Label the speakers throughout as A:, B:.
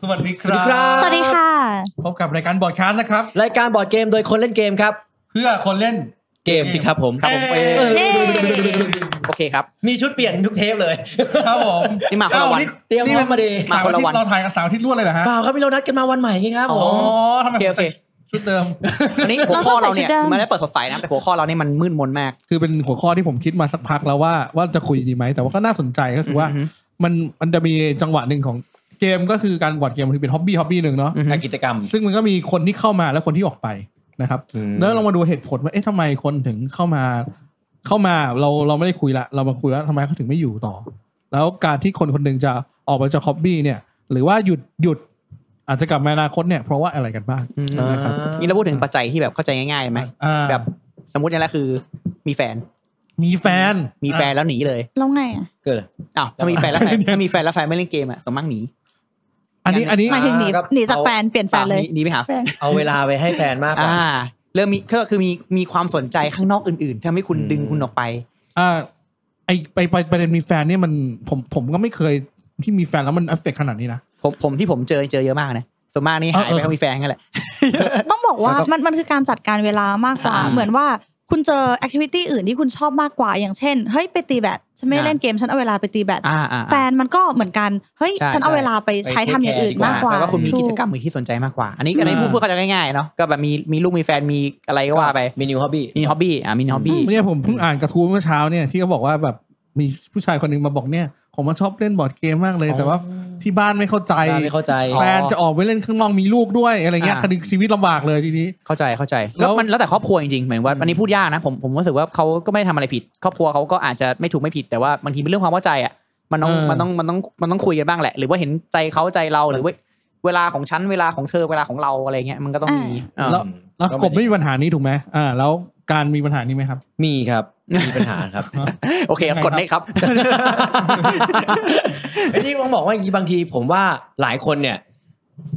A: สวัสดีครับ
B: สวัสดีค่ะ
A: พบกับรายการบอดคาสต์นะครับ
C: รายการบอร์ดเกมโดยคนเล่นเกมครับ
A: เพื่อคนเล่น
C: เกมสิครับผม
A: ครับผม
C: เออ
B: เย้
D: โอเคครับ
C: มีชุดเปลี่ยนทุกเทปเลย
A: ครับผม
D: นี่มาคนละวัน
A: อ้
C: เตรียมพร้อมมาดี
A: เสร์อทิตย์เราถ่ายกับเสาวที่รวดเลยเหรอฮะ
C: เปล่าครับพี่เรานัดกันมาวันใหม่ไงครับผ
A: อ๋อ
C: ม
A: ทำไม
D: โอเคโอเค
A: ชุดเดิม
D: วันนี้หัวข้อเราเนี่ย
B: เราชอบใส่ชุดดำ
D: ถึงมันได้เปิดสดใสนะแต่หัวข้อเรานี่มันมืดมนมาก
A: คือเป็นหัวข้อที่ผมคิดมาสักพักแล้วว่าว่าจะคุยดีไหมแต่ว่าก็น่าสนใจก็คือว่า
D: อือฮึ
A: มันมันจะมีจังหวะหนึ่งของเกมก็คือการบอร์ดเกมมันเป็นฮ็อบบี้ฮ็อบบี้หนึ่งเนาะ
D: อือฮึ
C: งานกิจกรรม
A: ซึ่งมันก็มีคนที่เข้ามาและคนที่ออกไปนะครับ
C: อืม
A: แล้วเรามาดูเหตุผลว่าเอ๊ะทำไมคนถึงเข้ามา เข้ามาเราเราไม่ได้คุยละเรามาคุยว่าทำไมเขาถึงไม่อยู่ต่อ แล้วการที่คนคนหนึ่งจะออกมาจากฮ็อบบี้เนี่ย หรือว่าหยุดหยุดอาจจะกลับมาอนาคตเนี่ย เพราะว่าอะไรกันบ้าง
D: อืม
A: นะครับ
D: นี่เราพูดถึงปัจจัยที่แบบเข้าใจง่ายๆไหม
A: อ่า
D: แบบสมมติเนี่ยแหละคือมีแฟน
A: มีแฟน
D: มีแฟนแล้วหนีเลย
B: แล้วไงอ่ะ
C: เกิด
D: อ้าวถ้ามีแฟนแล้วแฟนถ้ามีแฟนแล้วแฟนไม่เล่นเกมอ่ะสมมติหนี
A: อันนี้อันนี้
B: หมายถึงหนี
C: ครับ
B: หนีจากแฟนเปลี่ยนแฟนเลย
D: หหนีไปหาแฟน
C: เอาเวลาไปให้แฟนมากกว่า
D: อ่าเริ่มมีก็คือมีมีความสนใจข้างนอกอื่นๆทำให้คุณ
C: อืม
D: ดึงคุณออกไป
A: อ่าไอไปไปประเด็นมีแฟนเนี่ยมันผมผมก็ไม่เคยที่มีแฟนแล้วมันอัฟเฟกขนาดนี้นะ
D: ผมผมที่ผมเจอเจอเยอะมากนะส่วนมากนี่หาย
A: เออเอ
D: ไป
A: อ
D: ก็มีแฟนกันแหละ
B: ต้องบอกว่า
C: แล้วก็
B: มันมันคือการจัดการเวลามากกว่า
D: อ่า
B: เหมือนว่าคุณเจอแอคทิวิตี้อื่นที่คุณชอบมากกว่า อย่างเช่น เฮ้ยไปตีแบดฉันไม่
D: อ่า
B: เล่นเกมฉันเอาเวลาไปตีแบด
D: อ่าอ่าอ่า
B: แฟนมันก็เหมือนกัน เฮ้ย
D: ใช่
B: ฉันเอา
D: ใช่
B: เวลาไปใช้ทำอย่างอื่นมากกว่า
D: แปลว่าคุณมี
B: ถู
D: กิจกรรมอื่นที่สนใจมากกว่า อันนี้
A: อืม
D: อันนี้พูดเพื่อเข้าใจง่ายๆเนาะก็แบบมีมีลูกมีแฟนมีอะไรก็ว่าไป
C: มีนิวฮ็อบบี้
D: มีฮ็อบบี้อ่ะมีฮ็อบบี้
A: เนี่ยผมเพิ่งอ่านกระทู้เมื่อเช้าเนี่ยที่เขาบอกว่าแบบมีผู้ชายคนหนึ่งมาบอกเนี่ย ผมมาชอบเล่นบอร์ดเกมมากเลย
C: อ๋อ
A: แต่ว่าที่บ้านไม่เข้าใจ
C: ไม่เข้าใจ
A: แฟนจะออกไปเล่นข้างนอกมีลูกด้วยอะไรเงี้ยคดีชีวิตลำบากเลยทีนี้
D: เข้าใจเข้าใจ
A: แล้
D: แล้ว วมันแล้วแต่ครอบครัวจริงๆเหมือนว่าอันนี้พูดยากนะผมผมรู้สึกว่าเขาก็ไม่ได้ทำอะไรผิด ครอบครัวเขาก็อาจจะไม่ถูกไม่ผิดแต่ว่าบางทีเป็นเรื่องความเข้าใจอ่ะมันต้อง
A: เออ
D: มันต้องมันต้องมันต้องคุยกันบ้างแหละ หรือว่าเห็นใจเขาใจเราหรือว่าเวลาของฉันเวลาของเธอเวลาของเราอะไรเงี้ยมันก็ต้องมีเออ
A: แล้วแล้วกบไม่มีปัญหานี้ถูกไหมอ่า แล้วการมีปัญหานี้ไหมครับ
C: มีครับ มีปัญหาครับ
D: โอเคครับกดได้ครับ
C: ไอ้ที่ต้องบอกว่าอย่างนี้บางทีผมว่าหลายคนเนี่ย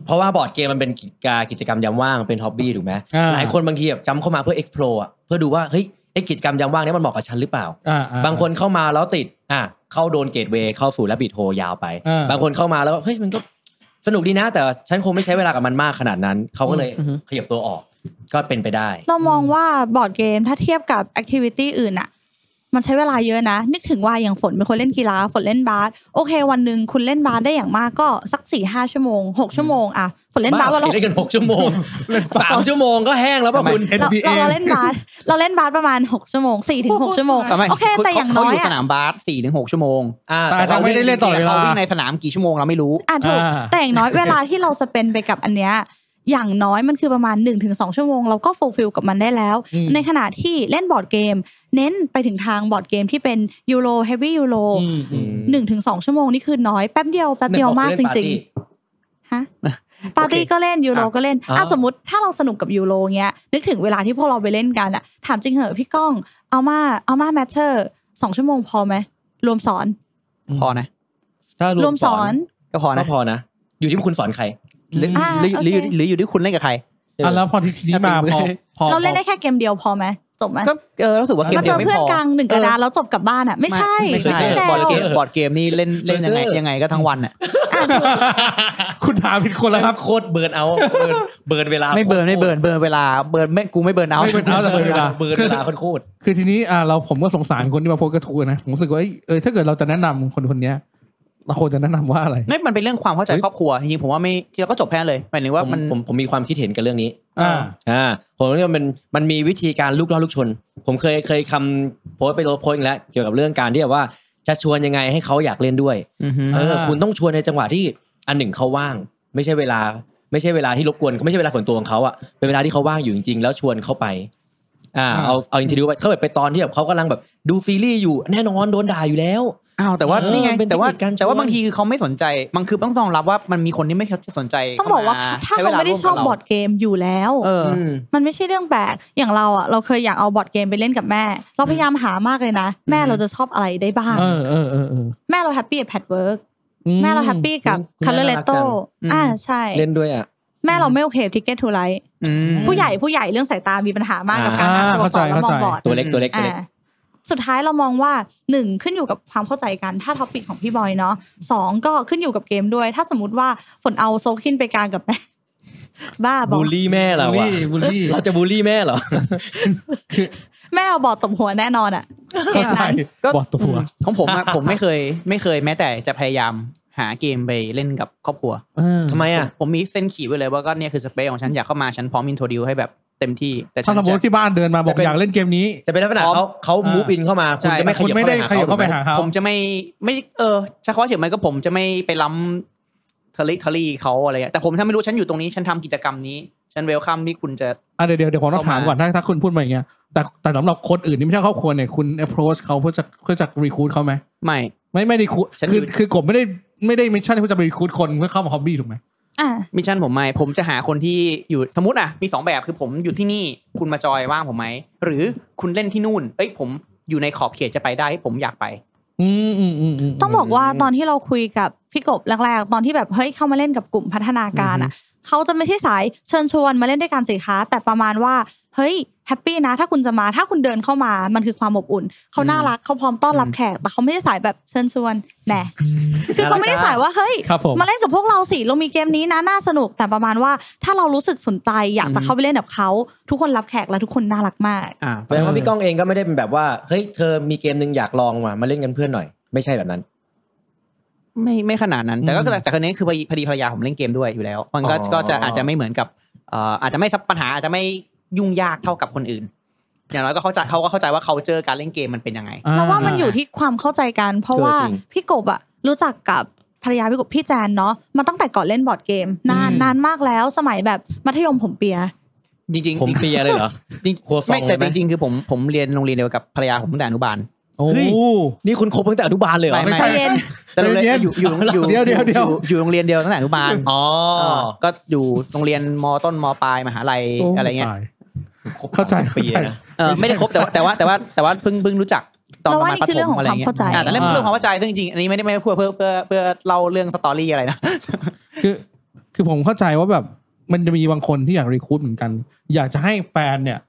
C: เพราะว่าบอร์ดเกมมันเป็นกิจการกิจกรรมยามว่างเป็นฮ็อบบี้ถูกไหม
A: อ่า
C: หลายคนบางทีแบบจำเข้ามาเพื่อ explore อะเพื่อดูว่าเฮ้ยไอ้กิจกรรมยามว่างเนี้มันเหมาะกับฉันหรือเปล่า
A: อ่อ่
C: บางคนเข้ามาแล้วติด อ่ะ เข้าโดนเกตเวย์เข้าสู่แลบบิทโฮยาวไป
A: อ่า
C: บางคนเข้ามาแล้วก็เฮ้ยมันก็สนุกดีนะ แต่ฉันคงไม่ใช้เวลากับมันมากขนาดนั้น เขาก็เลย
D: อือฮึ
C: ขยับตัวออก ก็เป็นไปได้
B: เรามองว่าบอร์ดเกมถ้าเทียบกับแอคทิวิตี้อื่นอ่ะ มันใช้เวลาเยอะนะ นึกถึงว่าอย่างฝนเป็นคนเล่นกีฬาฝนเล่นบาสโอเค วันหนึ่งคุณเล่นบาสได้อย่างมากก็สักสี่ห้าชั่วโมงหกชั่วโมงอะฝนเล่นบาสวันละ
C: เล่นกันหกชั่วโมงสามชั่วโมงก็แห้งแล้วป่ะคุณ
B: เรา
A: NBA
B: เราเราเล่นบาสเราเล่นบาสประมาณ 6 ชั่วโมง4ถึง6ชั่วโมง
D: ไม่
B: โอเค แต่อย่างน้อย
D: เขาอยู่ส
B: อะ
D: นามบาสสี่ถึงหกชั่วโมง
C: อ่า
A: แต่
C: แต่
A: ถ้า
C: เรา
A: ไม่ได้เล่นต่อเวลา
D: เขาวิ่งในสนามกี่ชั่วโมงเราไม่รู้
B: อ่ะถูก
A: อ่า
B: แต่อย่างน้อยเวลาที่เราสเปนไปกับอันเนี้ยอย่างน้อยมันคือประมาณ 1-2 ชั่วโมง เราก็โฟลฟิลกับมันได้แล้ว
A: อืม
B: ในขณะที่เล่นบอร์ดเกม เน้นไปถึงทางบอร์ดเกมที่เป็นยูโรเฮฟวี่ยูโร
A: อืมอืม
B: 1-2 ชั่วโมงนี่คือน้อยแป๊บเดียวแป๊บเดียวมากจริง ๆ ฮะปาร์ตี้ก็เล่นยูโรก็เล่น
C: อ๋ออ่
B: อ่ะสมมติถ้าเราสนุกกับยูโรเงี้ยนึกถึงเวลาที่พวกเราไปเล่นกันอ่ะถามจริงเหอะพี่ก้องเอามาเอามาแมทเชอร์สองชั่วโมงพอไหมรวมสอน
D: พอนะ
C: ๆถ้าร
B: ร
C: ว
B: ว
C: ม
B: ม
C: ส
B: ส
C: อ
B: อน น
D: ก็พอ
C: ก็
D: นะ
C: พอนะ อยู่ที่คุณสอนใคร
D: หรืออา หรือ
B: โอ
D: ห
B: เค
D: รือหรืออยู่ที่คุณเล่นกับใคร
A: อ่ะแล้วพอทีนี้มาพอพอ
B: เราเล่นได้แค่เกมเดียวพอไหมจบไหม
D: ก็เออรู้สึกว่าเกม
B: มา
D: เดี
B: เจ
D: ยว
B: อ
D: ไม่
B: เพื่อ
D: พ
B: น
D: อก
B: ลางหนึ่งกระดานแล้วจบกลับบ้านอ่ะไม่ใช่
D: ไม่
B: ไม่
D: ใช่
B: ใช่แล้
D: บอร์ดเกม
B: ว
D: บอร์ดเกมนี่เล่นเล่นยังไงยังไงก็ทั้งวันอ่ะ
B: อ่ะถูก
A: คุณถามผิดคนแล้วครับ
C: โคตรเบิร์นเอาท์เบิร์นเบิร์นเวลา
D: ไม่เบิร์นไม่เบิร์นเบิร์นเวลาเบิร์นไม่กูไม่เบิร์นเอา
A: ไม่ burn out แต่ burn เวลา
C: เบิร์นเวลาโคตร
A: คือทีนี้อ่าเราผมก็สงสารคนที่มาโพสต์กระทู้นะผมรู้สึกว่าเอ้ยเออถ้าเกิดเราจะแนะนำคนคนเนี้ยเราควรจะแนะนำว่าอะไร
D: ไม่มันเป็นเรื่องความเข้าใจครอบครัวจริงๆผมว่าไม่ที่เราก็จบแค่นั้นเลยหมายถึงว่า
C: ผม
D: มัน
C: ผมผมมีความคิดเห็นกับเรื่องนี้
A: อ่า
C: อ่า ผมว่ามันมันมีวิธีการลูกล่อลูกชน ผมเคยเคยคำโพสต์ไปโพสต์อีกแล้วเกี่ยวกับเรื่องการที่แบบว่าจะชวนยังไงให้เขาอยากเล่นด้วย เออ
A: อ่า
C: คุณต้องชวนในจังหวะที่อันหนึ่งเขาว่าง ไม่ใช่เวลา ไม่ใช่เวลาที่รบกวนไม่ใช่เวลาส่วนตัวของเขาอะเป็นเวลาที่เขาว่างอยู่จริงๆ แล้วชวนเข้าไป อ่า
A: อ่า
C: เอาเอาอินทิวไปเข้าแบบไปตอนที่แบบเขากำลังแบบดูซีรีส์อยู่แน่นอนโดนด่าอยู่แล้ว
D: อ้าวแต่ว่า
C: เออ
D: นี่ไง
C: เป็น
D: แต่ว่า
C: เทคนิคการชวน
D: แต่ว่าบางทีคือเขาไม่สนใจบางคือต้องยอมรับว่ามันมีคนที่ไม่สนใจ
B: ต้องบอกว่า
D: เข้
B: ถ้า
D: ใช้ว
B: เขา
D: ล
B: ไม่ได้
D: ร่ว
B: ชอบ
D: กัเา
B: บอร์ดเกมอยู่แล้ว
D: เอออ
C: ม
B: มันไม่ใช่เรื่องแปลก อย่างเราอ่ะ เราเคยอยากเอาบอร์ดเกมไปเล่นกับแม่ เราพยายามหามากเลยนะ แม่
D: อืม
B: เราจะชอบอะไรได้บ้าง
A: เออเออเออเออ
B: แม่เราแฮปปี้กับแพดเวิร์ก
A: อื
B: แม่เราแฮปปี้กับ
C: คุณ
B: คัลเล
C: แม่
B: อร์เล
C: น่ารัก
B: โต้
C: จั
D: ง
B: อ่าใช่
C: เล่นด้วยอะ
B: แม่เราไม่โอเคทิกเก็ตทูไลท์
D: อืม
B: ผู้ใหญ่ผู้ใหญ่เรื่องสายตามีปัญหามากกับการอ่านตัวอักษรและมองบอร์ด
C: ตัวเล็กตัวเล็กตัว
B: อ่า
C: เล็ก
B: สุดท้ายเรามองว่าหนึ่งขึ้นอยู่กับความเข้าใจกันถ้าท็อปิกของพี่บอยเนาะสองก็ขึ้นอยู่กับเกมด้วย ถ้าสมมติว่าฝนเอาโซคินไปกลางกับแม่ บ้าบอ
C: บูลลี่แม่เรา
A: บูล
C: อะ
A: ลี่บูลลี่
C: เราจะบูลลี่แม่เหรอ
B: แม่เอาบอดตบหัวแน่นอนอะ
A: เข้าใจ
D: ก็
A: บอดตัว
D: มของผมอะ ผมไม่เคยไม่เคยแม้แต่จะพยายามหาเกมไปเล่นกับครอบครัว
A: เออ
C: ทำไมอ่ะ
D: ผมมีเส้นขีดไว้เลยว่าก็เนี่ยคือสเปซของฉันอยากเข้ามาฉันพร้อมอินโทรดิวให้แบบเต็มที่แต่ฉั
A: ถ้าน สมม
D: จะ
A: ติที่บ้านเดินมาบอก
C: จะเป็น
A: อยากเล่นเกมนี้
C: จะเป็นลักษณะเขาเขา
A: อ่า
C: มูฟอินเข้ามาคุณ
D: ใช่
C: จะไม่ข
A: คุณ
C: ยับ
A: ไม่ได้ขยับเข้าไป
C: ถูกม
A: หาเขา
D: ผมจะไม่ไม่เออเฉพาะเฉยมันก็ผมจะไม่ไปล้ำเทะลิทะลีเขาอะไรอย่างแต่ผมถ้าไม่รู้ฉันอยู่ตรงนี้ฉันทำกิจกรรมนี้ ฉันเวลคัมที่คุณจะ
A: อ่ะเดี๋ยวเดี๋ยวเดี๋ยวผมต้องถามก่อนถ้าถ้าคุณพูดมาอย่างเงี้ยแต่แต่สำหรับคนอื่นที่ไม่ใช่ครอบครัวเนี่ยคุณ approach เขาเพื่อจะเพื่อจะรีคูดเขาไหม
D: ไม่
A: ไม่ไม่รีคูด
D: ฉัน
A: คือ
D: ดู
A: คือกบไม่ได้ไม่ได้มิชชั่นที่จะไปรีคูดคนเพื่อเข้ามาฮอบบี้ถูกไหม
B: อ่ะ
D: มิชชั่นผมไม่ผมจะหาคนที่อยู่สมมติอ่ะมีสองแบบคือผมอยู่ที่นี่คุณมาจอยว่างผมไหมหรือคุณเล่นที่นู่นเอ้ยผมอยู่ในขอบเขตจะไปได้ผมอยากไป
A: อืมอืมอืมม
B: ต้องบอกว่าตอนที่เราคุยกับพี่กบแรกๆ ตอนที่แบบเฮ้ยเข้ามาเล่นกับกลุ่มพัฒนาการอ่ะเขาจะไม่ใช่สายเชิญชวนมาเล่นด้วยกันสิคะแต่ประมาณว่าเฮ้ยแฮปปี้นะ ถ้าคุณจะมาถ้าคุณเดินเข้ามามันคือความอบอุ่นเขาน่ารักเขาพร้อมต้อนรับแขกแต่เขาไม่ได้สายแบบเชิญชวนแหนคือเขาไม่ได้สายว่าเฮ้ย
A: ครับผม
B: มาเล่นกับพวกเราสิเรามีเกมนี้นะน่าสนุกแต่ประมาณว่าถ้าเรารู้สึกสนใจอยากจะเข้าไปเล่นกับเขาทุกคนรับแขกและทุกคนน่ารักมาก
D: อ่า
C: แปลว่าพี่ก้องเองก็ไม่ได้เป็นแบบว่าเฮ้ยเธอมีเกมหนึ่งอยากลองว่ะมาเล่นกันเพื่อนหน่อย ไม่ใช่แบบนั้น
D: ไม่ไม่ขนาดนั้น แต่ก็คือแต่คนนี้คือพอดีพอดีภรรยาผมเล่นเกมด้วยอยู่แล้ว มันก็
C: อ๋อ
D: ก็จะอาจจะไม่เหมือนกับเอ่ออาจจะไม่ซับปัญหาอาจจะไม่ยุ่งยากเท่ากับคนอื่น อย่างน้อยก็เข้าใจเขาก็เข้าใจว่าเขาเจอการเล่นเกมมันเป็นยังไง
A: อ่
B: เราว่ามันอยู่ที่ความเข้าใจกัน เพราะว่า
C: เออจริง
B: พี่กบอะรู้จักกับภรรยาพี่กบพี่แจนเนาะมาตั้งแต่ก่อนเล่นบอร์ดเกม นาน
D: อืม
B: นานมากแล้วสมัยแบบมัธยมผมเปีย
D: จริงๆ
C: ผมเปียเลยเหรอ
D: จริง
C: ครัวซอง
D: ไม่แต่
C: เลยไหม
D: จริงๆคือผมผมเรียนโรงเรียนเดียวกับภรรยาผมตั้งแต่อนุบาล
A: โอ้
C: เฮ้ย นี่คุณคบตั้งแต่อนุบาลเลยเหรอ
D: ไม่
A: ใช่
B: ใจเย็น
D: แต่โรงเรียน
A: ใจเย็น
D: อยู่อยู่อยู่
A: เดี๋ยวเดี๋ยวเดี๋ยว
D: ออยู่โรงเรียนเดียวตั้งแต่อนุบาล
C: อ๋อ
D: เออก็อยู่โรงเรียนมต้นมปลายมหาลัย
A: โ
D: อะไรเงี้ย
A: ตา
C: คบ
A: เข้าใจ
C: สมปี
A: เข้าใจ
C: นะ
D: เออไม่ได้ครบแต่ว่าแต่ว่าแต่ว่าแต่ว่าเพิ่งเพิ่งรู้จักตอนประมาณ
B: เราว่านี่
D: ป
B: คื
D: ระ
B: อ
D: ถ
B: เรื่อง
D: ม
B: ของ
D: อะไร
B: ความ
D: เงี้
B: เข้าใจ
D: ยอ่ะแต่เรื่อง
A: อ่า
D: เรื่องความเข้าใจซึ่งจริงๆอันนี้ไม่ได้ไม่ได้เพื่อเพื่อเพื่อเพื่อเล่าเรื่องสตอรี่อะไรนะ
A: คือคือผมเข้าใจว่าแบบมันจะมีบางคนที่อยากรีคูดเหมือนกัน อยากจะให้แฟนเนี่ย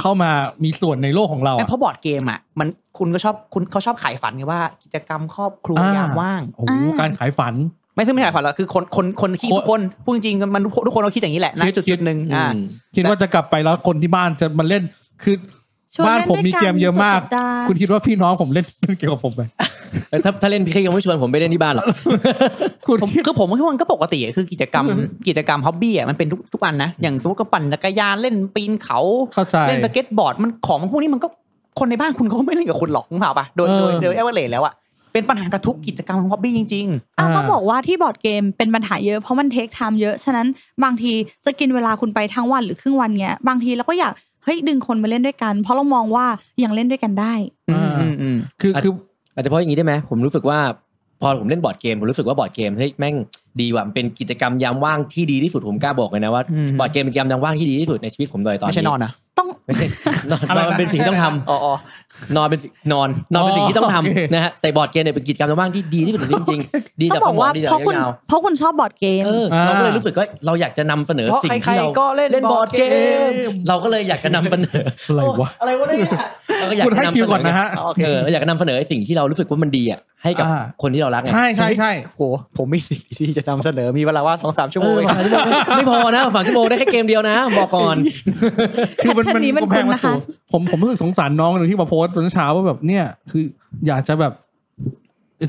A: เข้ามามีส่วนในโลกของเรา
D: ไม่
A: อะ
D: เพราะบอร์ดเกมอ่ะมันคุณก็ชอบคุณเขาชอบขายฝันไงว่ากิจกรรมครอบครัว
A: อ่า
D: ยามว่าง
A: โอ้โหการขายฝัน
D: ไม่ซึ่งไม่ขายฝันหรอกคือคนคนคนคิด
A: คน
D: ทุกคนพูดจริงๆมันทุกคนเราคิดอย่างนี้แหละนะ
A: คิด
D: จุด
A: คิ
D: จุ
A: ด
D: ดหนึ่งอ่า
A: คิดว่าจะกลับไปแล้วคนที่บ้านจะมาเล่น คือ
B: ชวนเล่น
A: บ้านผมมีเกมเยอะมาก
B: ด้วยกันสุดสัปดาห์
A: คุณคิดว่าพี่น้องผมเล่นเล่นเกมกับผมไหม
C: เออถ้าถ้าเล่นพี่ยังไม่ชวนผมไปเล่นที่บ้านหรอก
A: คุณ
D: ผม
A: คิด
D: คือผมคิดว่ามันก็ปกติอะคือกิจกรรมกิจกรรมฮ็อบบี้อ่ะมันเป็นทุกทุกอันนะ อย่างสมมติก็ปั่นจักรยานเล่นปีนเขา
A: เข้าใจ
D: เล่นสเก็ตบอร์ดมันของพวกนี้มันก็คนในบ้านคุณเขาก็ไม่เล่นกับคุณหรอกคุณเปล่าปะโดยโด
A: เอ
D: ย
A: อ
D: โดยเอเวอเรแล้วอ่ะเป็นปัญหากับทุกกิจกรรมของฮ็อบบี้จริง
B: อ่ะ
A: อ่า
B: ต้องบอกว่าที่บอร์ดเกมเป็นปัญหาเยอะเพราะมันเทคไทม์เยอะฉะนั้นบางทีจะกินเวลาคุณไปทั้งวันหรือครึ่งวันเงี้ยบางทีเราก็อยากเฮ้ยดึงคนมาเล่นด้วยกัน เพราะเรามองว่ายังเล่นด้วยกันได้
D: ๆ อืมอืมอืม
A: คือคือ
C: อาจจะเพราะอย่างนี้ได้ไหมผมรู้สึกว่าพอผมเล่นบอร์ดเกมผมรู้สึกว่าบอร์ดเกมเฮ้ยแม่งดีว่ะมันเป็นกิจกรรมยามว่างที่ดีที่สุดผมกล้าบอกเลยนะว่า
D: อืม
C: บอร์ดเกมเป็นกิจกรรมยามว่างที่ดีที่สุดในชีวิตผมเลยตอน
D: ไม่
C: นี้
D: ใช่นอนนะ
B: ต้อง
C: ไม่ใช่นอน
A: อะไร
C: นอน
A: นะ
C: เป็นสิ่งที่ต้องทำ
D: อ๋ออ๋อน
C: อนเป็นสิ่งนอนนอนเป็นสิ่งที่ต้องทำ
A: โอเค
C: นะฮะแต่บอร์ดเกมเนี่ยเป็นกิจกรรมยามว่างที่ดีที่สุดจริงๆดี
B: ต้
C: ต่
B: อ
C: องสมอ
B: บอก
C: ง
B: ว่า
C: ดี
B: เพ
C: ต่อ
B: ราะคุณ
C: ยาว
B: เพราะคุณชอบบอร์ดเกม
C: ๆเออเราก็เลยรู้สึกว่าเราอยากจะนำเสนอ
D: เพราะ
C: สิ่ง
D: ใคร
C: ที่เรา
D: ๆก็เล่น
C: เล่น
D: บบ อ
C: อ
D: ร์
C: ร์
D: ด
C: ด
D: เก
C: เก
D: ม
C: ม เราก็เลยอยากจะนำเสนอ
A: อะไรวะ
D: อะไรวะเนี่ย
C: เราก็อยาก
A: คุณ
C: จะ
A: ให้
C: นำ
A: คิ
C: เส
A: วน ก่
C: อ
A: อนนะฮะ
D: โอเค
C: เออเราอยากจะนำเสนอสิ่งที่เรารู้สึกว่ามันดีอ่ะให้กับ
A: อ่า
C: คนที่เรารักไง
A: ใช่ใช่ใช่
D: โหผมไม่สิ่งที่จะนำเสนอมีเวลาว่าสองสามชั่วโมง
C: เออสามชั่วโมงไม่ไม่พอนะสามชั่วโมงได้แค่เกมเดียวนะ บอกก่อน
A: คือมัน
B: แพท
A: มัน
B: เทิร์นนี้มัน
A: กำแพง
B: คุ้น
A: มัน
B: นะคะ
A: สูงผมผมรู้สึกสงสารน้องหนึ่งที่มาโพสต์ตอนเช้าว่าแบบเนี่ยคืออยากจะแบบ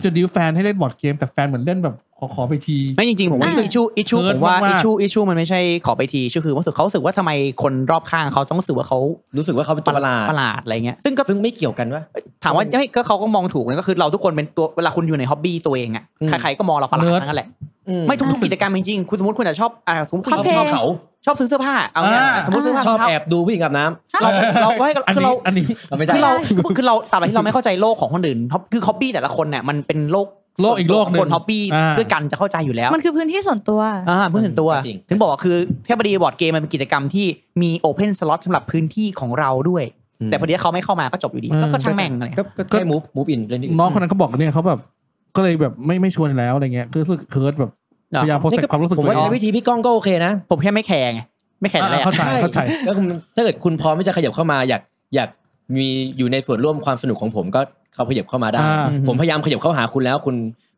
A: จะดิวแฟนให้เล่นบอร์ดเกมแต่แฟนเหมือนเล่นแบบขอขอไปที
D: ไม่จริงๆผมว่า
B: อ่า
D: อิชูอิชู
A: เคิร์
D: ผ
A: ด
D: มว่า
A: มา
D: อิ
A: กๆ
D: ชูอิชูมันไม่ใช่ขอไปทีชื่อคือรู้สึกเขารู้สึกว่าทำไมคนรอบข้างเขาต้องรู้สึกว่าเขา
C: รู้สึกว่าเขาเป็นตัวประหลาด
D: ประหลาดอะไรเงี้ยซึ่งก็
C: ซึ่งไม่เกี่ยวกันวะ
D: ถามว่าไม่ก็เขาก็มองถูกนะก็คือเราทุกคนเป็นตัวเวลาคุณอยู่ในฮ็อบบี้ตัวเองอะ
C: อืม
D: ใครๆก็มองเราประหลาดทั้งนั้นแหละ
C: อื
D: ไม่ทุกๆกิจกรรมจริงๆคุณสมมติคุณอาจจะชอบอ่าสมมติคุณ
C: ชอบช
B: cosplay
C: อบเขา
D: ชอบซื้อเสื้อผ้าเอาเนี่ย
A: อ่า
D: สมมติซื้อผ้า
C: ชอบแอบดูผู้หญิงอาบน้ำ
D: เราเราเรา
A: อัน
D: คือ
A: นี้
D: เรา
A: อันนี้
C: เราไม่ได้
D: คือเราคือเราตราบใดที่เราไม่เข้าใจโลกของคนอื่น hobby- คือฮ็อบบี้แต่ละคนเนี่ยมันเป็นโลก
A: โลกอีกโลกหนึ่ง
D: คนฮ็อบบี้
A: อ่า
D: ด้วยกันจะเข้าใจอยู่แล้ว
B: มันคือพื้นที่ส่วนตัว
D: อ่าเพิ่งเห็นตัว ถึงบอกว่าคือแค่บดีบอร์ดเกมมันเป็นกิจกรรมที่มีโอเพนสล็อตสำหรับพื้นที่ของเราด้วย แต่พอดีเขาไม่เข้ามาก็จบอยู่ดีก็ก็ช่างแม่งอะไร
C: ก็ก็แค่มูฟมูฟอินเล่นนี่
A: น้องคนนั้นเขาบอกเนี่ยเขาแบบ ก็เลยแบบไม่ไม่ชวนแล้วอะไรเงี้ยคือรู้สึกเคิร์ดแบบ
D: อ่ะ
A: พยายามโพสต์ความรู้สึก
C: ผม
A: ตัว
C: ว่า
A: เอง
C: ใช้วิธีพี่ก้องก็โอเคนะ
D: ผมแค่ไม่แคร์ไงไม่แคร์อะไร
A: อ่ะ
D: อะ
A: เข้าใจเข้าใจ
C: ก็คือถ้าเกิดคุณพร้อมที่จะขยับเข้ามาอยากอยาก มีอยู่ในส่วนร่วมความสนุกของผมก็เข้าขยับเข้ามาได้
A: อ่า
C: ผมพยายามขยับเข้าหาคุณแล้วคุณ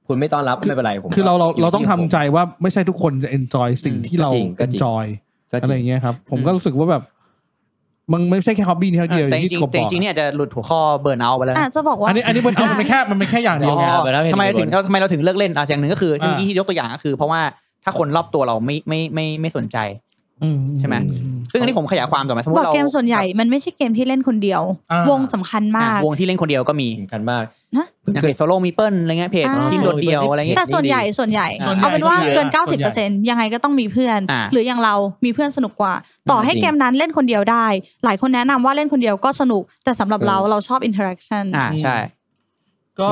C: คุณไม่ต้อนรับไม่เป็นไรผม
A: คือเราเรา
C: ยู่
A: เราต้อง
C: ที่
A: ทำ
C: ขผม
A: ใจว่าไม่ใช่ทุกคนจะ enjoy สิ่ง
D: อืม
A: ที่เรา
C: ก็จริงก็จริง
A: enjoy
C: ก็
A: อะไร
C: จ
A: อง
C: ริ
A: ย่างเงี้ยครับ ผมก็รู้สึกว่าแบบ มันไม่ใช่แค่ hobby นี้เท่าเดียว
D: แต่จ
A: ที่
D: ริง
A: กบ
D: ๆแต่
A: บ
D: จ
A: อก
D: ริงๆเนี่ยอาจจะหลุดหัวข้อเบิร์นเอาท์ไปแล้วนะ
B: อ่ะจะบอกว่า
A: อันนี้อันนี้มันเอามันเป็นแค่มันเป็นแค่อย่างเดียวไง
C: อ๋อ ไปแล้วเห็น
D: ทำไมเราถึง
C: อยู่บน
D: ทำไมเราถึงเลิกเล่นอ่ะอย่างหนึ่งก็คือ
A: อ่า
D: ที่ที่ยกตัวอย่างก็คือ เพราะว่าถ้าคนรอบตัวเราไม่ไม่ไม่ไม่สนใจ
A: อื
D: ใช่ไหม
A: อื
D: ซึ่งอันนี้ผมขยายความก่อนไหมสม
B: บ
D: ม
B: อ
D: ติ
B: ร์ด
D: เรา
B: เกมส่วนใหญ่มันไม่ใช่เกมที่เล่นคนเดียว
A: อ่าว
B: งสำคัญ
D: อ่ะ
B: มาก
D: วงที่เล่นคนเดียวก็มี
C: สำคัญมาก
D: อย่างเพจโซโล่มีเปิลอะไรเงี้ยเพจ
B: อ่า
D: ทีมโดดเดียวอะไรเงี้ย
B: แต่ส่วนใหญ่ส่วนใหญ่
A: ส่วนใหญ่
B: เอาเป็นว่าเกิน
A: ส่วนใหญ่
B: 90%ยังไงก็ต้องมีเพื่อน
D: อ่า
B: หรืออย่างเรามีเพื่อนสนุกกว่า ต่อให้
C: จริง
B: เกมนั้นเล่นคนเดียวได้ หลายคนแนะนำว่าเล่นคนเดียวก็สนุก แต่สำหรับเราเราชอบอินเทอร์แอคชั่น
D: อ่าใช่
A: ก็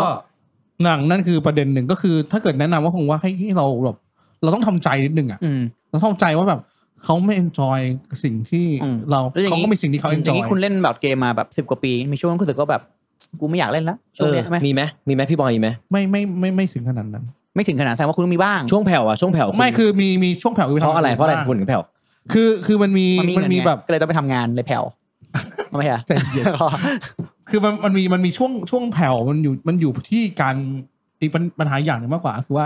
A: หนังนั่นคือประเด็นหนึ่งก็คือ ถ้าเกิดแนะนำว่าคงว่าให้ให้เราแบบเราต้องทำใจนิดนึงอ่ะ
D: อืม
A: เราต้องทำใจว่าแบบเขาไม่ enjoy สิ่งที่
D: อืม
A: เรา
D: แล้วอย่
A: เขาก็มีสิ่งที่เขา
D: อย่า
A: enjoy
D: งนี้คุณเล่นแบบเกมมาแบบสิบ10 กว่าปี มีช่วงรู้สึกว่าแบบกูไม่อยากเล่นละ
C: เอ
D: ช่วง
C: อ
D: เนี้ยไหม
C: มีไหมมีไหมพี่บอยมีไหม
A: ไม่ไม่ไม่ไม่ถึงขนาดนั้น
D: ไม่ถึงขนาดแสดงว่าคุณต้องมีบ้าง
C: ช่วงแผ่วอะช่วงแผ่วณ
A: ไม่คือมีมีช่วงแผ่วคื
C: เพราะอะไรเพราะอะไร
A: ทำงน
C: คุณถึงแผ่ว
A: คือคือมันมีมั
D: มันมี
A: นมี
D: เงินไง
A: แบบ
D: ก็เลยต้องไปทำงานเลยแผ่วทำไมอ่ะ
A: ใจเย็น คือมันมันมีมันมีช่วงช่วงแผ่วมันอยู่มันอยู่ที่การอีกปัญปัญหาอย่างหนึ่งมากกว่า คือว่า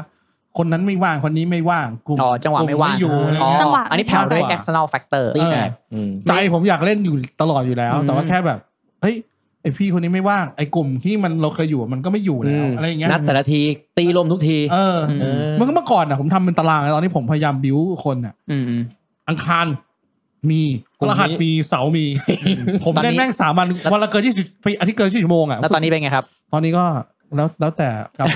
A: คนนั้นไม่ว่างคนนี้ไม่ว่างกลุ่ม
D: อ๋อจังหวะไม่
A: กลุ่
D: ว่าง
A: นอยู่
D: อ๋อ
B: จังหวะ
D: อันนี้แผ่วด้วย external factor
A: ตีแตก
C: อืม
A: ใจผมอยากเล่นอยู่ตลอดอยู่แล้ว
D: อืม
A: แต่ว่าแค่แบบเฮ้ยไอพี่คนนี้ไม่ว่างไอกลุ่มที่มันเราเคยอยู่มันก็ไม่อยู่แล้ว
C: ม
A: อะไรอย่างเงี้ย
C: นัดแต่ละทีตีลมทุกที
A: เออ
D: อืม
C: เออ
A: มันก็เมื่อก่อนอ่ะผมทำเป็นตารางนะตอนนี้ผมพยายามบิวคนอ่ะ
D: อืมอืม
A: อังคารมีพฤหัสมีเสาร์มี ผม
D: ตอนนี้
A: เล่นแม่งสามวันวันละเกินยี่สิบอาทิตย์เกินยี่สิบชั่วโมงอ่ะ
D: แล้วตอนนี้เป็นไงครับ
A: ตอนนี้ก็แล้วแล้วแต่ครับ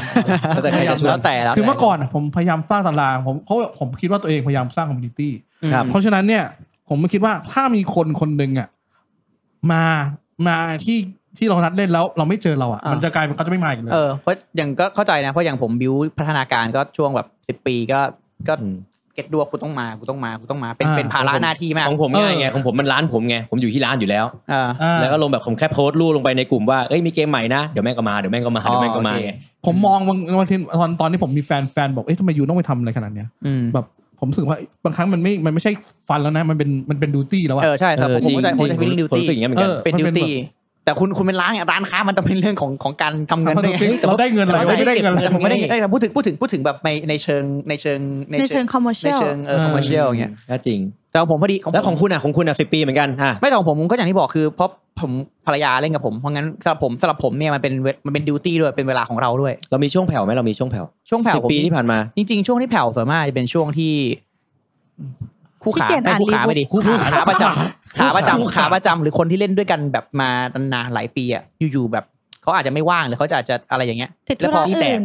C: แล้วแต่ใครจะชว
D: แล้
C: น
D: วแต่แล้ว
A: คือเมื่อก่อนอะผมพยายามสร้างตารางผมเพราะว่าผมคิดว่าตัวเองพยายามสร้างคอมมูนิตี้
C: ครับ
A: เพราะฉะนั้นเนี่ย ผมไม่คิดว่าถ้ามีคนคนหนึ่งอ่ะมามาที่ที่เรานัดเล่นแล้ว เราไม่เจอเราอ่ะ มันจะกลายเป็นเขาจะไม่มาอีกเลย
D: เออเพราะอย่างก็เข้าใจนะ เพราะอย่างผมบิวพัฒนาการก็ช่วงแบบสิบ10 ปีก็ก็
C: อืม
D: เก็ตดวงกูต้องมากูต้องมากูต้องมาเป็นเป็นภาระหน้าที่มาก
C: ของผมง่ายไงของผมมันร้านผมไงผมอยู่ที่ร้านอยู่แล้ว
D: เออ
A: อ่า
C: แล้วก็ลงแบบผมแค่โพสต์รูปลงไปในกลุ่มว่าเอ้ยมีเกมใหม่นะเดี๋ยวแม่งก็มาเดี๋ยวแม่งก็มา
D: อ๋อ
C: เดี๋ยวแม่งก็มา
D: โอเค
C: ไง
A: ผมมองบางบางทีตอนตอนที่ผมมีแฟนแฟนบอกเอ๊ะทำไมยูต้องไปทำอะไรขนาดเนี้ย
D: อืม
A: แบบผมรู้สึกว่าบางครั้งมันไม่มันไม่ใช่ฟันแล้วนะมันเป็นมันเป็นดูตี้แล้วอ่ะ
D: เออใช่ครับผมผมเข้าใจผมเข้าใจ
C: ผ
D: ฟิลลิ่งดิว
C: ผม
D: ตี้
C: รู้สึกอย่างเงี้ยเหมือนกัน
A: เออ
D: เป็นดิวตี้แต่คุณคุณเป็นร้านอ่ะร้านค้ามันต้องเป็นเรื่องของของการทำเงิน
A: มัน
D: ด้ว
A: ดู
D: ยไง
A: ตี้เราได้เงินอะไร
D: แต่
A: เราไม่ได้เงินอะไร
D: แต่ผมไม่ได้เงินแต่พูดถึงพูดถึงพูดถึงแบบในในเชิงในเชิง
B: ในเชิงคอมเมอร์เชี
D: ใน
B: ยล
D: เชิงเออคอมเมอร์เชียลอย่างเงี้ย
C: ก็จริง
D: แต่ของผมพอดีของผม
C: แล้วของคุณอ่ะของคุณอ่ะสิปีเหมือนกันอ่ะ
D: ไม่แต่ของผมผมก็อย่างที่บอกคือเพราะผมภรรยาเล่นกับผมเพราะงั้นสำหรับผมสำหรับผมเนี่ยมันเป็นเวมันเป็นดิวตี้ด้วยเป็นเวลาของเราด้วย
C: เรามีช่วงแผ่วไหมเรามีช่วงแผ่ว
D: ช่วงแผ่ว
C: สิ
D: ผม
C: ปีที่ผ่านมา
D: จริงๆ ช่วงที่แผ่วส่วนมากจะเป็นช่วงที่ คู่ขา
B: ขี้เกียจ
D: ไม่
B: อ่าน
D: คู่
B: รี
D: ขา
B: บุ๊
D: ไม่
B: ก
D: ดีคู่ ขาประจำขาประจำขาประจำหรือคนที่เล่นด้วยกันแบบมานานๆหลายปีอ่ะอยู่ๆแบบเขาอาจจะไม่ว่างหรือเขาจะอาจจะอะไรอย่างเงี้ย
B: ติดธุระอื่น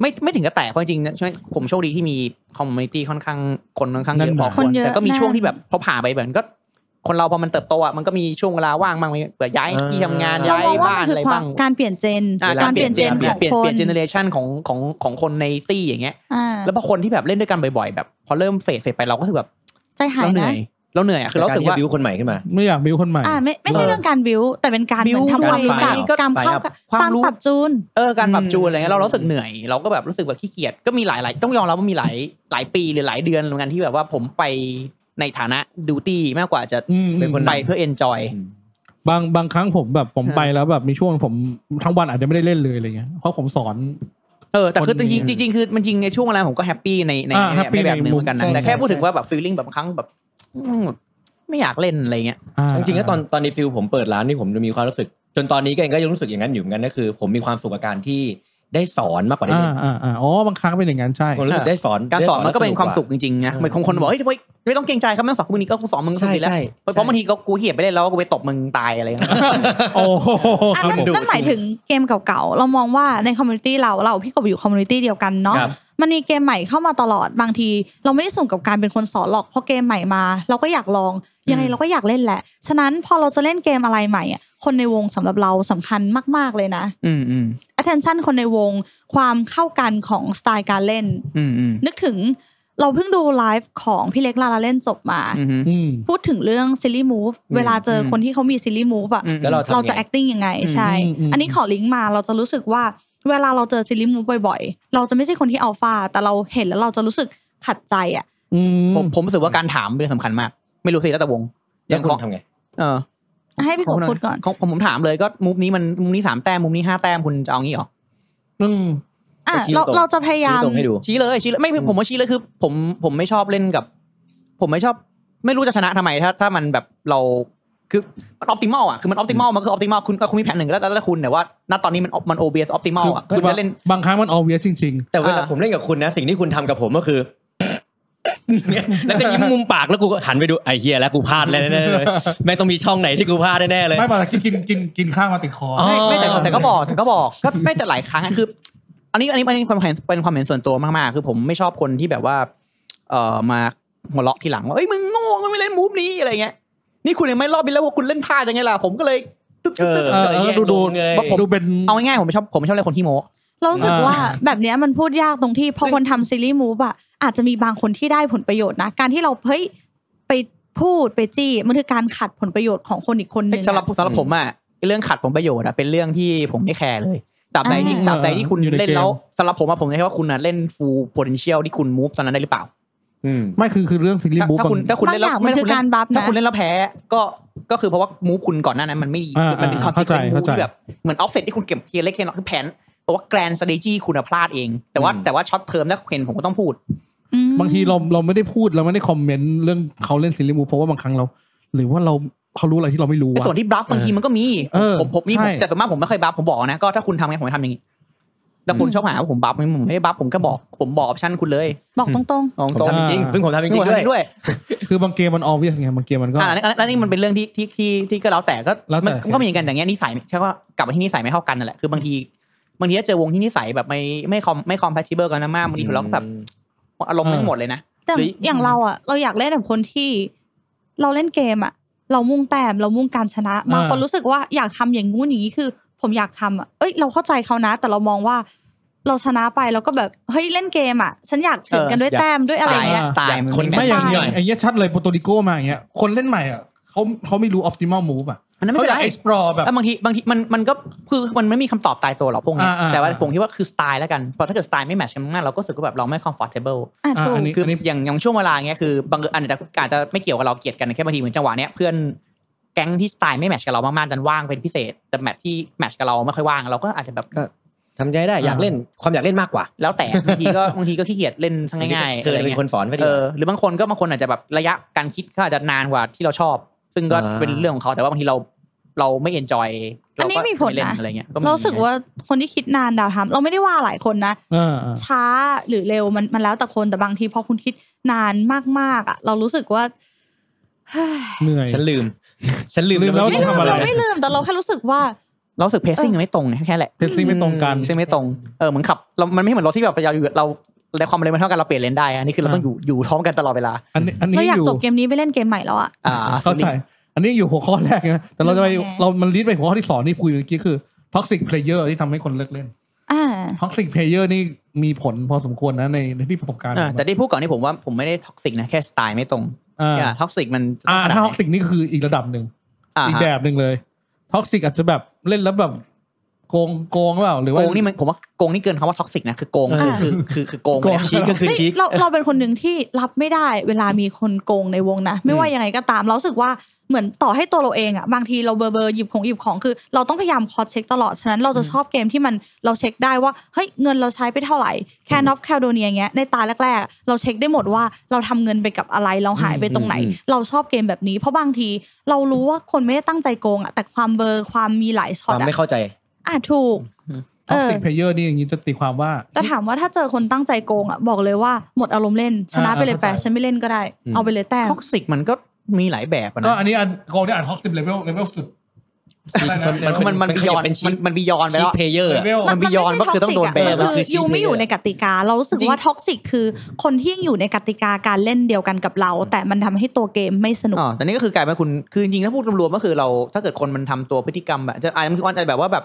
D: ไม่ไม่ถึงกับแตกเพราะจริงๆนะช่วยผมโชคดีที่มีคอมมูนิตี้ค่อนข้างคนค่อนข้างเยอะพอค
B: คน นเยอะ
D: แต่ก็มี
B: แน่
D: ช่วงที่แบบพอผ่านไปแบบก็ คนเราพอมันเติบโตอ่ะมันก็มีช่วงเวลาว่างบ้างไหมแบบย้าย
C: เออ
D: ที่ทำงาน
B: เรา
D: ย้าย
B: มองว่า
D: บ้าน
B: มันคื
D: อะ
B: อ
D: ไร
B: ควา
D: บ้าม ง
B: การเปลี่ยนเจน
D: อ่ะ
B: การเปลี่ยนเจน
D: เปลี่
B: ขอน ง
D: ยเปลี่ยน
B: ค
D: เปลี่ย
B: น
D: นเจเนอเรชันของของของคนในตี้อย่างเงี้ย
B: อ่า
D: แล้วพอคนที่แบบเล่นด้วยกันบ่อยๆแบบ พอเริ่มเฟดเฟดไปเราก็คือแบบ
B: ใจหาย
D: เราเหนื่
B: นะ
D: อยเราเหนื่อยอ่ะคือเรารู้สึกว่า
C: บิวคนใหม่ขึ้นมา
A: ไม่อยากบิวคนใหม่
B: อ่าไม่ไม่ใช่
C: เออ
B: เรื่องการบิวแต่เป็นการเหมือน
D: build
B: ทำความรู้จัก
C: การ
D: ก็
B: การเข้า
D: สายอัพค
B: คาว
D: วาม มรู้
B: ปรับจูน
D: เออการปรับจูนอะไรเงี้ยเรารู้สึกเหนื่อย เราก็แบบรู้สึกแบบขี้เกียจก็มีหลายๆ ต้องยอมรับว่ามีหลายหลายปีหรือหลายเดือนเหมือนกันที่แบบว่าผมไปในฐานะดูตี้มากกว่าจะ
A: อืมอืม
C: เป็นคน
D: ไปเพื่อเอนจอย
A: บางบางครั้งผมแบบผม
D: ฮะ
A: ไปแล้วแบบมีช่วงผมทั้งวันอาจจะไม่ได้เล่นเลยอะไรเงี้ยเพราะผมสอน
D: เออ แต่คือ
A: คนนี้
D: จริงๆจริงๆคือมันจริงในช่วงเวลาผมก็แฮปปี้ในใน
A: อ่า
D: ใน
A: happy
D: ในแบบหนึง
A: ในมุม
D: เหมือนกัน
C: ใช่
D: นะแต่แค่
C: ใช่
D: พูดถึงว่าแบบฟีลลิ่งแบบบางครั้งแบบอืมไม่อยากเล่นอะไรเงี้ย
A: อ่า
C: จริงๆก็ตอนตอนในฟิลผมเปิดร้านนี่ผมจะมีความรู้สึก จนตอนนี้ก็ยังก็ยังรู้สึกอย่างนั้นอยู่เหมือนกันก็คือ ผมมีความสุขกับการที่ได้สอนมากกว่าได้
A: อ่า
C: เล่น
A: อ่าอ่าอ๋อบางครั้งเป็นอย่างนั้นใช่
C: ผมรู้สึกได้สอน
D: การสอนมันก็เป็น
C: ได้
D: ความสุขจริงๆนะ
C: เออ
D: เหมือนคงคนบอกเฮ้ยทำไมไม่ต้องเกรงใจครับแม่งสอนกูนี้ก็กูสอนมึงก็สุ
C: ใช่
D: ดแล้ว
C: ใช่
D: เพราะบางทีก็กูเหี้ยไปเล่นแล้วก็กูไปตบมึงตายอะไรเงี้ย
A: โอ้โห
B: อั
A: ค
B: น
A: รับ
B: นั้น
A: ผม
B: นั่นหมายถึงเกมเก่าๆ เรามองว่าในคอมมูนิตี้เราเราพี่กบอยู่คอมมูนิตี้เดียวกันเนาะ
C: ครับ
B: มันมีเกมใหม่เข้ามาตลอดบางที เราไม่ได้ส่งกับการเป็นคนสอนหรอกพอเกมใหม่มา เราก็อยากลองยังไง
D: อืม
B: เราก็อยากเล่นแหละ ฉะนั้นพอเราจะเล่นเกมอะไรใหม่อะคนในวงสำหรับเราสำคัญมากๆเลยนะ
D: อืมอืม
B: attention คนในวงความเข้ากันของสไตล์การเล่น
D: อืมอืม
B: นึกถึงเราเพิ่งดูไลฟ์ของพี่เล็กลาลาเล่นจบมา
D: อืมอืม
A: อืม
B: พูดถึงเรื่องซิลลี่มูฟเวลาเจออ
D: ม
B: คนที่เขามีซิลลี่มูฟอะ
C: แล้วเราทำไง
B: เราจะ acting ยังไงใช่
A: อืมอืม
B: อันนี้ขอลิงก์มาเราจะรู้สึกว่าเวลาเราเจอซิลลิมูฟบ่อยๆ เราจะไม่ใช่คนที่อัลฟาแต่เราเห็นแล้วเราจะรู้สึกขัดใจอ่ะ
A: อืม
D: ผมผมรู้สึกว่าการถามเป็นเรื่องสำคัญมาก ไม่รู้สิแล้วแต่วง
C: แล้วคุณ
D: ของ
C: ทำไง
D: เออ
B: ให้พี่กบพูดก่อน
D: ของของผมถามเลยก็มุมนี้มันมุมนี้สามแต้มมุมนี้ห้าแต้มคุณจะเอางี้เหรอ
A: อืม
B: อ่ะ
C: ชี้
B: เรา
C: ตรง
B: เราจะพยายาม
C: ชี้ตรงให้ดู
D: ชี้เลยชี้เลยไม่ผมว่าชี้เลยคือ ผมผมไม่ชอบเล่นกับ ผมไม่ชอบ ไม่รู้จะชนะทำไมถ้าถ้ามันแบบเราคือมันออปติมอลอ่ะคือมันออปติมอลมันคือออปติมอลคุณคุณมีแผนหนึ่งแล้วแล้วแล้วคุณแต่ว่าณตอนนี้มันมันโอเบียสออปติมอลอ่ะ
A: คือ
D: คุณจะเล่น
A: บางครั้งมัน obvious จริง
C: แต่เวลา
D: อ่า
C: ผมเล่นกับคุณนะ สิ่งที่คุณทำกับผมก็คือ แล้วก็ยิ้มมุมปากแล้วกูก็หันไปดูไอ้เฮียแล้วกูพลาดแล้วแน่ๆเลยแม่งต้องมีช่องไหนที่กูพลาดแน่ๆเลย
A: ๆ ไม่ปะกินกินกินกินข้าวมาติดคอ
C: อ๋อ
D: ไม่ไม่แต่แต่ก็บอกแต่ก็บอกก็ไม่แต่หลายครั้งอะคือ อันนี้อันนี้อันนี้ความเห็นเป็นความเห็นส่วนตัวมากๆ คือผมไม่ชอบคนที่แบบว่า เอ่อมาหัวเราะทีหลังว่าเอ้ยมึงโง่มึงไม่เล่นมูฟนี้อะไรเงี้ยนี่คุณยังไม่รอบบินแล้วว่าคุณเล่นพลาดยังไงล่ะผมก็เลยตึ๊บ
C: เอ
D: ตึ๊บ
C: อ
D: ตึ๊บ
A: เออเออดูดู
C: เลย
A: ดูเป็น
D: เอาง่ายๆผมไม่ชอบผมไม่ชอบอะไรคนที่โม้
B: เรารู้สึก
A: อ่า
B: ว่าแบบเนี้ยมันพูดยากตรงที่พอ
C: ซึ่ง
B: คนทำซีรีส์มูฟอะอาจจะมีบางคนที่ได้ผลประโยชน์นะ การที่เราเฮ้ยไปพูดไปจี้มันคือการขัดผลประโยชน์ของคนอีกคนหนึง
D: สำหรับ
B: อะ
D: สำหรับผมอ่ะเรื่องขัดผลประโยชน์อ่ะเป็นเรื่องที่ผมไม่แคร์เลยตราบใดที่
B: อ่า
D: ตราบใดที่คุณ
A: อยู่ใน
D: เล่น
A: เกม
D: แล้วสำหรับผมอ่ะผมจะคิดว่าคุณน่ะเล่น full potential ที่คุณ move ตอนนั้นได้หรือเปล่า
C: อืม
A: ไม่คือคือเรื่องซีรี
D: ถ้า
A: ส์บุ๊
D: ถ้าคุณถ้าคุณ
B: บาง
D: เล่นแล้
B: อย่าว งมันคือ
D: ถ้
B: การบัฟนะ
D: ถ้าคุณเล่นแล้วแพ้ก็ก็คือเพราะว่า move คุณก่อนหน้านั้นมันไม่ดี
A: อ่า
D: มันเป็น
A: อ่า
D: consequence
A: เข้าใจ
D: move
A: เข้าใจ
D: ที่แบบเหมือน offset ที่คุณเก็บทีละเล็กทีละน้อยคือแผนเพราะว่า grand strategy คุณอะพลาดเอง แต่ว่า
C: อืม
D: แต่ว่าช็อตเทอมถ้าเห็นผมก็ต้องพูด
B: อืม
A: บางทีเราเราไม่ได้พูดเราไม่ได้คอมเมนต์เรื่องเขาเล่นซีรีส์มูฟเพราะว่าบางครั้งเรา หรือว่าเราเขารู้อะไรที่เราไม่รู้
D: ไอ้
A: อะ
D: ส่วนที่บลัฟบางทีมันก็มี
A: เออ
D: ผมผมมี
A: ใช่
D: ผมแต่ส่วนมากผมไม่เคยบลัฟผมบอกนะก็ถ้าคุณทำไงผมจะทำอย่างนี้แล้วคุณชอบหาว่าผมบลัฟไหมผมไม่ได้บลัฟผมก็บอกผมบอกออปชั่นคุณเลย
B: บอกตรง
D: ตรง
C: ผม
D: ตรง
C: ทำจริงๆซึ่งผมทำจริ
D: ผ
C: ง
D: ม
C: ๆด้วย
D: ทำด้วย
A: คือบางเกมมัน obvious ไงบางเกมมันก็
D: อ่าแล้วแล้วนี่มันเป็นเรื่องที่ที่ที่ที่ก็แล้วแต่ก็
A: แล้วแต่
D: มันมันก็มีเหมือนกันอย่างเงี้ยนิสัยใช่ว่ากลับมาที่นิสัยไม่เข้ากันนั่นแหละคือบางทีบางทีถ้าเจอวงที่นิสัยแบบไม่ไม่คอมไม่คอมแพทิเบิลกันมากๆบางทีเราก็แบบอารมณ์ไม่หมดเลยนะ
B: ๆแต่
D: หรือ
B: อ
D: อ
B: ย่างเราอะเราอยากเล่นกับคนที่ เราเล่นเกมอะเรามุ่งแต้มเรามุ่งการชนะบางคนรู้สึกว่าอยากทำอย่างงู้นอย่างนี้คือ ผมอยากทำอะเอ้ยเราเข้าใจเขานะ แต่เรามองว่า เราชนะไปแล้วก็แบบเฮ้ยเล่นเกมอะฉันอยากเฉือนกันด้วยแต้มด้วยอะไรอย่างเงี้ย
D: สไตล์มัน
C: คน
A: ไม่
D: ไม่
A: อ
D: ใช่
A: ย่างเดียว
C: ใช่
A: ไอ้เนี้ยชัดเลยโปรโตริโกมาอย่างเงี้ยคนเล่นใหม่อ่ะเขาเขาไม่รู้ optimal move อ่ะ
D: อันนั้นไม่
A: เขา
D: เป็
A: อน ยาก
D: ไร
A: explore แบบ
D: แล้วบางทีบางทีมันมันก็คือมันไม่มีคำตอบตายตัวหรอกพวกเนี้ย
A: อ่าอ่า
D: แต่ว่าผมคิดว่าคือสไตล์แล้วกันเพราะถ้าเกิดสไตล์ไม่แมทช์กันมากเราก็รู้สึกว่าแบบเราไม่ comfortable
B: อ่ะ
A: อ่า
B: ถูก
A: อันนี้
D: คืออย่างอย่างช่วงเวลาเงี้ยคือบางเอิญอันอาจจะอาจจะไม่เกี่ยวกับเราเกลียดกันแค่บางทีเหมือนจังหวะเนี้ยเพื่อนแก๊งที่สไตล์ไม่แมทช์กับเรามากๆดันว่างเป็นพิเศษ แต่แมทช์ที่แมทช์กับเราไม่ค่อยว่างเราก็อาจจะแบบ
C: ทำใจได้อยากเล่นความอยากเล่นมากกว่า
D: แล้วแต่บางทีก็บางทีก็ขี้เกียจเล่นทั้งง่ายๆ
C: เธ
D: อะไร
C: อเป็น
D: เงี้ย
C: คนสอนไปดี
D: เออหรือบางคนก็บางคนอาจจะแบบระยะการคิดก็อาจจะนานกว่าที่เราชอบ ซึ่งก็
C: อ่า
D: เป็นเรื่องของเขาแต่ว่าบางทีเราเราไม่เอนจอย
B: อันนี้มีผล
D: เล่น
B: นะ
D: อะไรเงี้ยมี
B: เรารู้สึกว่าคนที่คิดนานดาวทำเราไม่ได้ว่าหลายคนนะ
A: อ่าอ่า
B: ช้าหรือเร็วมันมันแล้วแต่คนแต่บางทีพอคุณคิดนานมากๆอ่ะเรารู้สึกว่า เฮ้ย
A: เหนื่อย
C: ฉัน ลืม ฉันลืม
A: ลืมแล้ว
C: ไม่
B: ไม่
C: รู้จะ
B: ลืม
C: ทำอะไร
B: เราไม่ลืมแต่เราแค่รู้สึกว่า
D: เรารู้สึกเพซซิ่งไม่ตรงไงแค่แหละ
A: เพซซิ่งไม่ตรงกัน
D: เพซซิ่งไม่ตรงเออเหมือนขับเรามันไม่เหมือนรถที่แบบเราอยู่เราและความเร็วมันเท่ากันเราเปลี่ยนเลนได้อันนี้คือเราต้องอยู่อยู่พร้อมกันตลอดเวลา
A: อันนี้อันนี้
B: เรา
A: อย
B: อาก
A: ยู่
B: จบเกมนี้ไปเล่นเกมใหม่แล้วอ่ะ
D: อ่า
A: เข้าใจ อันนี้อยู่หัวข้อแรกนะแต่เราจะไป
B: โอเค
A: เรามันลีดไปหัวข้อที่สองที่คุยเมื่อกี้คือ toxic player ที่ทำให้คนเลิกเล่น
B: อ่า
A: toxic player นี่มีผลพอสมควรนะในในที่ประสบการณ์
D: อ่าแต่ที่พูดก่อนนี่ผมว่าผมไม่ได้ท็อกซิกนะแค่สไตล์ไม่ตรง
A: อ่า
D: ท็อกซิกมัน
A: อ่าถ้า toxic นี่คืออีกระดับหนึ่ง
D: า
A: อีกแบบหนึ่งเลย ท็อกซิกอาจจะแบบเล่นแล้วแบบโกงโกงหรือเปล่าหรือว่า
D: โกงนี่มันผมว่าโกงนี่เกินคำว่าท็อกซิกนะคือโกง
C: เออ
D: คือคือคือโกง
A: โกง
D: เลยนะ
C: ชี้ก็คือ
B: เฮ้ย
C: ชี้
B: เราเราเป็นคนหนึ่งที่รับไม่ได้เวลามีคนโกงในวงนะ ไม่ว่ายังไงก็ตามเรารู้สึกว่าเหมือนต่อให้ตัวเราเองอ่ะบางทีเราเบอร์เบอร์หยิบของหยิบของคือ เราต้องพยายามคอเช็คตลอดฉะนั้นเราจะชอบเกมที่มันเราเช็คได้ว่าเฮ้ยเงินเราใช้ไปเท่าไหร่แคนอฟแคลโดเนียเงี้ยในตาแรกๆ เราเช็คได้หมดว่าเราทำเงินไปกับอะไรเราหายไปตรงไหน
C: อืมอืม
B: เราชอบเกมแบบนี้ เพราะบางทีเรารู้ว่าคนไม่ได้ตั้งใจโกงอ่ะแต่ความเบอร์ความมีหลาย
C: ค
B: ช็อต
C: วาม
B: อ่ะ
C: ไม่เข้าใจ
B: อ่ะถูก
A: ท็อกซิกเพลเยอร์นี่อย่างนี้จะตีความว่า
B: แต่ถามว่าถ้าเจอคนตั้งใจโกงอ่ะบอกเลยว่าหมดอารมณ์เล่น ชนะ
A: อ่า
B: ไปเลย
A: เข้าใจ
B: แปะฉันไม่เล่นก็ได้
C: อืม
B: เอาไปเลยแต้ม
D: ท็อกซิกมันก็มีหลายแบบอะ
A: ก็
D: นะ
A: อันนี้อันโกงนี่อ่านท็อกซิกเลเวลเลเวลสุด
C: มัน
D: มันมัน
C: มัน
D: บี
C: ข
D: ย
C: ยั
D: อบ น
C: เป็นชี้
D: มันมันบียอนไป
C: ชี้
D: แล้ว
C: เพลเยอร์
A: level
D: มัน beyond ว่าคือต้องโดนแบน
B: มั
D: แล้ว
B: คือ
C: คือ
B: ยูไม่อยู่ในกติกา เรารู้สึกว่าท็อกซิกคือ คนที่ยังอยู่ในกติกาการเล่นเดียวกันกับเรา แต่มันทำให้ตัวเกมไม่สนุก
D: อ๋อแต่นี่ก็คือกลายเป็นคุณ คือจริงๆ ถ้าพูดรวมๆ ก็คือเรา ถ้าเกิดคนมันทำตัวพฤติกรรมแบบจะอาจจะมันอาจจะแบบว่าแบบ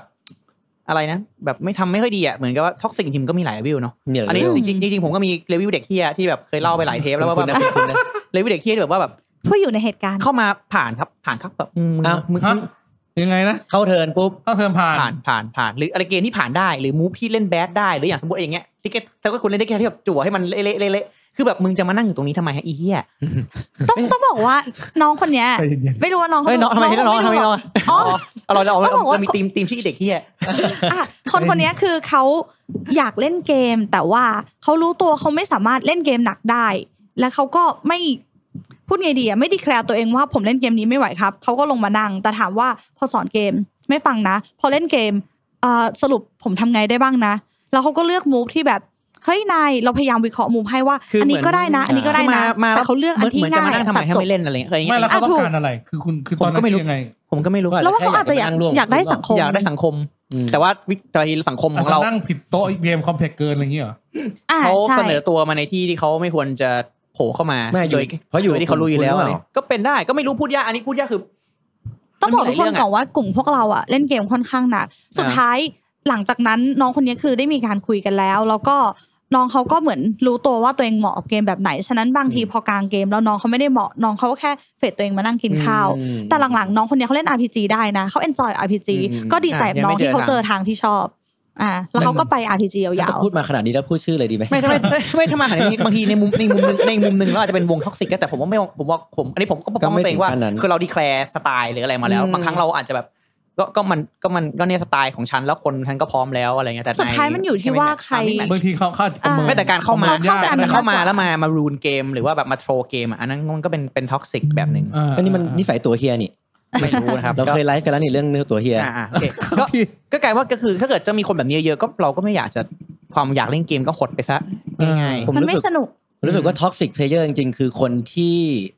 D: อะไรนะ แบบไม่ทำไม่ค่อยดีอ่ะ เหมือนกับว่าท็อกซิกทีมก็มีหลายเลเวลเนาะ
C: เนี่ย
D: อันนี้
B: อืม
D: จริงๆจริงๆผมก็มีเลเวลเด็กเฮียที่แบบเคยเล่าไปหลายเทปแล้วว่า
C: คุณ
D: แบ
C: นะ
D: บ
C: คุณนะ
D: เลเวลเด็กเฮียที่แบบว่าแบบ
B: เพื่ออยู่ในเหตุการณ์
D: เข้ามาผ่านครับผ่านครับแบบอืมมึง
C: อ้าว
D: มึง
A: ฮะยังไงนะ
C: เข้าเทิร์นปุ๊บ
A: ถ้าเทอมผ่าน
D: ผ่านผ่านผ่านหรืออะไรเกมที่ผ่านได้หรือมูฟที่เล่นแบดได้หรืออย่างสมมติอย่างเงี้ยที่เกตเธอก็คุณเล่นได้แค่ที่แบบจั่วให้มันเละๆเละๆ คือแบบมึงจะมานั่งอยู่ตรงนี้ทำไมฮะอีเหี้ย
B: ต้องต้องบอกว่าน้องคนเนี้ย
A: ใจเย็น
B: ไม่รู้ว่าน้อง
D: เฮ้ยน้องทำไมที่น้องทำไม
B: ไม่
D: ที่
B: รู้
D: น้อง
B: หรกอ๋อ
D: เอาเราเรา
B: ต้องบอกว่า
D: เรามีทีมทีมชื่อเด็กเฮีย
B: อ่ะคนคนเนี้ยคือเขาอยากเล่นเกม แต่ว่าเขารู้ตัวเขาไม่สามารถเล่นเกมหนักได้ และเขาก็ไม่พูดไงดีอะไม่ไดีแคลร์ตัวเองว่าผมเล่นเกมนี้ไม่ไหวครับเขาก็ลงมานั่งแต่ถามว่าพอสอนเกมไม่ฟังนะ พอเล่นเกมเอ่อสรุปผมทำไงได้บ้างนะ แล้วเขาก็เลือกมูฟที่แบบเฮ้ยนายเราพยายามวิเคราะห์มูฟให้ว่า
D: คืออั
B: อันนี้ก็ได้นะ อันนี้ก็ได้นะ
D: มามา
B: แต่เขาเลือกอันที่
D: เหมือน
B: ง่าม
D: จะายนั่งทำไม
B: ตัด
D: ให้
B: จบ
D: ไม่เล่นอะไรเงี้ยอะไร
A: ๆ
D: เงี้
A: ไม่
D: ย
A: แล้วเขา
B: อ่ะ
A: ต้อ
B: ถู
A: ง
B: ก
A: การอะไร คือคุณคือตอน
D: ผมก็
A: นั้น
D: ไม่รู้
A: คือยังไง
D: ผมก็ไม่รู้
B: แล้วว่าเขาอาจจะอยาก
C: แค่อยาก
B: อยากได้สังคม
D: อยากได้สังคม
C: อืม
D: แต่ว่าวิแต่ว่าสังคม
A: อา
D: ข
A: จจะ
D: องเรา
A: นั่งผิดโต๊ะเกมคอมเพล็กเกินอะไรอย่างเงี้ยเหรอ
B: อ่า
D: เขา
B: ใช่
D: เสนอตัวมาในที่ที่เขาไม่ควรจะโผล่เข้ามา
C: ไม่อยู่
D: โดย
C: เพราะอยู่
D: โดที่เขารู้อยู่แล้ว
C: คุณ
D: อะ
C: ห
D: ไร
C: รือเปล่า
D: ก็เป็นได้ก็ไม่รู้พูดยากอันนี้พูดยากคือ
B: ต้องบอกทุก
D: มั
B: คน
D: มีหลายเรื่
B: น
D: องอะ
B: ก่อนว่ากลุ่มพวกเราอะเล่นเกมค่อนข้างหนัก สุด
D: อ่า
B: ท้ายหลังจากนั้นน้องคนนี้คือได้มีการคุยกันแล้ว แล้วก็น้องเขาก็เหมือนรู้ตัวว่าตัวเองเหมาะกับเกมแบบไหน ฉะนั้นบางทีพอกลางเกมแล้วน้องเขาไม่ได้เหมาะน้องเขาก็แค่เฟดตัวเองมานั่งกินข้าว
C: อืม
B: แต่หลังๆ น้องคนนี้เขาเล่น RPG ได้นะเขา enjoy RPG
C: อืม
B: ก็ดีใจกับน้องที่เขาเจอทางที่ชอบ อ่า แล้วเขาก็ไป RPG ยา
C: แต่
B: ว
C: พูดมาขนาดนี้แล้วพูดชื่อเลยดีไหม
D: ไม่ไม่ไม่ไม่ทำไมขนาดนี้บางทีในมุมในมุมหนึงในมุมหนึ่งเราอาจจะเป็นวงท็อกซิกก็แต่ผมว่าไม่ผมว่าผมอันนี้ผมก็ปกป้อง
C: ก็ไม่
D: ตัวเองว่า
C: ถึงขั้นนั้น
D: คือเราดีแคลร์สไตล์หรืออะไรมาแล้ว
C: อืม
D: บางครั้งเราอาจจะแบบ ก็ก็มันก็มันก็เนี่ยสไตล์ของฉันแล้วคนฉันก็พร้อมแล้วอะไรเงี้ยแต่
B: ๆสุดท้ายมันอยู่ที่ว่าใคร
A: บางทีเขาคาดประเมิน
D: ไม่แต่การเข้ามา
A: ประ
B: เข้า
A: เนย
B: แต่
A: ก
D: แต่
A: นะ
D: เข้ามาแล้วมามารูนเกม หรือว่าแบบมาโทรเกมอ่ะอันนั้นมันก็เป็นเป็นท็อกซิกแบบหนึ่ง
A: า
C: อันนี้มันนิสัยตัวเฮียนี่
D: ไม่รู้นะครับ
C: เราเคยไลฟ์กันแล้วนี่เรื่องตัวเฮีย
D: ก็อ่าๆโอเคก็
A: พี่
D: ก็กลายว่าก็คือถ้าเกิดจะมีคนแบบนี้เยอะๆก็เราก็ไม่อยากจะความอยากเล่นเกมก็หดไปซะง่าย
C: ผม
B: มัน
C: รู้
B: ไม่
C: สึก
B: สนุก
C: รู้สึกว่าท็อกซิกเพลเยอร์จริงๆ คือคนที่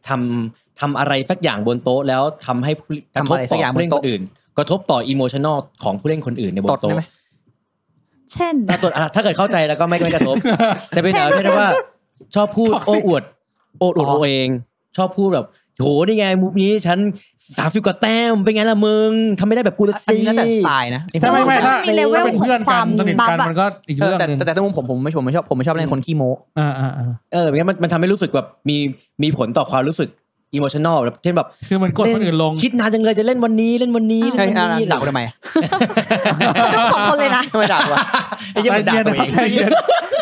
C: ทำทำอะไรสักอย่างบนโต๊ะแล้วทำให้ผู้กระทบต่อผู้เล่นคนอื่น กระทบต่ออิโมชันอลของผู้เล่นคนอื่นในบ
D: ๆตด
C: นโต๊ะ
D: ได้ไหม
B: เช่น
C: ถ้าตดอ่ะถ้าเกิดเข้าใจแล้วก็ไม่ไม่กระทบ แต่เป็นแบบ
B: ใช่
C: ไม่ได้ว่า ชอบพูด
A: Toxic
C: โอ้อวด โอ้อวด
D: อ๋อ
C: ตัวเอง ชอบพูดแบบโหนี่ไงมุกนี้ฉันสามสิบกว่าแต้มเป็นไงล่ะมึงทำไม่ได้แบบกูละ
D: อั
C: สิ
D: นนี้แล้วแต่สไตล์นะ
A: ถ้าไม่ไม่ถ้า
B: มีเลเวล
A: ถ้าเป็นเพื่อน
B: ของค
A: กัน
B: วาม
A: สนิทกัน
B: บัฟอะ
A: มันก็อีก
D: เอ
A: เรื่
D: อ
A: อง
D: แต่
A: หนึง
D: แต่แต่มุมผมผมไม่ชอบผมไม่ชอบผมไม่ชอบเล่นคนขี้โม้
A: อ่าอ่าอ่า
C: เอออย่างเงี้ยมันมันทำให้รู้สึกแบบมีมีผลต่อความรู้สึกอิโมชันอลแบบเช่นแบบ
A: คือมันกดคนอื่นลง
C: เคิดนานจังเลยจะเล่นวันนี้เล่นวันนี้
D: ใช่
C: เล่น
D: อ่า
C: วันนี้
D: ด่ากูทำไม
B: สองคนเลยนะ
D: ทำไมด่ากูวะ
C: ไอ้เหี้ยมันด่าตัวเอง
A: ใจเย็น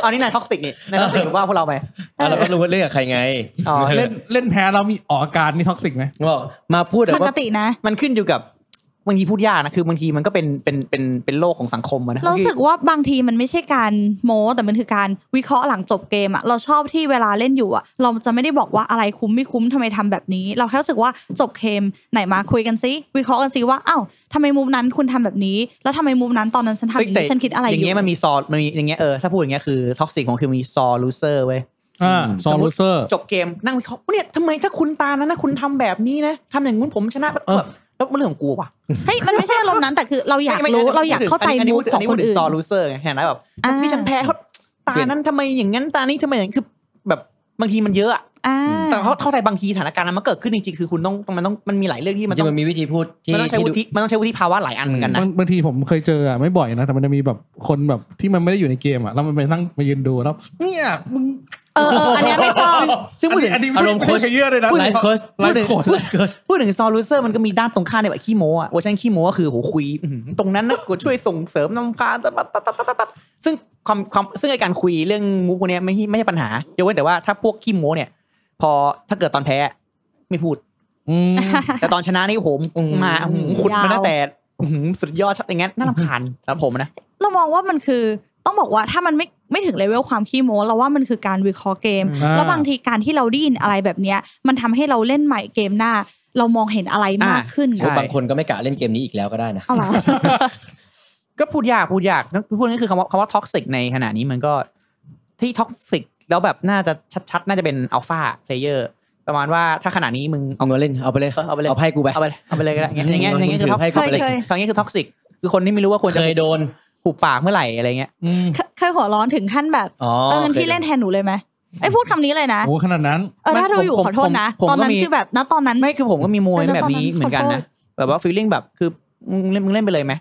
D: เอานี่นายท็อกซิกนี่นายท็อกซิกหรือว่าพวกเราไป
C: อ่ะเราก็รู้ว่าเล่นกับใครไง
D: อ๋อ
A: เล่นเล่นแพ้เรามีออกอาการนี่ท็อกซิกไหม
C: บอกมาพูดแต่
B: ปก
C: ว่า
B: ตินะ
D: มันขึ้นอยู่กับบางทีพูดยากนะคือบางทีมันก็เป็นเป็นเป็นเป็นโลกของสังคมอะนะ
B: เรารู้สึกว่าบางทีมันไม่ใช่การโม้แต่มันคือการวิเคราะห์หลังจบเกมอะเราชอบที่เวลาเล่นอยู่อะเราจะไม่ได้บอกว่าอะไรคุ้มไม่คุ้มทำไมทำแบบนี้ เราแค่รู้สึกว่าจบเกมไหนมาคุยกันซิวิเคราะห์กันซิว่าอ้าวทำไมมุมนั้นคุณทำแบบนี้ แล้วทำไมมุมนั้นตอนนั้นฉันทำอ
D: เฮ้ย
B: ย่าง
D: แต่
B: นี้ฉันคิดอะไรอ
D: อย่าง
B: ยู่
D: เงี้ยมันมีซอมันมีอย่างเงี้ยเออถ้าพูดอย่างเงี้ยคือท็อกซิกของคือมีซอลูเซอร์เว้ย
A: อ่าซ
D: ส
A: อ
D: ม
A: น
D: มุ
A: ลู
D: ติ
A: เซอร์
D: จบเกมนั่งวิเคราะห์เนี่ยทำไมถ้าคุณตานั้นนะคุณทำแบบนี้นะทำอย่างงู้นผมชนะ
A: เออ
D: แบบแล้วมันเรื่องของกูว่ะ
B: เฮ้ยมันไม่ใช่อารมณ์นั้นแต่คือเราอยาก
D: ไม่ไม่
B: รู้
D: ไม่
B: เราอยากเข้าใจมูดของคนอื่น
D: ซอลูเซอร์ไงเห็นไหมแบบ
B: อ่า
D: ที่ฉันแพ้เขาตานั้นทำไมอย่างนั้นตานี้ทำไมอย่างนั้นคือแบบบางทีมันเยอะอะ
B: อ่า
D: แต่เขาเข้าใจบางทีสถานการณ์มันเกิดขึ้นจริงๆคือคุณต้องมันต้องมันมีหลายเรื่องที่
C: มั
D: มัน น
C: จะ
D: ต้อง
C: มันมีวิธีพูดที่
D: มันต้องใช้
C: ที่
D: วุ
C: ดู
D: ฒิมันต้องใช้วุฒิภาวะหลายอันเหมือนกันนะ
A: บางบางทีผมเคยเจออะไม่บ่อยนะ แต่มันจะมีแบบคนแบบที่มันไม่ได้อยู่ในเกมอะแล้วมันไปนั่งมายืนดูแล้วเนี่ยมึง
B: เออเอ ออันเนี้ยไม่ชอบ
D: ซึ่งพูดถึง
A: อันนี้
C: อารมณ์โค้ช
A: ไไเยอะเลยนะ
C: ไลฟ์โค้ช
A: ไลฟ์โค้ช
C: ไลฟ์โค้ช
D: พูดถึงซอลูเซอร์มันก็มีด้านตรงข้ามในแบบขี้โม้อะเวอร์ชันขี้โม้ก็คือโหคุยอื้อหือตรงนั้นนะกูช่วยส่งเสริมนำพาตัดตัดตัดตัดตัดตัดซึ่งความความซึ่งไอการคุยเรื่องมุกพวกเนี้ยไม่ใช่ไม่ใช่ปัญหายกเว้นแต่ว่าถ้าพวกขี้โม้เนี่ย พอถ้าเกิดตอนแพ้ไม่พูด
A: อืม
D: แต่ตอนชนะนี่ผมมาอื้อหือขุดมาตั้งแต่อื้อหือสุดยอดชัดอย่างงั้นน่ารำคาญสำหรับผมนะ
B: เรามองว่ามันคือต้องบอกว่าถ้ามันไม่ไม่ถึงเลเวลความขี้โม้เราว่ามันคือการวิเคราะห์เกม
A: อ่
B: แล้วบางทีการที่เราได้ยินอะไรแบบเนี้ย มันทำให้เราเล่นใหม่เกมหน้า เรามองเห็นอะไรมาก
D: อ่า
B: ขึ้น
D: ใช่
C: บางคนก็ไม่กะเล่นเกมนี้อีกแล้วก็ได้นะ
B: เอาเหรอ
D: ก็พูดยากพูดยากพูดนี่คือคำว่าคำว่าท็อกซิกในขณะนี้มันก็ที่ท็อกซิกแล้วแบบน่าจะชัดๆ น่าจะเป็นอัลฟาเพลเยอร์ประมาณว่าถ้าขณะนี้มึง
C: เอาเงินเล่นเอาไปเลย
D: เออเอาไปเลย
C: เอาไพ่กูไป
D: เอาไปเลยเอาไปเลยก็ได้อย่างเงี้ย อย่างเงี้ยอย่างเงี้ยคือท็อก
C: ให้
D: ซิ
C: เขาไปเลย
B: เคย
D: กอย่างเงี้ยคือท็อกซิกคือคนที่ไม่รู้ว่าควร
C: เค
D: จะ
C: ยโดน
D: หูปากเมื่อไหร่อะไรเงี้ย
A: อืม
B: เคเคยหัวร้อนถึงขั้นแบบ
C: อ๋อ
B: เอองั้นพี่เล่นแทนหนูเลยไหมไอ้ยพูดคำนี้เลยนะ
A: โอ้ขนาดนั้น
B: เออถ้าดูอยู่ขอโทษนะ ตอนนั้นคือแบบณตอนนั้น
D: ไม่คือผมก็มีมวย
B: เออแล้ว
D: แบบนี้
B: ตอนนั้น
D: เหมือนกัน
B: ขอโทษ
D: นะแบบว่าฟีลลิ่งแบบคือมึงเล่นมึงเล่นไปเลยไหม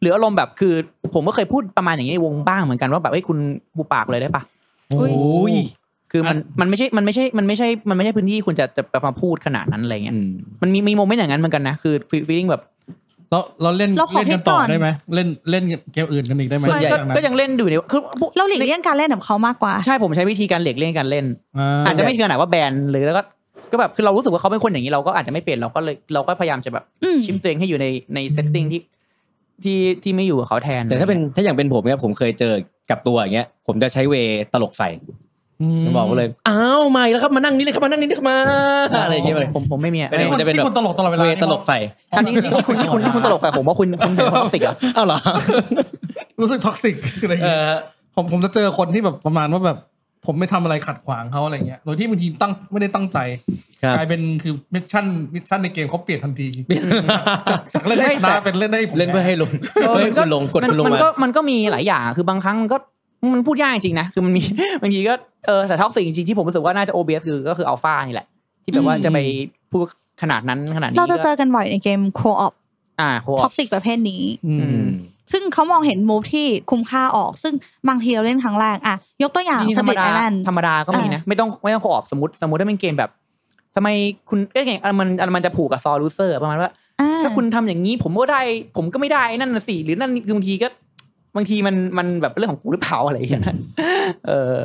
D: หรืออารมณ์แบบคือผมก็เคยพูดประมาณอย่างนี้ในวงบ้างเหมือนกันว่าแบบเฮ้ยคุณหูปากเลยได้ปะ
A: โอ้
B: อุ๊ย
A: ย
D: คือมัน
A: อ่ะ
D: มันไม่ใช่ มันไม่ใช่ มันไม่ใช่ มันไม่ใช่พื้นที่คุณจะจะมาพูดขนาดนั้นอะไรเงี้ย
C: อืม
D: มันมีมีโมเมนต์อย่างนั้นเหมือนกันนะ คือฟีลลิ่งแบบ
A: เราเราเล่น
B: เราขอ
A: เล่นกันต่อ
B: ให้ก่อน
A: ได้ไหมเล่นเล่นเกมอื่นกันอีกได้ไหม
D: ส่วนใหญ่
A: จากนั้น
D: ก็ยังเล่นอยู่ในคือพวก
B: เราหลีกเลี่ยงการเล่นของเขามากกว่า
D: ใช่ผมใช้วิธีการเหล็กเลี่ยงการเล่น
A: อ่า
D: อาจจะไม่ถึงขนาดว่าแบนหรือแล้วก็ก็แบบคือเรารู้สึกว่าเขาเป็นคนอย่างนี้เราก็อาจจะไม่เปลี่ยนเราก็เลยเราก็พยายามจะแบบ
B: อืม
D: ชิฟตัวเองให้อยู่ในในเซตติ้งที่ที่ที่ไม่อยู่กับเขาแทน
C: แต่ถ้าเป็นถ้าอย่างเป็นผมเนี่ยผมเคยเจอกับตัวอย่างเงี้ย ผมจะใช้เวตลกใส่
A: ม
C: ผมบอกเขาเลยอ้าวมาอีกแล้วครับมานั่งนี่เลยครับมานั่งนี่เลยครับมาอะไรอย่างเงี้ยเลย
D: ผมผมไม่มีอะ
C: ไม่ได้
A: คน
C: จะเป็นแบบ
A: ที่คนตลกตลอดเวลา
C: เวตลกใส่
D: อันนี้นี่คุณนี่คุณนี่คุณตลกแต่ผมว่าคุณคุณเป็นคนตลกสิกอะ
C: อ้าวเหรอ
A: รู้สึกท็อกซิกอะไรอย่าง
C: เอ
A: เงี้ย
C: อ
A: ผมผมจะเจอคนที่แบบประมาณว่าแบบผมไม่ทำอะไรขัดขวางเขาอะไรเงี้ยโดยที่บางทีตั้งไม่ได้ตั้งใจ
C: ครับ
A: กลายเป็นคือมิชชั่นมิชชั่นในเกมเขาเปลี่ยนทันทีจากเล่นให้ชนะเป็นเล่นได้ผม
C: เล่นเพื่อให้ลงเฮ้ยคุณลงกด
D: มั
C: คุณลง
D: มั
C: มา
D: ก็มันก็มีหลายอย่างคือบางครั้งมันก็มันพูดยากจริงๆนะคือมันมี บางทีก็เออแต่ท็อกซิกจริงๆที่ผมรู้สึกว่าน่าจะโอเบสคือก็คืออัลฟานี่แหละ ที่แบบว่าจะไปพูดขนาดนั้นขนาดนี้
B: เราจะเจ
D: ก็
B: อกันบ่อยในเกมโคออฟ
D: อ่าโค
B: ท็อกซิกประเภทนี้
A: อืม
C: อืม
B: ซึ่งเขามองเห็นมูฟที่คุ้มค่าออก ซึ่งบางทีเราเล่นครั้งแรกอะยกตัวอย่าง
D: จริง
B: ส
D: ๆธรรม
B: ปิต
D: ดา
B: ไอแลนด์
D: ธรรมดาก็มีนะ ไม่ต้องไม่ต้องขออบสมมติสมมติถ้าเป็นเกมแบบทำไมคุณเอ๊ะไงอันมันอันมันจะผูกกับซอลูเซอร์ประมาณว่า ถ้าคุณทำอย่างนี้ผมก็ได้ ผมก็ไม่ได้นั่นน่ะสิหรือนั่นคือบางทีก็ บางทีมันมันแบบเรื่องของกูหรือเปล่า อะไรอย่างเงี้ยนะเออ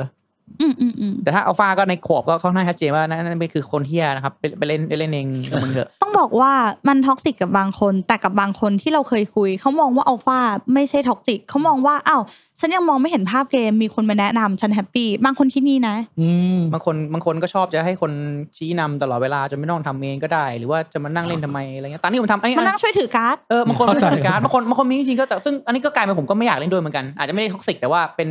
B: อืมอืมอืม
D: แต่ถ้าอัลฟาก็ในขวบก็ค่อนข้างชัดเจนว่านั่นนั่นเป็นคือคนเที่ยนะครับไปไปเล่นไปเล่นเองกับมึงเถอะ
B: ต้องบอกว่ามันท็อกซิกกับบางคน แต่กับบางคนที่เราเคยคุย เขามองว่าอัลฟาไม่ใช่ท็อกซิกเขามองว่าอ้าวฉันยังมองไม่เห็นภาพเกม มีคนมาแนะนำฉันแฮปปี้บางคนคิดนี้นะ
A: อืม
D: บางคนบางคนก็ชอบจะให้คนชี้นำตลอดเวลาจนไม่ต้องทำเองก็ได้ หรือว่าจะมานั่งเล่นทำไมอะไรเงี้ยตอนนี้ผมทำไอ้
B: มานั่งช่วยถือการ์ด
D: เออบางคนไม่ได้ถือการดบางคนบางคนมีจริงๆก็แต่ซึ่งอันนี้ก็กลายเป็นผมก็ไม่อยากเล่นด้วยเหมือนกันอาจจะไม่ได้ท็อกซิกแต่ว่าเป็น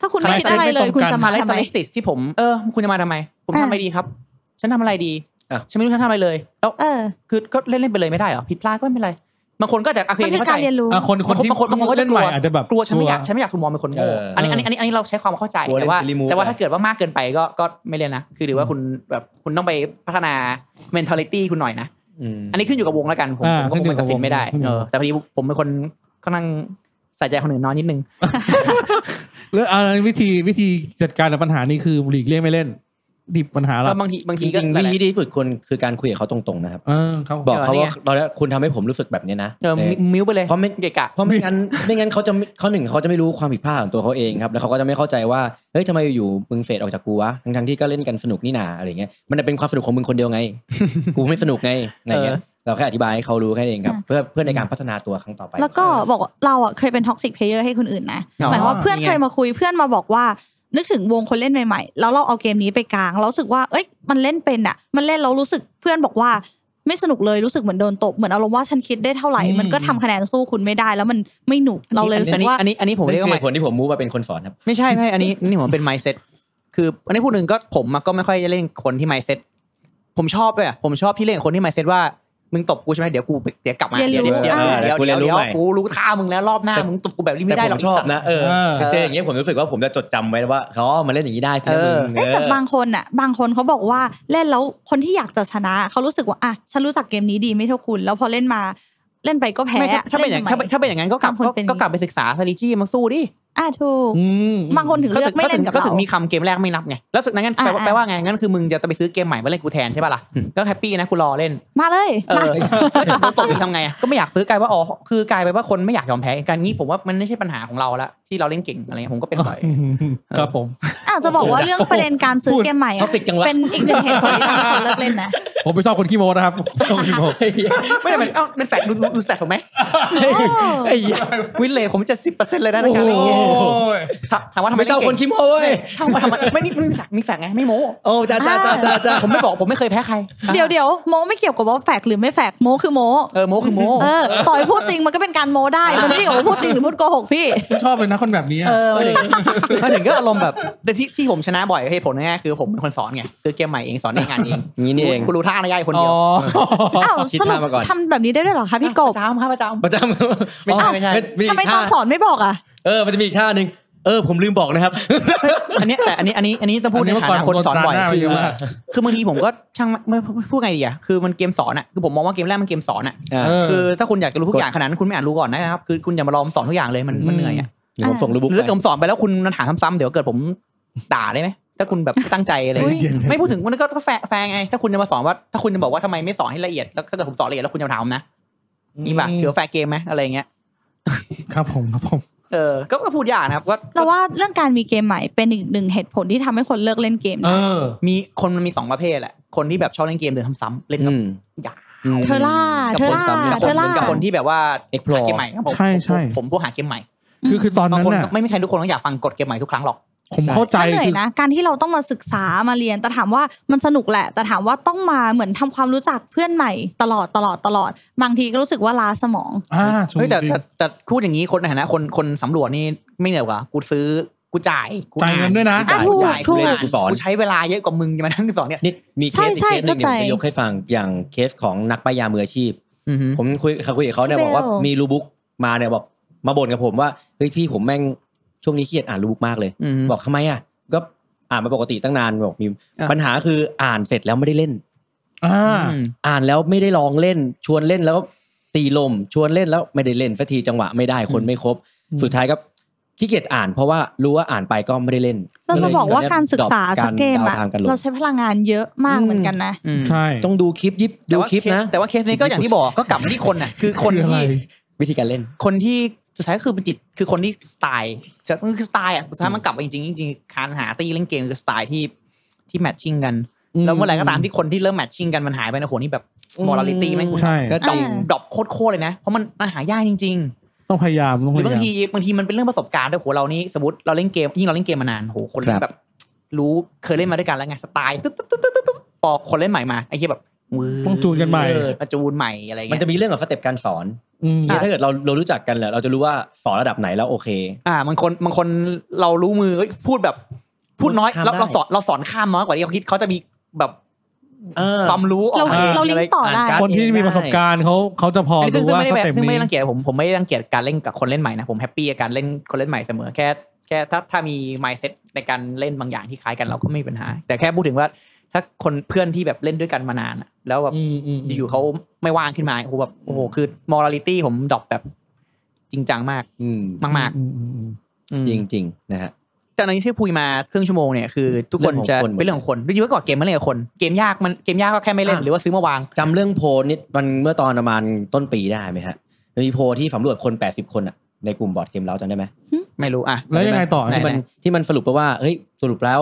B: ถ้าคุณไม่คิดอะไรเลย คุณจะมา
D: คาแรค
B: ทำ
D: เตอ
B: ไม
D: ร์ลิสติกที่ผมเออคุณจะมาทำไม ผม
B: อ่า
D: ทำอะไรดีครับ ฉันทำอะไรดี
C: อ่ะ
D: ฉันไม่รู้ฉันทำอะไรเลยแล้ว
B: เออ
D: คือก็เล่นเล่นๆไปเลยไม่ได้เหรอผิดพลาดก็ไม่เป็นไรบางคนก็อาจจะโอเค
B: มันคือ
D: เข้าใจ
B: การเรียนรู้
A: อ่ะคนคนที่
D: บางคนบางคนก็
A: เล่นใหม่อาจจะแบบ
D: กลัวฉันไม่อยากฉันไม่อยากถูกมองเป็นคนโง่
C: เอออั
D: อันนี้อันนี้อันนี้อันนี้เราใช้ความเข้าใจ
C: กลัวเล่น
D: แต่ว่า
C: silly move
D: แต่ว่า
C: ไป
D: ถ้าเกิดว่ามากเกินไปก็ก็ไม่เล่นนะคือถือว่าคุณแบบคุณต้องไปพัฒนา mentality คุณหน่อยนะ
C: อืม
D: อันนี้ขึ้นอยู่กับวงแล้วกันผม
A: อ่า
D: ผมก็คงไปตัดสินไม่ได้
A: ขึ้นอยู่
D: เอ
A: กับวง
D: อแต่พอดีผมเป็นคนค่อนข้างใส่ใจคนอื่นน้อยนิดนึง
A: หรืออ่าวิธีวิธีจัดการกับปัญหานี้คือหลีกเลี่ยงไม่เล่นดิบปัญหา
D: ก็
A: ละ
D: บางทีบาง
C: จ
D: ทีก็
C: ริงๆ
D: ห
C: วิ
D: ลายๆ
C: ธีที่สุดคนคือการคุยกับเขาตรงๆนะครับ
A: เออครับ
C: บอกเขา
D: เออนี่
C: ว่า
D: ไง
C: ตอนนี้คุณทำให้ผมรู้สึกแบบเนี้ยนะ
D: เออ
C: เออ
D: มิ้วไปเลย
C: เพราะไม่
D: เกะกะ
C: เพราะไม่งั้นไม่งั้นเขาจะไม่เขาหนึ่งเขาจะไม่รู้ความผิดพลาดของตัวเขาเองครับแล้วเขาก็จะไม่เข้าใจว่าเฮ้ยทำไมอยู่ๆมึงเฟดออกจากกูวะทั้งทที่ก็เล่นกันสนุกนี่นาอะไรเงี้ยมันเป็นความสนุกของมึงคนเดียวไง กูไม่สนุกไงอะไรเงี้ยเราแค่อธิบายให้เขารู้แค่นั้นเองครับ เพื่อเพื่อในการพัฒนาตัวครั้งต่อไป
B: แล้วก็บอกว่าเราอ่ะเคยเป็นท็อกซิกเพลเยอร์ให้คนอื่นนะ
D: อ๋อ
B: หมายความว่าเพื่อน
D: นี่ไง
B: เคยมาคุยเพื่อนมาบอกว่า นึกถึงวงคนเล่นใหม่ๆ แล้วเราเอาเกมนี้ไปกลางเรารู้สึกว่าเอ้ยมันเล่นเป็นอ่ะ มันเล่นแล้วรู้สึกเพื่อนบอกว่า ไม่สนุกเลยรู้สึกเหมือนโดนตบเหมือนอารมณ์ว่าฉันคิดได้เท่าไหร่
A: อืม
B: มันก็ทำคะแนนสู้คุณไม่ได้แล้วมันไม่หนุกเราเลยรู้สึกว่า
D: อันนี้อันนี้ผม
C: นี่
D: เรียก
C: คือเห
D: ว่าไม่
C: ตุผลที่ผมมูฟมาเป็นคนสอนครับ
D: ไม่ใช่ไม่ อันนี้นี่ผมเป็น mindset คืออันนี้พูดหนึ่งก็ผมอะก็ไม่ค่อยจะเล่นคนที่ mindset ผมชอบเลยอะผมชอบที่เล่นกับคนที่ mindset ว่ามึงตบกูใช่ไหมเดี๋ยวกูเดี๋ยวกลับมา
B: เรียน
D: เดี๋ยว
B: รู้
D: เดี๋ยวเดี๋ยว
C: อ่า
D: เดี๋ยว
C: กูเรี
D: เดี๋
C: ยรู้
D: ยวน
C: ใหม่
D: กูรู้ท่ามึงแล้วรอบหน้ามึงตบกูแบบนี้
C: แต่
D: ไม่ได้
C: ผ
D: หรอ
C: ม
D: ก
C: ชอบ
D: สัตว์
C: นะเออ
A: เออ
C: เจออย่างเงี้ยผมรู้สึกว่าผมจะจดจำไว้ว่าอ๋อมันเล่นอย่างนี้ได้ใช่ไหมมึง
B: เอ้ยแต่บางคนอ่ะ บางคนเขาบอกว่าเล่นแล้วคนที่อยากจะชนะเขารู้สึกว่าอ่ะฉันรู้จักเกมนี้ดีไม่เท่าคุณ แล้วพอเล่นมาเล่นไปก็แพ้
D: ไม่ถ้าถ้าเป็นอย่าง
B: ล่ทำ
D: ถ้า
B: ไม
D: ถ้าเป็นอย่างนั้นก็กลับ
B: คนเป็น
D: ก็กลับไปศึกษา strategy มาสู้ดิ
B: อ่ะถูก
A: อืม
B: บางคนถึงเลือกไม่เล่นกับ
D: ก็
B: เรา
D: ถึงมีคำเกมแรกไม่นับไงแล้วสึกนั้น
B: อ่าอ่า
D: แปลว่าแปลว่าไงงั้นคือมึงจะไปซื้อเกมใหม่มาเล่นกูแทนใช่ป่ะล่ะก็แฮปปี้นะกูรอเล่น
B: มาเลย
D: เอ
B: มา
D: อโดนตบอีกทำไงอะก็ไม่อยากซื้อกลายว่าอ๋อคือกลายไปว่าคนไม่อยากยอมแพ้การนี้ผมว่ามันไม่ใช่ปัญหาของเราละที่เราเล่นเก่งอะไรเงี้ยผมก็เป็นบ่อย
A: ครับผม
B: อ้าวจะบอกว่าเรื่องประเด็นการซื้อเกมใหม่
C: ท็อ
B: อะ
C: กซิกจังวะ
B: เป็นอีกหนึ่งเหตุผลที่ทำให้คนเลิกเล่นนะ
A: ผมไม่ชอบคนขี้โมนะครับชอบขี้โม
D: ไม่ได้เป็นเอ้าเป็นแฟกดูดูดูแสบถูกไหม
C: ไอ้เหี้ย
D: วินเลยผมจะสิบเปอร์เซ็นต์เลยนะใน
A: โอ้
D: การเล่นเกม
A: ย
D: ถามถามว่าทำไม
C: ไม่ชอบคนขี้โม้เว้ย
D: ทำไมทำไมไม่นี่มีแฟกมีแฟกไงไม่โม้
C: โอ้จ้าจ้าจ้าจ้าจ้า
D: ผมไม่บอกผมไม่เคยแพ้ใคร
B: เดี๋ยวเดี๋ยวโมไม่เกี่ยวกับว่าแฟกหรือไม่แฟกโมคือโม
D: เออโม้คือโม้
B: เออต่อยพูดจริงมันก็เป็นการโมได้มันไม่เกี่ยวกับว่าพูดจริงหรือพูดโกหกพี่
A: ชอบเลยนะคนแบบนี้อะ
D: เออมาถึงมาถึงก็อารมณ์แบบแต่ที่ที่ผมชนะบ่อยเหตุผลง่ายๆคือผมเป็นคนสอนไงซื้อเกมใหม่เองสอนในงานเอง
C: งี้นี่เอง
D: คุณรู้ท่าอะไรยายคน
A: อ๋
D: เดี
A: อ
D: ยว
B: อ้าวสรุปทำแบบนี้ได้ด้วยเหรอคะพี่กบ
D: ประจำครับประจำ
C: ประจำ
D: ไม่ใช่ไม่ใช่
C: อี
B: ทำไม
C: ก
B: ต
C: ท่า
B: อนสอนไม่บอกอ่ะ
C: เออมันจะมีอีกท่าหนึ่งเออผมลืมบอกนะครับ
D: อันเนี้ยแต่อันนี้อันนี้อันนี้ต้องพูดในฐานะคนสอนบ่อย
A: คื
D: คืออ
A: ว่า
D: คือบางทีผมก็ช่างไม่ไม่พูดไงดีอะคือมันเกมสอนอะคือผมมองว่าเกมแรกมันเกมสอนอะ
A: คื
D: คือ
A: อ
D: ถ้าคุณอยากจะรู้ทุกอย่างขนาดนั้นคุณไม่อ่านรู้ก่อนนะครับ คือคุณอย่ามารอมสอนทุกอย่างเลยมันมั
A: อืม
D: นเหนื่อยอะ
C: เดี๋ยวผมส่งรูปบุ๊ก
D: หรือถ้า
C: ไป
D: เกิดผมสอนไปแล้วคุณถามซ้ำๆเดี๋ยวเกิดผมด่าได้ไหมถ้าคุณแบบตั้งใจอะไร
B: อุ๊ย
D: ไม่พูดถึงมันก็ก็แฟร์แฟร์ไงถ้าคุณจะมาสอนว่าถ้าคุณจะบอกว่าทำไมไม่สอนให้ละเอียดแล้วถ้าเกิดผมสอนละเอียดแล้วคุณจะมาถามผมนะ นี่ป่ะถือว่าแฟร์เกมไหมอะไรเงี้ย
A: ครับผมครับผม
D: เออก็ก็พูดยากนะครับว่า
B: เราว่าเรื่องการมีเกมใหม่เป็นอีกหนึ่งเหตุผลที่ทำให้คนเลิกเล่นเกม
A: เอ
B: นะ
A: อ
D: มีคนมันมีสองประเภทแหละคนที่แบบชอบเล่นเกมแต่ทำซ้ำเล่น
C: อื
D: ซ้ำ
C: ม
D: ยาว
C: อืม
B: เทอร่า
D: กับ
B: เทอ
D: คน
B: ร่าเทอร่า
D: กับคนกับคนที่แบบว่า
C: Explore
D: หาเกมใหม่ครับผม
A: ใช่ใช่
D: ผมผมผมพวกหาเกมใหม่
A: คือคือตอน
D: บาง
A: นั้น
D: คน
A: น่ะ
D: ไม่มีใครทุกคนต้องอยากฟังกดเกมใหม่ทุกครั้งหรอก
A: ผมเข้าใจ
B: มันเหนื่อย
A: คือ
B: นะการที่เราต้องมาศึกษามาเรียนแต่ถามว่ามันสนุกแหละ แต่ถามว่าต้องมาเหมือนทำความรู้จักเพื่อนใหม่ตลอดตลอดตลอด บางทีก็รู้สึกว่าล้าสมอง
A: อ่าชม
D: เฮ้ยแต่
A: จริง
D: แต่แต่พูดอย่างนี้คนในฐานะคนคนสำรวจนี่ไม่เหนื่อยกว่ากูซื้อกูจ่ายกู
A: จ่ายเงินด้วยนะ
B: อ่ะ
D: กูจ่าย
C: ถู
D: กู
C: ก
D: เล่น
C: ถูก
D: กูสอนกูใช้เวลาเยอะกว่ามึงจะมานั่งสอนเนี่ย
C: นี่มีเค
B: ใช่
C: สอีก
B: ใช่
C: เคสหนึ่งเดี๋ยวผมจะ
B: เข้าใจ
C: ยกให้ฟังอย่างเคสของนักป้ายยามืออาชีพ
D: อือหือ
C: ผมคุยเขาคุยกับเขาเนี่ยบอ
B: พี่เบล
C: กว่ามีรูบุ๊กมาเนี่ยบอกมาบ่นกับผมว่าเฮ้ยพี่ผมแม่งช่วงนี้เครียดอ่านรูบุ๊กมากเลย
D: อืม
C: บอกทำไมอ่ะก็อ่านมาปกติตั้งนานบอกมี
D: อ่ะ
C: ปัญหาคืออ่านเสร็จแล้วไม่ได้เล่น
A: อ่า
D: อืม
C: อ่านแล้วไม่ได้ลองเล่น ชวนเล่นแล้วตีลม ชวนเล่นแล้วไม่ได้เล่นสักทีจังหวะไม่ได้คนไม่ครบ
A: อืม
C: สุดท้ายก็ขี้เกียจอ่านเพราะว่ารู้ว่าอ่านไปก็ไม่ได้เล่น
B: เราจะบอกว่าการศึกษาสักเกม
C: ดรอ
B: อะ
C: ปการดาวทางกันลง
B: เราใช้พลังงานเยอะมากเหมือนกันนะ
D: อืม
A: ใช่
C: ต้องดูคลิปยิบดูคลิปนะ
D: แต่ว่าเคสนี้ก็อย่างที่บอกก็กลับมาที่คนน่ะคือคน
A: คืออะไร
D: ที่
C: วิธีการเล่น
D: คนที่สุดท้ายก็คือเป็นจิตคือคนที่สไตล์จะมันคือสไตล์อ่ะสุดท้ายมันกลับมาจริงๆจริงๆการหาตีเล่นเกมคือสไตล์ที่ที่แมทชิ่งกัน แล้วเมื่อไหร่ก็ตามที่คนที่เริ่มแมทชิ่งกันมันหายไปนะโหนี่แบบมอลลิตี้แม่ง
A: ใช่
C: ก็จริง
B: อ่า
D: ดรอปโคตรๆเลยนะ เพราะมันมันหายากจริง ๆ
A: ต้องพยายามต้อง
D: หรือ
A: พา
D: ยบาง
A: ยาม
D: ทีบางทีมันเป็นเรื่องประสบการณ์ด้วยโหเรานี่สมมติเราเล่นเกมยิ่งเราเล่นเกมมานานโหคน
C: ค
D: เล่
C: รั
D: น
C: บ
D: แบบ รู้เคยเล่นมาด้วยกันแล้วไงสไตล์ตึ๊ดตึ๊ดตึ๊ดตึ๊ดตึ๊ดพอคนเล่นใหม่มาไอ้ที่แบบมือ
A: ต้องจูนกันใหม่
D: เออมาจูนใหม่อะไร
C: มัน
D: เงี้ย
C: จะมีเรื่องกับสเต็ปการสอน
A: อืม
C: ถ้าเกิดเราเรารู้จักกันแหละเราจะรู้ว่าสอนระดับไหนแล้วโอเค
D: อ่าบางคนบางคนเรารู้มือเอ้ยพูดแบบ พูดน้อย
C: ข้าม
D: เรา
C: ได้
D: เราสอนเราสอนข้ามน้อยกว่าที่เขาคิดเขาจะมีแบบความรู้ออก
B: เรา
D: มา
A: เออ
B: เราลิงก์ต่อได้
C: อ่านกา
A: คนที่มีประสบการณ์เขาเขาจะพอ
D: อันนี้ซึ่ง
A: รู้
D: ซึ่ง
A: ว่า
D: ไม่
A: ส
D: ได้แบบ
A: เต็ป
D: ซึ่งไม่
A: นี้
D: ได้รังเกียจผมผมไม่ได้รังเกียจการเล่นกับคนเล่นใหม่นะผมแฮปปี้กับการเล่นคนเล่นใหม่เสมอแค่แค่ถ้าถ้ามี mindset ในการเล่นบางอย่างที่คล้ายกันเราก็ไม่มีปัญหา แต่แค่พูดถึงว่าถ้าคนเพื่อนที่แบบเล่นด้วยกันมานานอะแล้วแบบ
A: อืมอืมอืม
D: อยู่ๆเขาไม่ว่างขึ้นมาโอ้โหแบบโอ้โหคือ morality ผมดรอปแบบจริงจังมาก
C: อืม
D: มาก
A: อืมอืมอืม
D: ๆอืม
C: จริงจริงๆนะฮะ
D: แต่ในที่พูดมาครึ่งชั่วโมงเนี่ยคือทุกคนจะ
C: เรื่องของคนหมด
D: เป็นเรื่องของคนด้วยว่าก่อนเกมมันเล่นกับคนเกมยากมันเกมยากก็แค่ไม่เล่นหรือว่าซื้อมาวาง
C: จำเรื่องโพลนิดมันเมื่อตอนประมาณต้นปีได้ไหมฮะมันมีโพลที่สำรวจคน 80 คนอะในกลุ่มบอร์ดเกมเล้าจำได้ไหม
D: ไม่รู้อ่ะ
A: แล้วยังไงต่อ
C: ที่มัน
D: ไหน
C: ที่มันสรุปไปว่าเฮ้ยสรุปแล้ว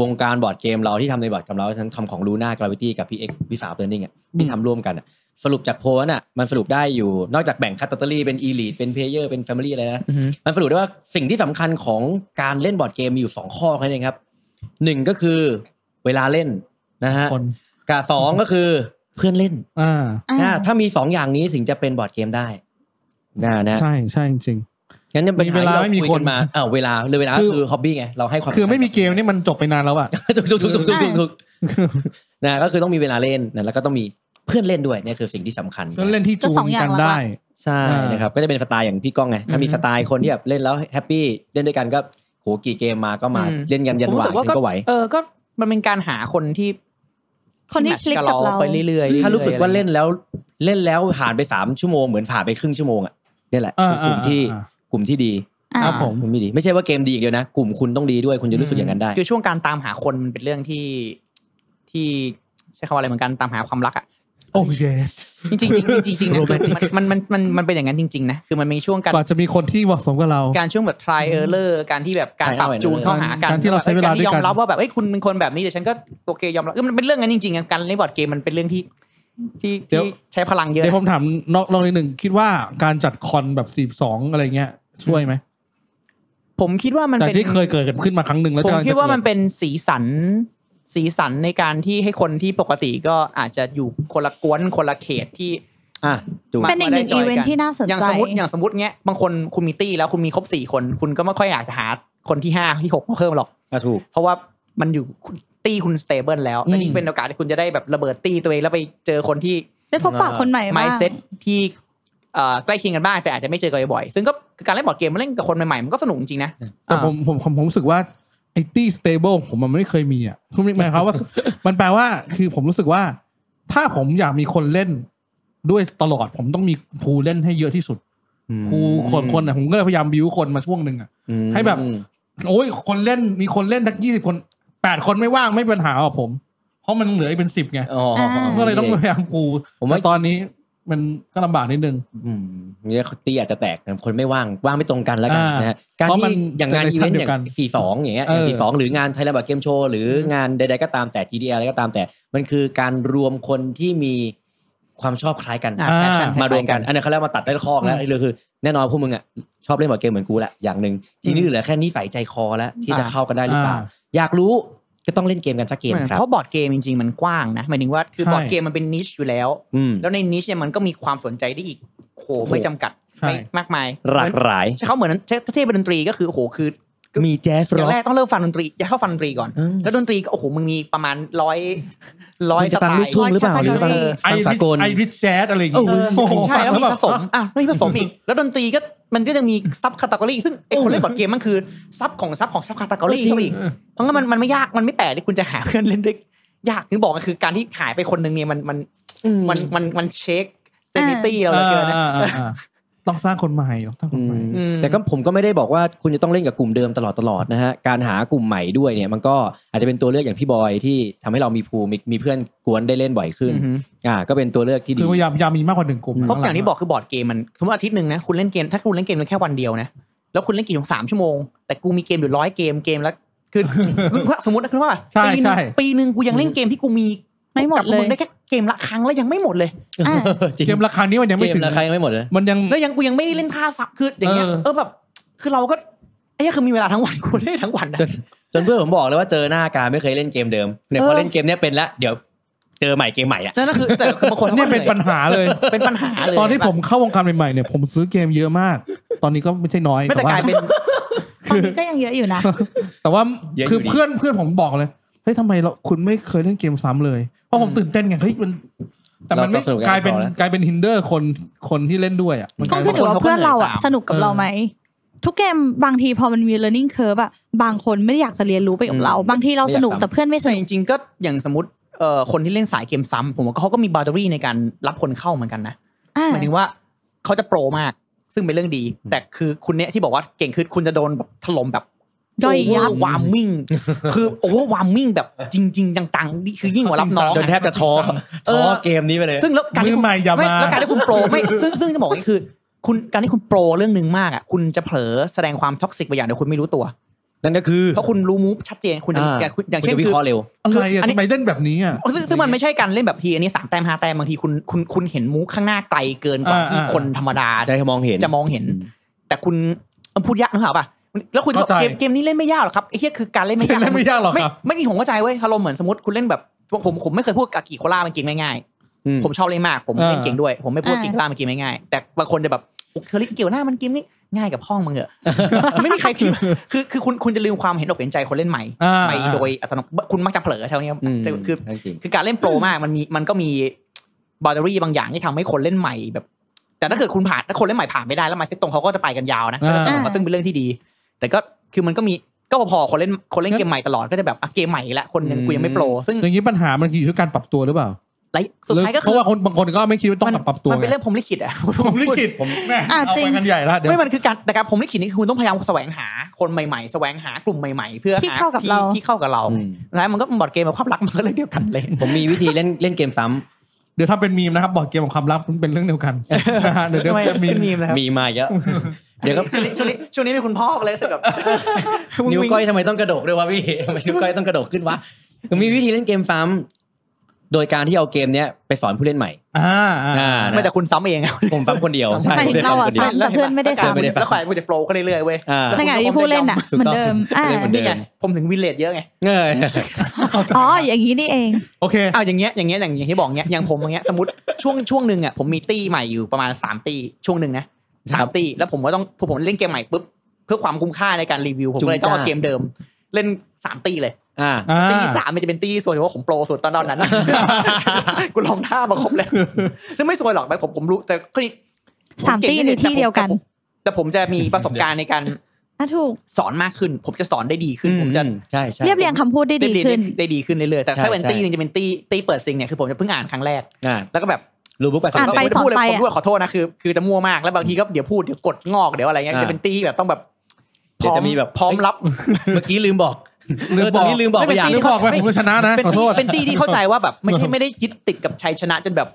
C: วงการบอร์ดเกมเราที่ทำในบอร์ดเกมเราทั้งทำของลูน่ากราวิตี้กับพีเอ็กวิสาเติร์นิ่งอะที่ทำร่วมกันอะสรุปจากโพลนั้นอะมันสรุปได้อยู่นอกจากแบ่งคัตเตอรี่เป็นอีลีทเป็นเพลเยอร์เป็นแฟมิลี่อะไรนะ
D: อือหือ
C: มันสรุปได้ว่าสิ่งที่สำคัญของการเล่นบอร์ดเกมมีอยู่สองข้อแค่นั้นเองครับหนึ่งก็คือเวลาเล่นนะฮะ
A: คน
C: กับสองก็คือเพื่อนเล่น
A: อ่า
C: นะถ้ามีสองอย่างนี้ถึงจะเป็นบอร์ดเกมได้นะนะ
A: ใช่ใช่จริง
C: งั้นเนี่ยปัญห
A: มีเวลา
C: ที่ร
A: ไม่มี
C: ยกั
A: คน
C: มาอ้าวเวลาเลยเวลา
A: คือ
C: คือฮอบบี้ไงเราให้ความ
A: ๆ คือไม่มีเกมนี่มันจบไปนานแล้วอะ
C: ถูกถูกถูกถูกถูกถูก
B: อ่า
C: ถูกนะก็คือต้องมีเวลาเล่นนะแล้วก็ต้องมีเพื่อนเล่นด้วยเนี่ยคือสิ่งที่สำคัญ
A: ก็เล่นที่
B: ก็
A: จู
B: สอน งอย่าง
A: กัน
B: หลักๆ
A: ได้
C: ใช่นะครับก็จะเป็นสไตล์อย่างพี่ก้องไงถ้ามี
D: อืม
C: สไตล์คนที่แบบเล่นแล้วแฮปปี้เล่นด้วยกันก็โหกี่เกมมาก็มาเล่นกันยันหวานฉันก็ไหว
D: เออก็มันเป็นการหาคนที่
B: คนที่คลิกกับเรา
D: ไปเรื่อยๆ
C: ถ้ารู้สึกว่าเล่
D: น
C: นแล้วเล่นแล้วผ่านไปสามชั่วโมงเหมือนผ่านไปครึ่งชั่วโมงอ่ะนี่แหละ
A: อ่า
C: คือกลุ่มที่
A: อ่า
C: กลุ่มที่ดี
B: อ่า
A: ครับผม
C: กลุ่มที่ดี ไม่ใช่ว่าเกมดีอย่างเดียวนะ กลุ่มคุณต้องดีด้วยคุณจะรู้สึกอย่างนั้นได้
D: คือช่วงการตามหาคนมันเป็นเรื่องที่ที่ใช้คำว่าอะไรเหมือนกันตามหาความรักอ่ะ
A: โอ้ย
D: จริงจริงๆจริงๆจริงๆนะคือมันมันมันมันมันเป็นอย่างนั้นจริงๆนะคือมันมีช่วงการ
A: กว่าจะมีคนที่เหมาะสมกับเรา
D: การช่วงแบบ try error การที่แบบการ
C: trial
D: ปรับจูน
C: error
D: เข้าหากัน
A: การที่เราใช้เวลาด้วยกัน
D: ยอมรับว่าแบบเอ้ยคุณเป็นคนแบบนี้แต่ฉันก็โอเคยอมรับคือมันเป็นเรื่องนั้นจริงๆอะการเล่นบอร์ดเกมมันเป็นเรื่องที่ที่ที่ใช้พลังเยอะ
A: เดี๋ยวผ
D: นะ
A: มถามนอกลองนิดหนึ่งคิดว่าการจัดคอนแบบสี่สองอะไรเงี้ย ช่วยไหม
D: ผมคิดว่ามัน
A: จาก
D: เป็น
A: ที่เคยเกิดขึ้นมาครั้งหนึ่งแล้ว
D: ผม
A: กำลังจะ
D: คิดว่ามัน
A: เกิ
D: เป็นสีสันสีสันในการที่ให้คนที่ปกติก็อาจจะอยู่คนละกวนคนละเขตที่
C: อ่ะดู
D: มา
B: เป็นอีกหนึ่ง
D: มาได้จย
B: อีเวนท์ที่น่าสนใจ
D: อย่างสมมติอย่างสมมติเงี้ยบางคนคุณมีตี้แล้วคุณมีครบสี่คน คุณก็ไม่ค่อยอยากจะหาคนที่ห้าที่หกมาเพิ่มหรอก
C: อ่ะถูก
D: เพราะว่ามันอยู่ตี้คุณสเตเบิลแล้ว
A: อืม
D: แต่นี่เป็นโอกาสที่คุณจะได้แบบระเบิดตี้ตัวเองแล้วไปเจอคนที่
B: ได้พบปะคนใหม่บ้าง
D: mindset ที่เอ่อใกล้เคียงกันบ้างแต่อาจจะไม่เจอกันบ่อยๆซึ่งก็คือการเล่นบอร์ดเกมมันเล่นกับคนใหม่ๆมันก็สนุกจริงๆนะ
A: แต่ผมผมผมผมรู้สึกว่าไอ้ตี้สเตเบิลผมมันไม่เคยมีอ่ะคุณหมายความ ว่า มันแปลว่าคือผมรู้สึกว่า ถ้าผมอยากมีคนเล่นด้วยตลอดผมต้องมีภูเล่นให้เยอะที่สุดภูคนคนอ่ะผมก็เลยพยายามบิวคนมาช่วงหนึ่งอ่ะ ให้แบบ โอ้ยคนเล่นมีคนเล่นทั้งยี่สิบคนแปดคนไม่ว่างไม่เป็นปัญหาหรอกผม เพราะมันเหลืออีกเป็นสิบไง
C: อ๋อ
B: อ่า
A: ก็เลยต้องพยายามกู
C: ผมว่า
A: แต่ตอนนี้ มันก็ลำบากนิดนึง
C: อืมเนี่ยตีอาจจะแตกนะคนไม่ว่างว่างไม่ตรงกันแล้วกัน
A: อ่าน
C: นะฮะการ
A: เพราะมั
C: ที่
A: น
C: อย่างงาน
A: เจอใน
C: อีเวนต์
A: เดี
C: อ
A: ยว
C: ย่าง
A: กัน
C: ฟีสองอย่างเงี้ย
A: เออ
C: ฟีสองหรืองานไทยแลนด์บัตเกมโชว์หรืองานใดๆก็ตามแต่ GDL อะไรก็ตามแต่ มันคือการรวมคนที่มีความชอบคล้ายกัน
D: อ่ะ
A: อ่า
D: แฟชั่น
C: มารวมกัน
D: คล้ย
C: อันนั้นเขาเรียกมาตัดได้ข้อแล้ว
A: อืม
C: เลยคือแน่นอนพวกมึงอ่ะชอบเล่นบอร์ดเกมเหมือนกูแหละอย่างหนึ่งทีนี้เหลือแค่นี้ใส่ใจคอแล้วที่จะ
D: อ่า
C: เข้ากันได้หรือเปล่า
A: อ่า
C: อยากรู้ก็ต้องเล่นเกมกันสักเกมครับ
D: เพราะบอร์ดเกมจริงๆมันกว้างนะหมายถึงว่าคือ
A: ใช่
D: บอร์ดเกมมันเป็นนิชอยู่แล้ว
C: อืม
D: แล้วในนิชเนี่ยมันก็มีความสนใจได้อีกโห
C: โอ้โห
D: ไม่จำกัด
A: ใช่
D: ไม่มากมาย
C: หลากหลาย
D: ใช่เขาเหมือนเทเทพเป็นดนตรีก็คือโอ้โหคือ
C: มีแจ๊ส
D: อ
C: ร็
D: ย่า
C: อง ก
D: แรกต้องเริ่มฟังดนตรีจะเข้าฟังดนตรีก่อน
C: อืม
D: แล้วดนตรีก็โอ้โหมันมีประมาณร้อยร้อย
C: คุณ
D: ส
C: จะ
D: ไต
C: ฟังลูก
D: ล์
C: ทุ่งหรือเปล่าหรือฟังฟั
B: ร้อย
C: งสากล
A: ไอริชแจ๊ดอะไรอย่าง
D: เอ
A: เงี้ย
D: อใช่แล้วมี
A: บบ
D: ผสมอ่ะมีผสมอีก แล้วดนตรีก็มันก็ยังมีซับคาตา o r y ซึ่งไอคนเล่นบอร์ดเกมมันคือซับของซับของซับคาตา o r y
C: เออจริง
D: เข้าไปอีก เพราะงั้นมันมันไม่ยากมันไม่แปลกที่คุณจะหาเพื่อนเล่นด้วยยากที่บอกก็คือการที่หายไปคนหนึ่งเนี่ยมันมัน
C: อืม
D: มันมันมันเช็คเซนิตี้เราเหลือเกินนะ
A: อ่าอ่าอ่าต้องสร้างคนใหม่ต้องสร้างคนใหม่
D: อืม
C: แต่ก็ผมก็ไม่ได้บอกว่าคุณจะต้องเล่นกับกลุ่มเดิมตลอดตลอดนะฮะการหากลุ่มใหม่ด้วยเนี่ยมันก็อาจจะเป็นตัวเลือกอย่างพี่บอยที่ทำให้เรามีภูมิมีมีเพื่อนกวนได้เล่นบ่อยขึ้น อ่า ก็เป็นตัวเลือกที่
A: คื
C: ดี
A: อพยายามพยายามมีมากกว่าหนึ่งกลุ่ม
D: เพราะอย่างที่บอกคือบอร์ดเกมมันสมมติอาทิตย์หนึ่งนะคุณเล่นเกมถ้าคุณเล่นเกมแค่วันเดียวนะแล้วคุณเล่นเกมอยู่สามชั่วโมง แต่กูมีเกมอยู่ร้อยเกมเกมละคือ คุณว่าสมมตินะคุณว่า
A: ใช่
D: ปีห
A: ใช่
D: นึ่งปีหนึ่งกูยังเล่นเกมที่กูมี
B: ไม่หมด
D: กับ
B: เล
D: มึ
B: ย
D: งได้แค่เกมละครั้งแล้วยังไม่หมดเลย
B: อ่ะ
C: จริง
A: เกมราคานี้มันยังไม่
C: เก
A: ถึง
C: มราคายังไม่หมดเลย
A: มันยัง
D: แล้วยังกูยังไม่ได้เล่นท่าซับคืออย่างเงี้ย
A: เออ
D: เออแบบคือเราก็ไอ้เหี้ยคือมีเวลาทั้งวันกูเล่นทั้งวันนะ
C: จน จนเพื่อนผมบอกเลยว่าเจอหน้าการไม่เคยเล่นเกมเดิมเนี่ยพอ
D: เออ
C: เล่นเกมเนี้ยเป็นละเดี๋ยวเจอใหม่เกมใหม่อ่ะ
D: นั่นก็คือแต่คือบางคน
A: เนี่ยเป็นปัญหาเลย
D: เป็นปัญหาเลย
A: ตอนที่ผมเข้าวงการใหม่ๆเนี่ยผมซื้อเกมเยอะมาก ตอนนี้ก็ไม่ใช่น้อย
D: ไม่แต่
A: ว่าก
D: ลายเป็น
B: ตอนนี้ก็ยังเยอะอยู่นะ
A: แต่ว่าคือเพื่อนเพื่อนผมบอกเลยเฮ้ยทำไมเราคุณไม่เคยเล่นเกมซ้ำเลยเพราะผมตื่นเต้นไงเฮ้ยมัน แต่มันไม่กลายเป็นกลายเป็นฮินเดอร์คนคนที่เล่นด้วยอ่ะมันก
B: ต้
A: ลา
B: อง
A: ย
B: ขึ้
A: เป็น น
B: อยู่ว่าเพื่อนเราอะ
D: เออ
B: สนุกกับเราไหม ทุกเกมบางทีพอมันมี learning curve อะบางคนไม่ได้อยากจะเรียนรู้ไปกับเรา บางทีเราสนุกแต่เพื่อนไม่ส
D: แต่
B: นุ
D: จ
B: ก
D: ริงๆก็อย่างสมมติเอ่อคนที่เล่นสายเกมซ้ำผมว่าเขาก็มีบาร์เตอรี่ในการรับคนเข้าเหมือนกันนะ
B: อ่า
D: หมายถึงว่าเขาจะโปรมากซึ่งเป็นเรื่องดี แต่คือคุณเนี่ยที่บอกว่าเก่งคือคุณจะโดนแบบถล่มแบบ
B: ย่อยยับ
D: วามมิ่ง คือโอเวอร์วามมิ่งแบบจริง ๆ จังๆนี่คือยิ่งกว่ารับน้อง
C: จนแท
D: อะ
C: บจะท้อ
D: เออ
C: ท้อเกมนี้ไปเลย
D: ซึ่งแล้วการที่
A: มื
D: คุ
A: อ
D: ณ
A: ใหม่อย่ามา
D: แล้วการที่คุณโปรไม่ซึ่งซึ่งจะบอกว่าคือ คุณการที่คุณโปรเรื่องหนึ่งมากอ่ะคุณจะเผลอแสดงความท็อกซิกไปอย่างเดียวคุณไม่รู้ตัว
C: นั่นก็คือ
D: เพราะคุณรู้มูฟชัดเจนคุณจะ
C: อ่า
D: อย่างอย่างเช่น
C: คุณจะวิ
D: คือ
C: เคราะห์เร็ว
A: อะไรอ่ะ
D: อันนี้
A: ทำไมเล่นแบบนี้อ่ะ
D: ซึ่งซึ่งมันไม่ใช่การเล่นแบบทีอันนี้สามแต้มห้าแต้มบางทีคุณคุณคุณเห็นมูฟข้างหน้าไกลเกินกว่า
A: อ่า
D: ที่
A: อ่า
D: คนธรรมดา
C: จะให้มองเห็น
D: จะมองเห็น แต่คุณมันพูดยากนะครับป่ะแล้วคุณจะบอก
A: เข้าใจ
D: เกมเกมนี้เล่นไม่ยากหรอครับไอ้เหี้ยคือการเล่นไม่ยาก
A: เล่นไม่ยากหรอกครับ
D: ไม่ไม่กี่ผมเข้าใจเว้ยอารมณ์เหมือนสมมติคุณเล่นแบบผมผมผมไม่เคยพูดกากิโคล่ามันเกมง่าย
C: อืม
D: ๆผมชอบเล่นมากผมเล่นเก่งด้วย ผมไม่พูด
B: อ่า
D: กิโคล่ามันเกมง่ายๆแต่บางคนจะแบบเธอเล่นเกี่ยวหน้ามันเกมนี้ง่ายกับห้องมึงเหอะ ไม่มีใครคิดว่าคือคือคุณคุณจะลืมความเห็นอกเห็นใจคนเล่นใหม่
A: อ่า
D: ไปโดยอัตโนมัติคุณมักจะเผลอใช่ไหมครับ
C: อืม
D: คือ
C: นั่นจริง
D: คือการเล่นโปรมากมันมีมันก็มีบาร์เตอรี่บางอย่างที่ทำให้คนเล่นใหม่แบบ แต่ถ้าเกิดคุณผ่านถ้าคนเล่นใหม่ผ่านไม่ได้แล้วมาเซ็ตตรงเขาก็จะไปกันยาวนะ
A: อ่า
D: ก็ซึ่งเป็นเรื่องที่ดี แต่ก็คือมันก็มีก็พอๆคนเล่นคนเล่นเกมใหม่ตลอดก็จะแบบอ่ะเกมใหม่อีกและคนหนึ่ง
C: อืม
D: กูยังไม่โปรซึ่ง
A: อย่างนี้ปัญหามันอยู่ที่การปรับตัวหรือเปล่า
D: ไรสุดท้ายก็
A: เพ
D: คือ
A: ราะว่าคนบางคนก็ไม่คิดว่าต้องปรับตัว
D: มันเป็น
A: ไง
D: เรื่องผมลิขิต อะ
A: ผมลิขิตผมแม่
B: อ่ะ
A: เอา
B: จริง
A: ไปกันใหญ่ละเดี๋ยว
D: ไม่มันคือการแต่การผมลิขิตนี่คือคุณต้องพยายามแสวงหาคนใหม่ๆแสวงหากลุ่มใหม่ๆ เพื่อ
B: ที่
D: ห
B: เข้ากับเรา
D: ที่เข้ากับเรา
C: อืม
D: แล้วมันก็บอร์ดเกมกับความรักมันก็เรื่องเดียวกันเลย
C: ผมมีวิธีเล่นเล่นเกมซ้ำ
A: เดี๋ยวทำเป็นมีมนะครับบอร์ดเกมของความลับมันเป็นเรื่องเดียวกัน นะฮะเดี๋ยวเดี๋ยว
D: ทำไม
A: เป็นมีม
D: เป็นมีมนะครับ
C: มีมาเยอะเดี๋ยวก็
D: ช่วงนี้ช่วงนี้ช่วงนี้มีคุณพ่อเลยรู้สึกแบบ
C: นิ้วก้อยทำไมต้องกระดกด้วยวะพี่ทำไมนิ้วก้อยต้องกระดกขึ้นวะมันมีวิธีเล่นเกมซ้ำโดยการที่เอาเกมเนี้ยไปสอนผู้เล่นใหม่
A: อ่า
C: อ่า
A: อ่า
D: ไม่
C: นะ
D: แต่คุณซ้ำเองอะ
C: ผมซ้ำคนเดียวใช่
B: หมายถึงเราอะ
C: ผมล่นซ้ำคนเดียว
B: ซ้ำแต่เพื่อนไม่ได้
C: เออไม่ได้
B: ซ้ำ
D: แล้วข่อยกูจะโปรก็เรื่อยๆเว้ย
C: อ่า
B: ในขณะที่ผู้เล่นอะ
C: ถูก
B: เหมือ
C: ต้อน ง
B: เดิมอ่า
C: เล่นเหมือนเดิม
D: นี่ไงผมถึงวินเลทเยอะไง
C: เออ
B: อ๋ออย่างนี้นี่เอง
A: โอเค
D: อ้าวอย่างเงี้ยอย่างเงี้ยอย่างอย่างที่บอกเงี้ยอย่างผมอย่างเงี้ยสมมติช่วงช่วงหนึ่งอะผมมีตี้ใหม่อยู่ประมาณสามตี้ช่วงหนึ่งนะสามตี้แล้วผมก็ต้องผมเล่นเกมใหม่ปุ๊บเพื่อความคุ้มค่าในการรีวิวผม
C: จุง
D: ก็เลยต้องเอา
C: จ้า
D: เกมเดิม เล่นสามตี้เลย
C: อ่า
A: อ่า
D: ตี้สามมันจะเป็นตี้สวยเพราะว่าผมโปรสุดตอนนั้น กูลองท่ามาครบแล้วซึ่งไม่สวยหรอกแต่ผมผมรู้แต่คือผ
B: สาม
D: เก่ง
B: ตี้
D: นิ
B: ใน
D: นึง
B: ที่เดียวกัน
D: แต่ผมจะ มีประสบการณ์ในการ
B: อ่ะถูก
D: สอนมากขึ้น ผมจะสอนได้ดีขึ้น ผมจะ
C: ใช่ใช่
B: เรียบเรียงคำพูดได้ดี
D: เรียน
B: ขึ้น
D: ได้ได้ดีขึ้นเรื่อยๆแต่
C: ใช่
D: ถ้าเป็น
C: ใช่
D: ตี้หนึงจะเป็นตี้ตี้เปิดซิงเนี่ยคือผมจะเพิ่งอ่านครั้งแรก
C: อ่า
D: แล้วก็แบบ
C: รูบุ๊กไป
B: อ่านไป
D: ผมจะพูดเลย
B: สอนอะ
D: ผมพูดขอโทษนะคือคือจะมั่วมากแล้วบางทีก็เดี๋ยวพูดเดี๋ยวกดงอกเดี๋ยวอะไรเงี้ยจะเป็นตี้แบบต้องแบบ
C: เดี๋ยวจะมีแบบ
D: พร้อมรับ
C: เมื่อกี้ลืมบอก
A: ลืม
C: เต
A: บ
C: อ
A: อ
C: น
A: ก
C: นี้ลืมบอกไปอย่าง
A: ลืมบอกไปผมก็ชนะนะ
D: เป็น
A: ขอโท
D: ตี้
A: ษ
D: เป็นตี้ที่เข้าใจว่าแบบไม่ใช่ไม่ได้จิตติดกับชัยชนะจนแบบ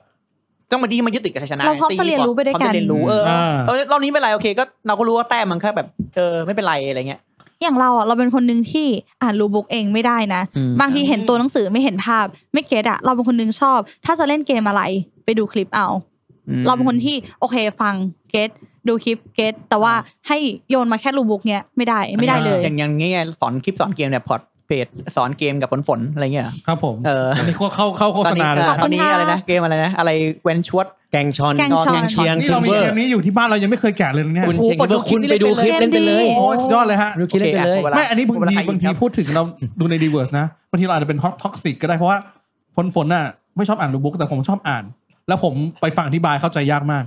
D: ต้องมาดีมายึดติดกับชัยชนะ
B: เราพร้อม
D: ตี
B: จะเรียนรู้ไปด้วยกัน
D: พร้อมจะเรียนรู้เอออา เออรอบนี้ไม่เป็นไรโอเคก็เราก็รู้ว่าแต้มมันแค่แบบเออไม่เป็นไรอะไรเงี้ย
B: อย่างเราอ่ะเราเป็นคนหนึ่งที่อ่านรูบุ๊กเองไม่ได้นะ
D: อืม
B: บางทีเห็นตัวหนังสือไม่เห็นภาพ ไม่เก็ตอ่ะเราเป็นคนหนึงชอบ ถ้าจะเล่นเกมอะไร ไปดูคลิปเอา
D: อืม
B: เราเป็นคนที่โอเคฟังเก็ตดูคลิปเก็ตแต่ว่าให้โยนมาแค่รูบุ๊กเนี้ยไม่ได้ไม่ได้เลย
D: อย่างอย่างเงี้ยสอนคลิปสอนเกมเนี่ยพอร์ตเพจสอนเกมกับฝนฝนๆอะไรเงี้ยเหรอ
A: ครับผม
D: เออ
A: อันนี้เข้าเข้าโฆ
D: ตอ
A: ษ
D: นนี้
A: ณาเลย
D: เออ
A: นะ
B: ขอ
D: ตอบ น
B: คุณ
D: นี้
B: ค่ะ
D: อะไรนะเกมอะไรนะอะไรเวนชวด
C: แกงชอน
B: แกงชอน
C: เชียง
A: นี่
C: คิม
A: เรามี
C: เบอ
A: เก
C: ร์
A: มนี้อยู่ที่บ้านเรายังไม่เคยแกะเลยนะเนี่ย
C: คุณ
D: โอ้โห
C: เชียงคิมเบอร์
D: ก
C: คุณ
D: ดดู
C: ไปดูค
D: คลิ
C: ลิป
D: ปเล่
C: เล่น
D: น
C: ไป
D: ไป
C: เล
D: เลย ย
A: โอ้ยยอดเลยฮะ
C: ดูคลิปเล่นไปเลย
D: โอเค
A: ไม่ อันนี้บางที
D: คนละใบบ
A: างที
D: ครับ
A: พูดถึงเราดูในดีเวิร์สนะบางทีเราอาจจะเป็นท็อกซิกก็ได้เพราะว่าฝนฝนน่ะไม่ชอบอ่านรูบุ๊กแต่ผมชอบอ่าน แล้วผมไปฟังอธิบายเข้าใจยากมาก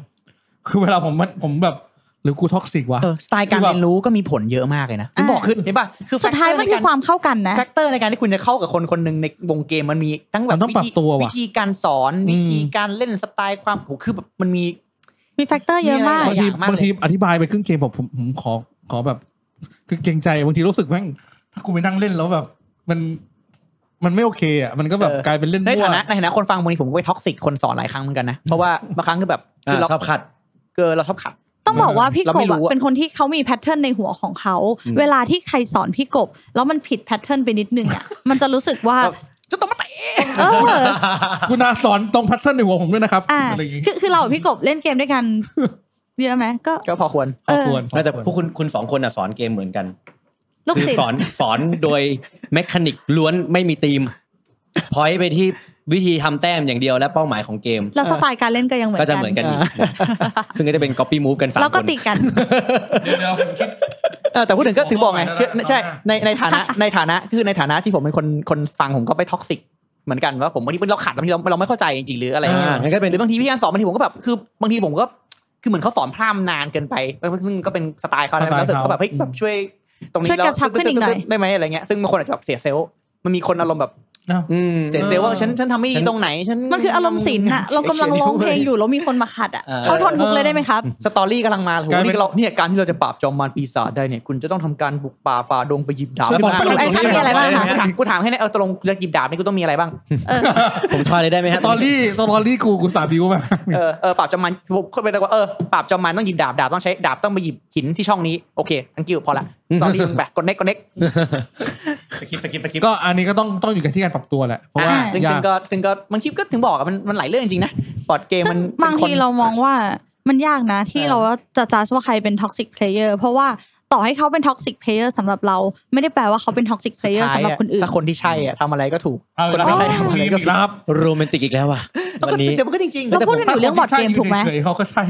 A: คือเวลาผมมันผมแบบหรือกูท็อกซิกวะ
D: เออสไตล์การเรียนรู้ก็มีผลเยอะมากเลยนะ
B: อ่า
D: บอกขึ้นเห็นป่ะคือ
B: สุดท้ายมันคือความเข้ากันนะ
D: แฟกเตอร์ในการที่คุณจะเข้ากับคนคนหนึ่งในวงเกมมันมีทั้งแบ
A: มั
D: บ
A: นต้องปรับ
D: ธี
A: ตัวว่ะ
D: วิธีการสอน
A: อืม
D: วิธีการเล่นสไตล์ความโหคือแบบมันมี
B: มีแฟกเตอร์เยอะมาก
A: บางที
D: ยากมากเลย
A: บางทีอธิบายไปครึ่งเกมบอกผมผมขอขอแบบ คือเกรงใจบางทีรู้สึกแม่งถ้ากูไปนั่งเล่นแล้วแบบ มันมันไม่โอเคอ่ะมันก็แบบ
D: เออ
A: กลายเป็นเล่น
D: ใน
A: มั่ว
D: ฐานะในฐานะคนฟังบางทีผมก็ไปท็อกซิกคนสอนหลายครั้งเหมือนกันนะเพราะว่าบางครั้งคือแบบคื
C: อ่า
D: เรา
C: ชอบขั ด
D: เกินเราชอบขัด
B: ต้องบอกว่าพี่ก
D: เรา
B: บ
D: ไม่รู้
B: อะ
D: อะ
B: เป็นคนที่เขามีแพทเทิร์นในหัวของเขา
C: อืม
B: เวลาที่ใครสอนพี่กบ แล้วมันผิดแพทเทิร์นไปนิดนึงอ่ะ มันจะรู้สึก ว่า
D: จะต้องมาเตะ
B: เออ
A: กูนาสอนตรงพัทเทิร์นในหัวผมด้วยนะครับ
B: อ่า
A: ไรย่างงี้
B: คือคือเรากับพี่กบเล่นเกมด้วยกัน เยอะไหมก็
D: ก็พอควร
A: ขอบคุณ
C: น่าจะพวกคุณคุณสองคนอ่ะสอนเกมเหมือนกัน
B: ลูก
C: คือ
B: ศิษ
C: ส
B: ย์
C: อน สอนโดยแมคานิกล้วนไม่มีธีมพอยไปที่วิธีทำแต้มอย่างเดียวและเป้าหมายของเกม
B: แล้วสไตล์การเล่นก็ยังเหมือน
C: ก็จะ
B: กั
C: เหมือน
B: น
C: กันอีกซึ่งก็จะเป็น copy move กันสาม
B: แล้ว
C: ค
B: ก็
C: น
B: ตีกัน
A: เดี๋ยวเดี๋ยวผมคิด
D: เออแต่พูดถึงก็
A: ผม
D: ถึงบอกไง
A: ว่า
D: คือ
A: นะ
D: ใช่
A: นะ
D: ในในฐานะ ในฐานะคือในฐานะที่ผมเป็นคนคนฟังผมก็ไปท็อกซิกเหมือนกันว่าผมบางทีเราขัดบางทีเราเราไม่เข้าใจจริงๆหรืออะไรเงี้ย
C: อ่างั้นก็เป็น
D: หรือบางทีพี่การสอนบางทีผมก็แบบคือบางทีผมก็คือเหมือนเขาสอนพร่ำนานเกินไปซึ่งก็เป็นสไตล์เขานะ
A: สไตล์
D: แล้วรู้สึก
A: เขา
D: เขาแบบเฮ้ยแบบช่วยตรงนี้
B: ช่วยกระชับขึ้นอีกหน่อย
D: ได้ไหมอะไรเงี้ยซึ่งบางคนอาจจะแบบเสียเซลล์มันมีคนอารมณ์แบบ
C: อืม
D: เสียเซลล์ว่าฉันฉันทำไม่
C: ฉั
D: ดี
C: น
D: ตรงไหนฉัน
B: มันคืออารมณ์ศิลป์ อะเรากำลังร้องเพลงอยู่แล้วมีคนมาขัดอะ
C: เออ
B: เขาทนทุกข์เลยได้ไหมครับ
D: สตอรี่กำลังมาโห
A: กลายเป็น
D: นี่เราเนี่ยการที่เราจะปราบจอมมารปีศาจได้เนี่ยคุณจะต้องทำการบุกป่าฝ่าดงไปหยิบดาบ
C: แล้ว
B: สรุปไอ้ชั้นมีอะไรบ้างคะ
D: กูถามกูถามให้นะเออตกลงจะกินดาบนี่กูต้องมีอะไรบ้าง
C: ผมทอยเลยได้ไหมฮะ
A: สตอรี่สตอรี่กูกูสาบิวมา
D: เออเออปราบจอมมันผมคนไปเลยว่าเออปราบจอมมันต้องหยิบดาบดาบต้องใช้ดาบต้องไปหยิบหินที่ช่องนี้โอเคทั้งกิ้วพอละตอนนี้มึงไปกดเน็กกดเน็ก
C: สกิปสกิปสกิป
A: ก็อันนี้ก็ต้องต้องอยู่กันที่การปรับตัวแหละเพราะว่า
D: อ่าซึ่ง
A: ยา
D: ซึ่ง
A: ก
D: ก็ซึ่งก็มันคลิปก็ถึงบอกอะมันมันหลายเรื่องจริงๆนะปอดเกมมัน
B: ซึ่งบาง
D: เป็นคน
B: ทีเรามองว่ามันยากนะ ที่
D: เออ
B: เราจะจัดว่าใครเป็นท็อกซิ p เพลเยอร์เพราะว่าต่อให้เขาเป็นท็อกซิ p เพลเยอร์สำหรับเรา ไม่ได้แปลว่าเขาเป็นท็อกซิ p เพลเยอร์
D: ท้าย
B: สำหรับ
D: อะ
B: คนอื่น
D: ถ้าคนที่ใช่อะทำอะไรก็ถูก
A: เอา
D: คน
A: ละ
D: ที่ไม่ใช่
A: ครับ
D: ทำอะไรก็
A: อีกแล้วครับ
C: โรแมนติกอีกแล้วว่ะวันนี้
D: เดี๋ยวมันก็จริงๆ
B: เราพูดกันอยู่เรื่องบอร์ดเกมถูกไหม
A: เฉยๆเขาก็ใช่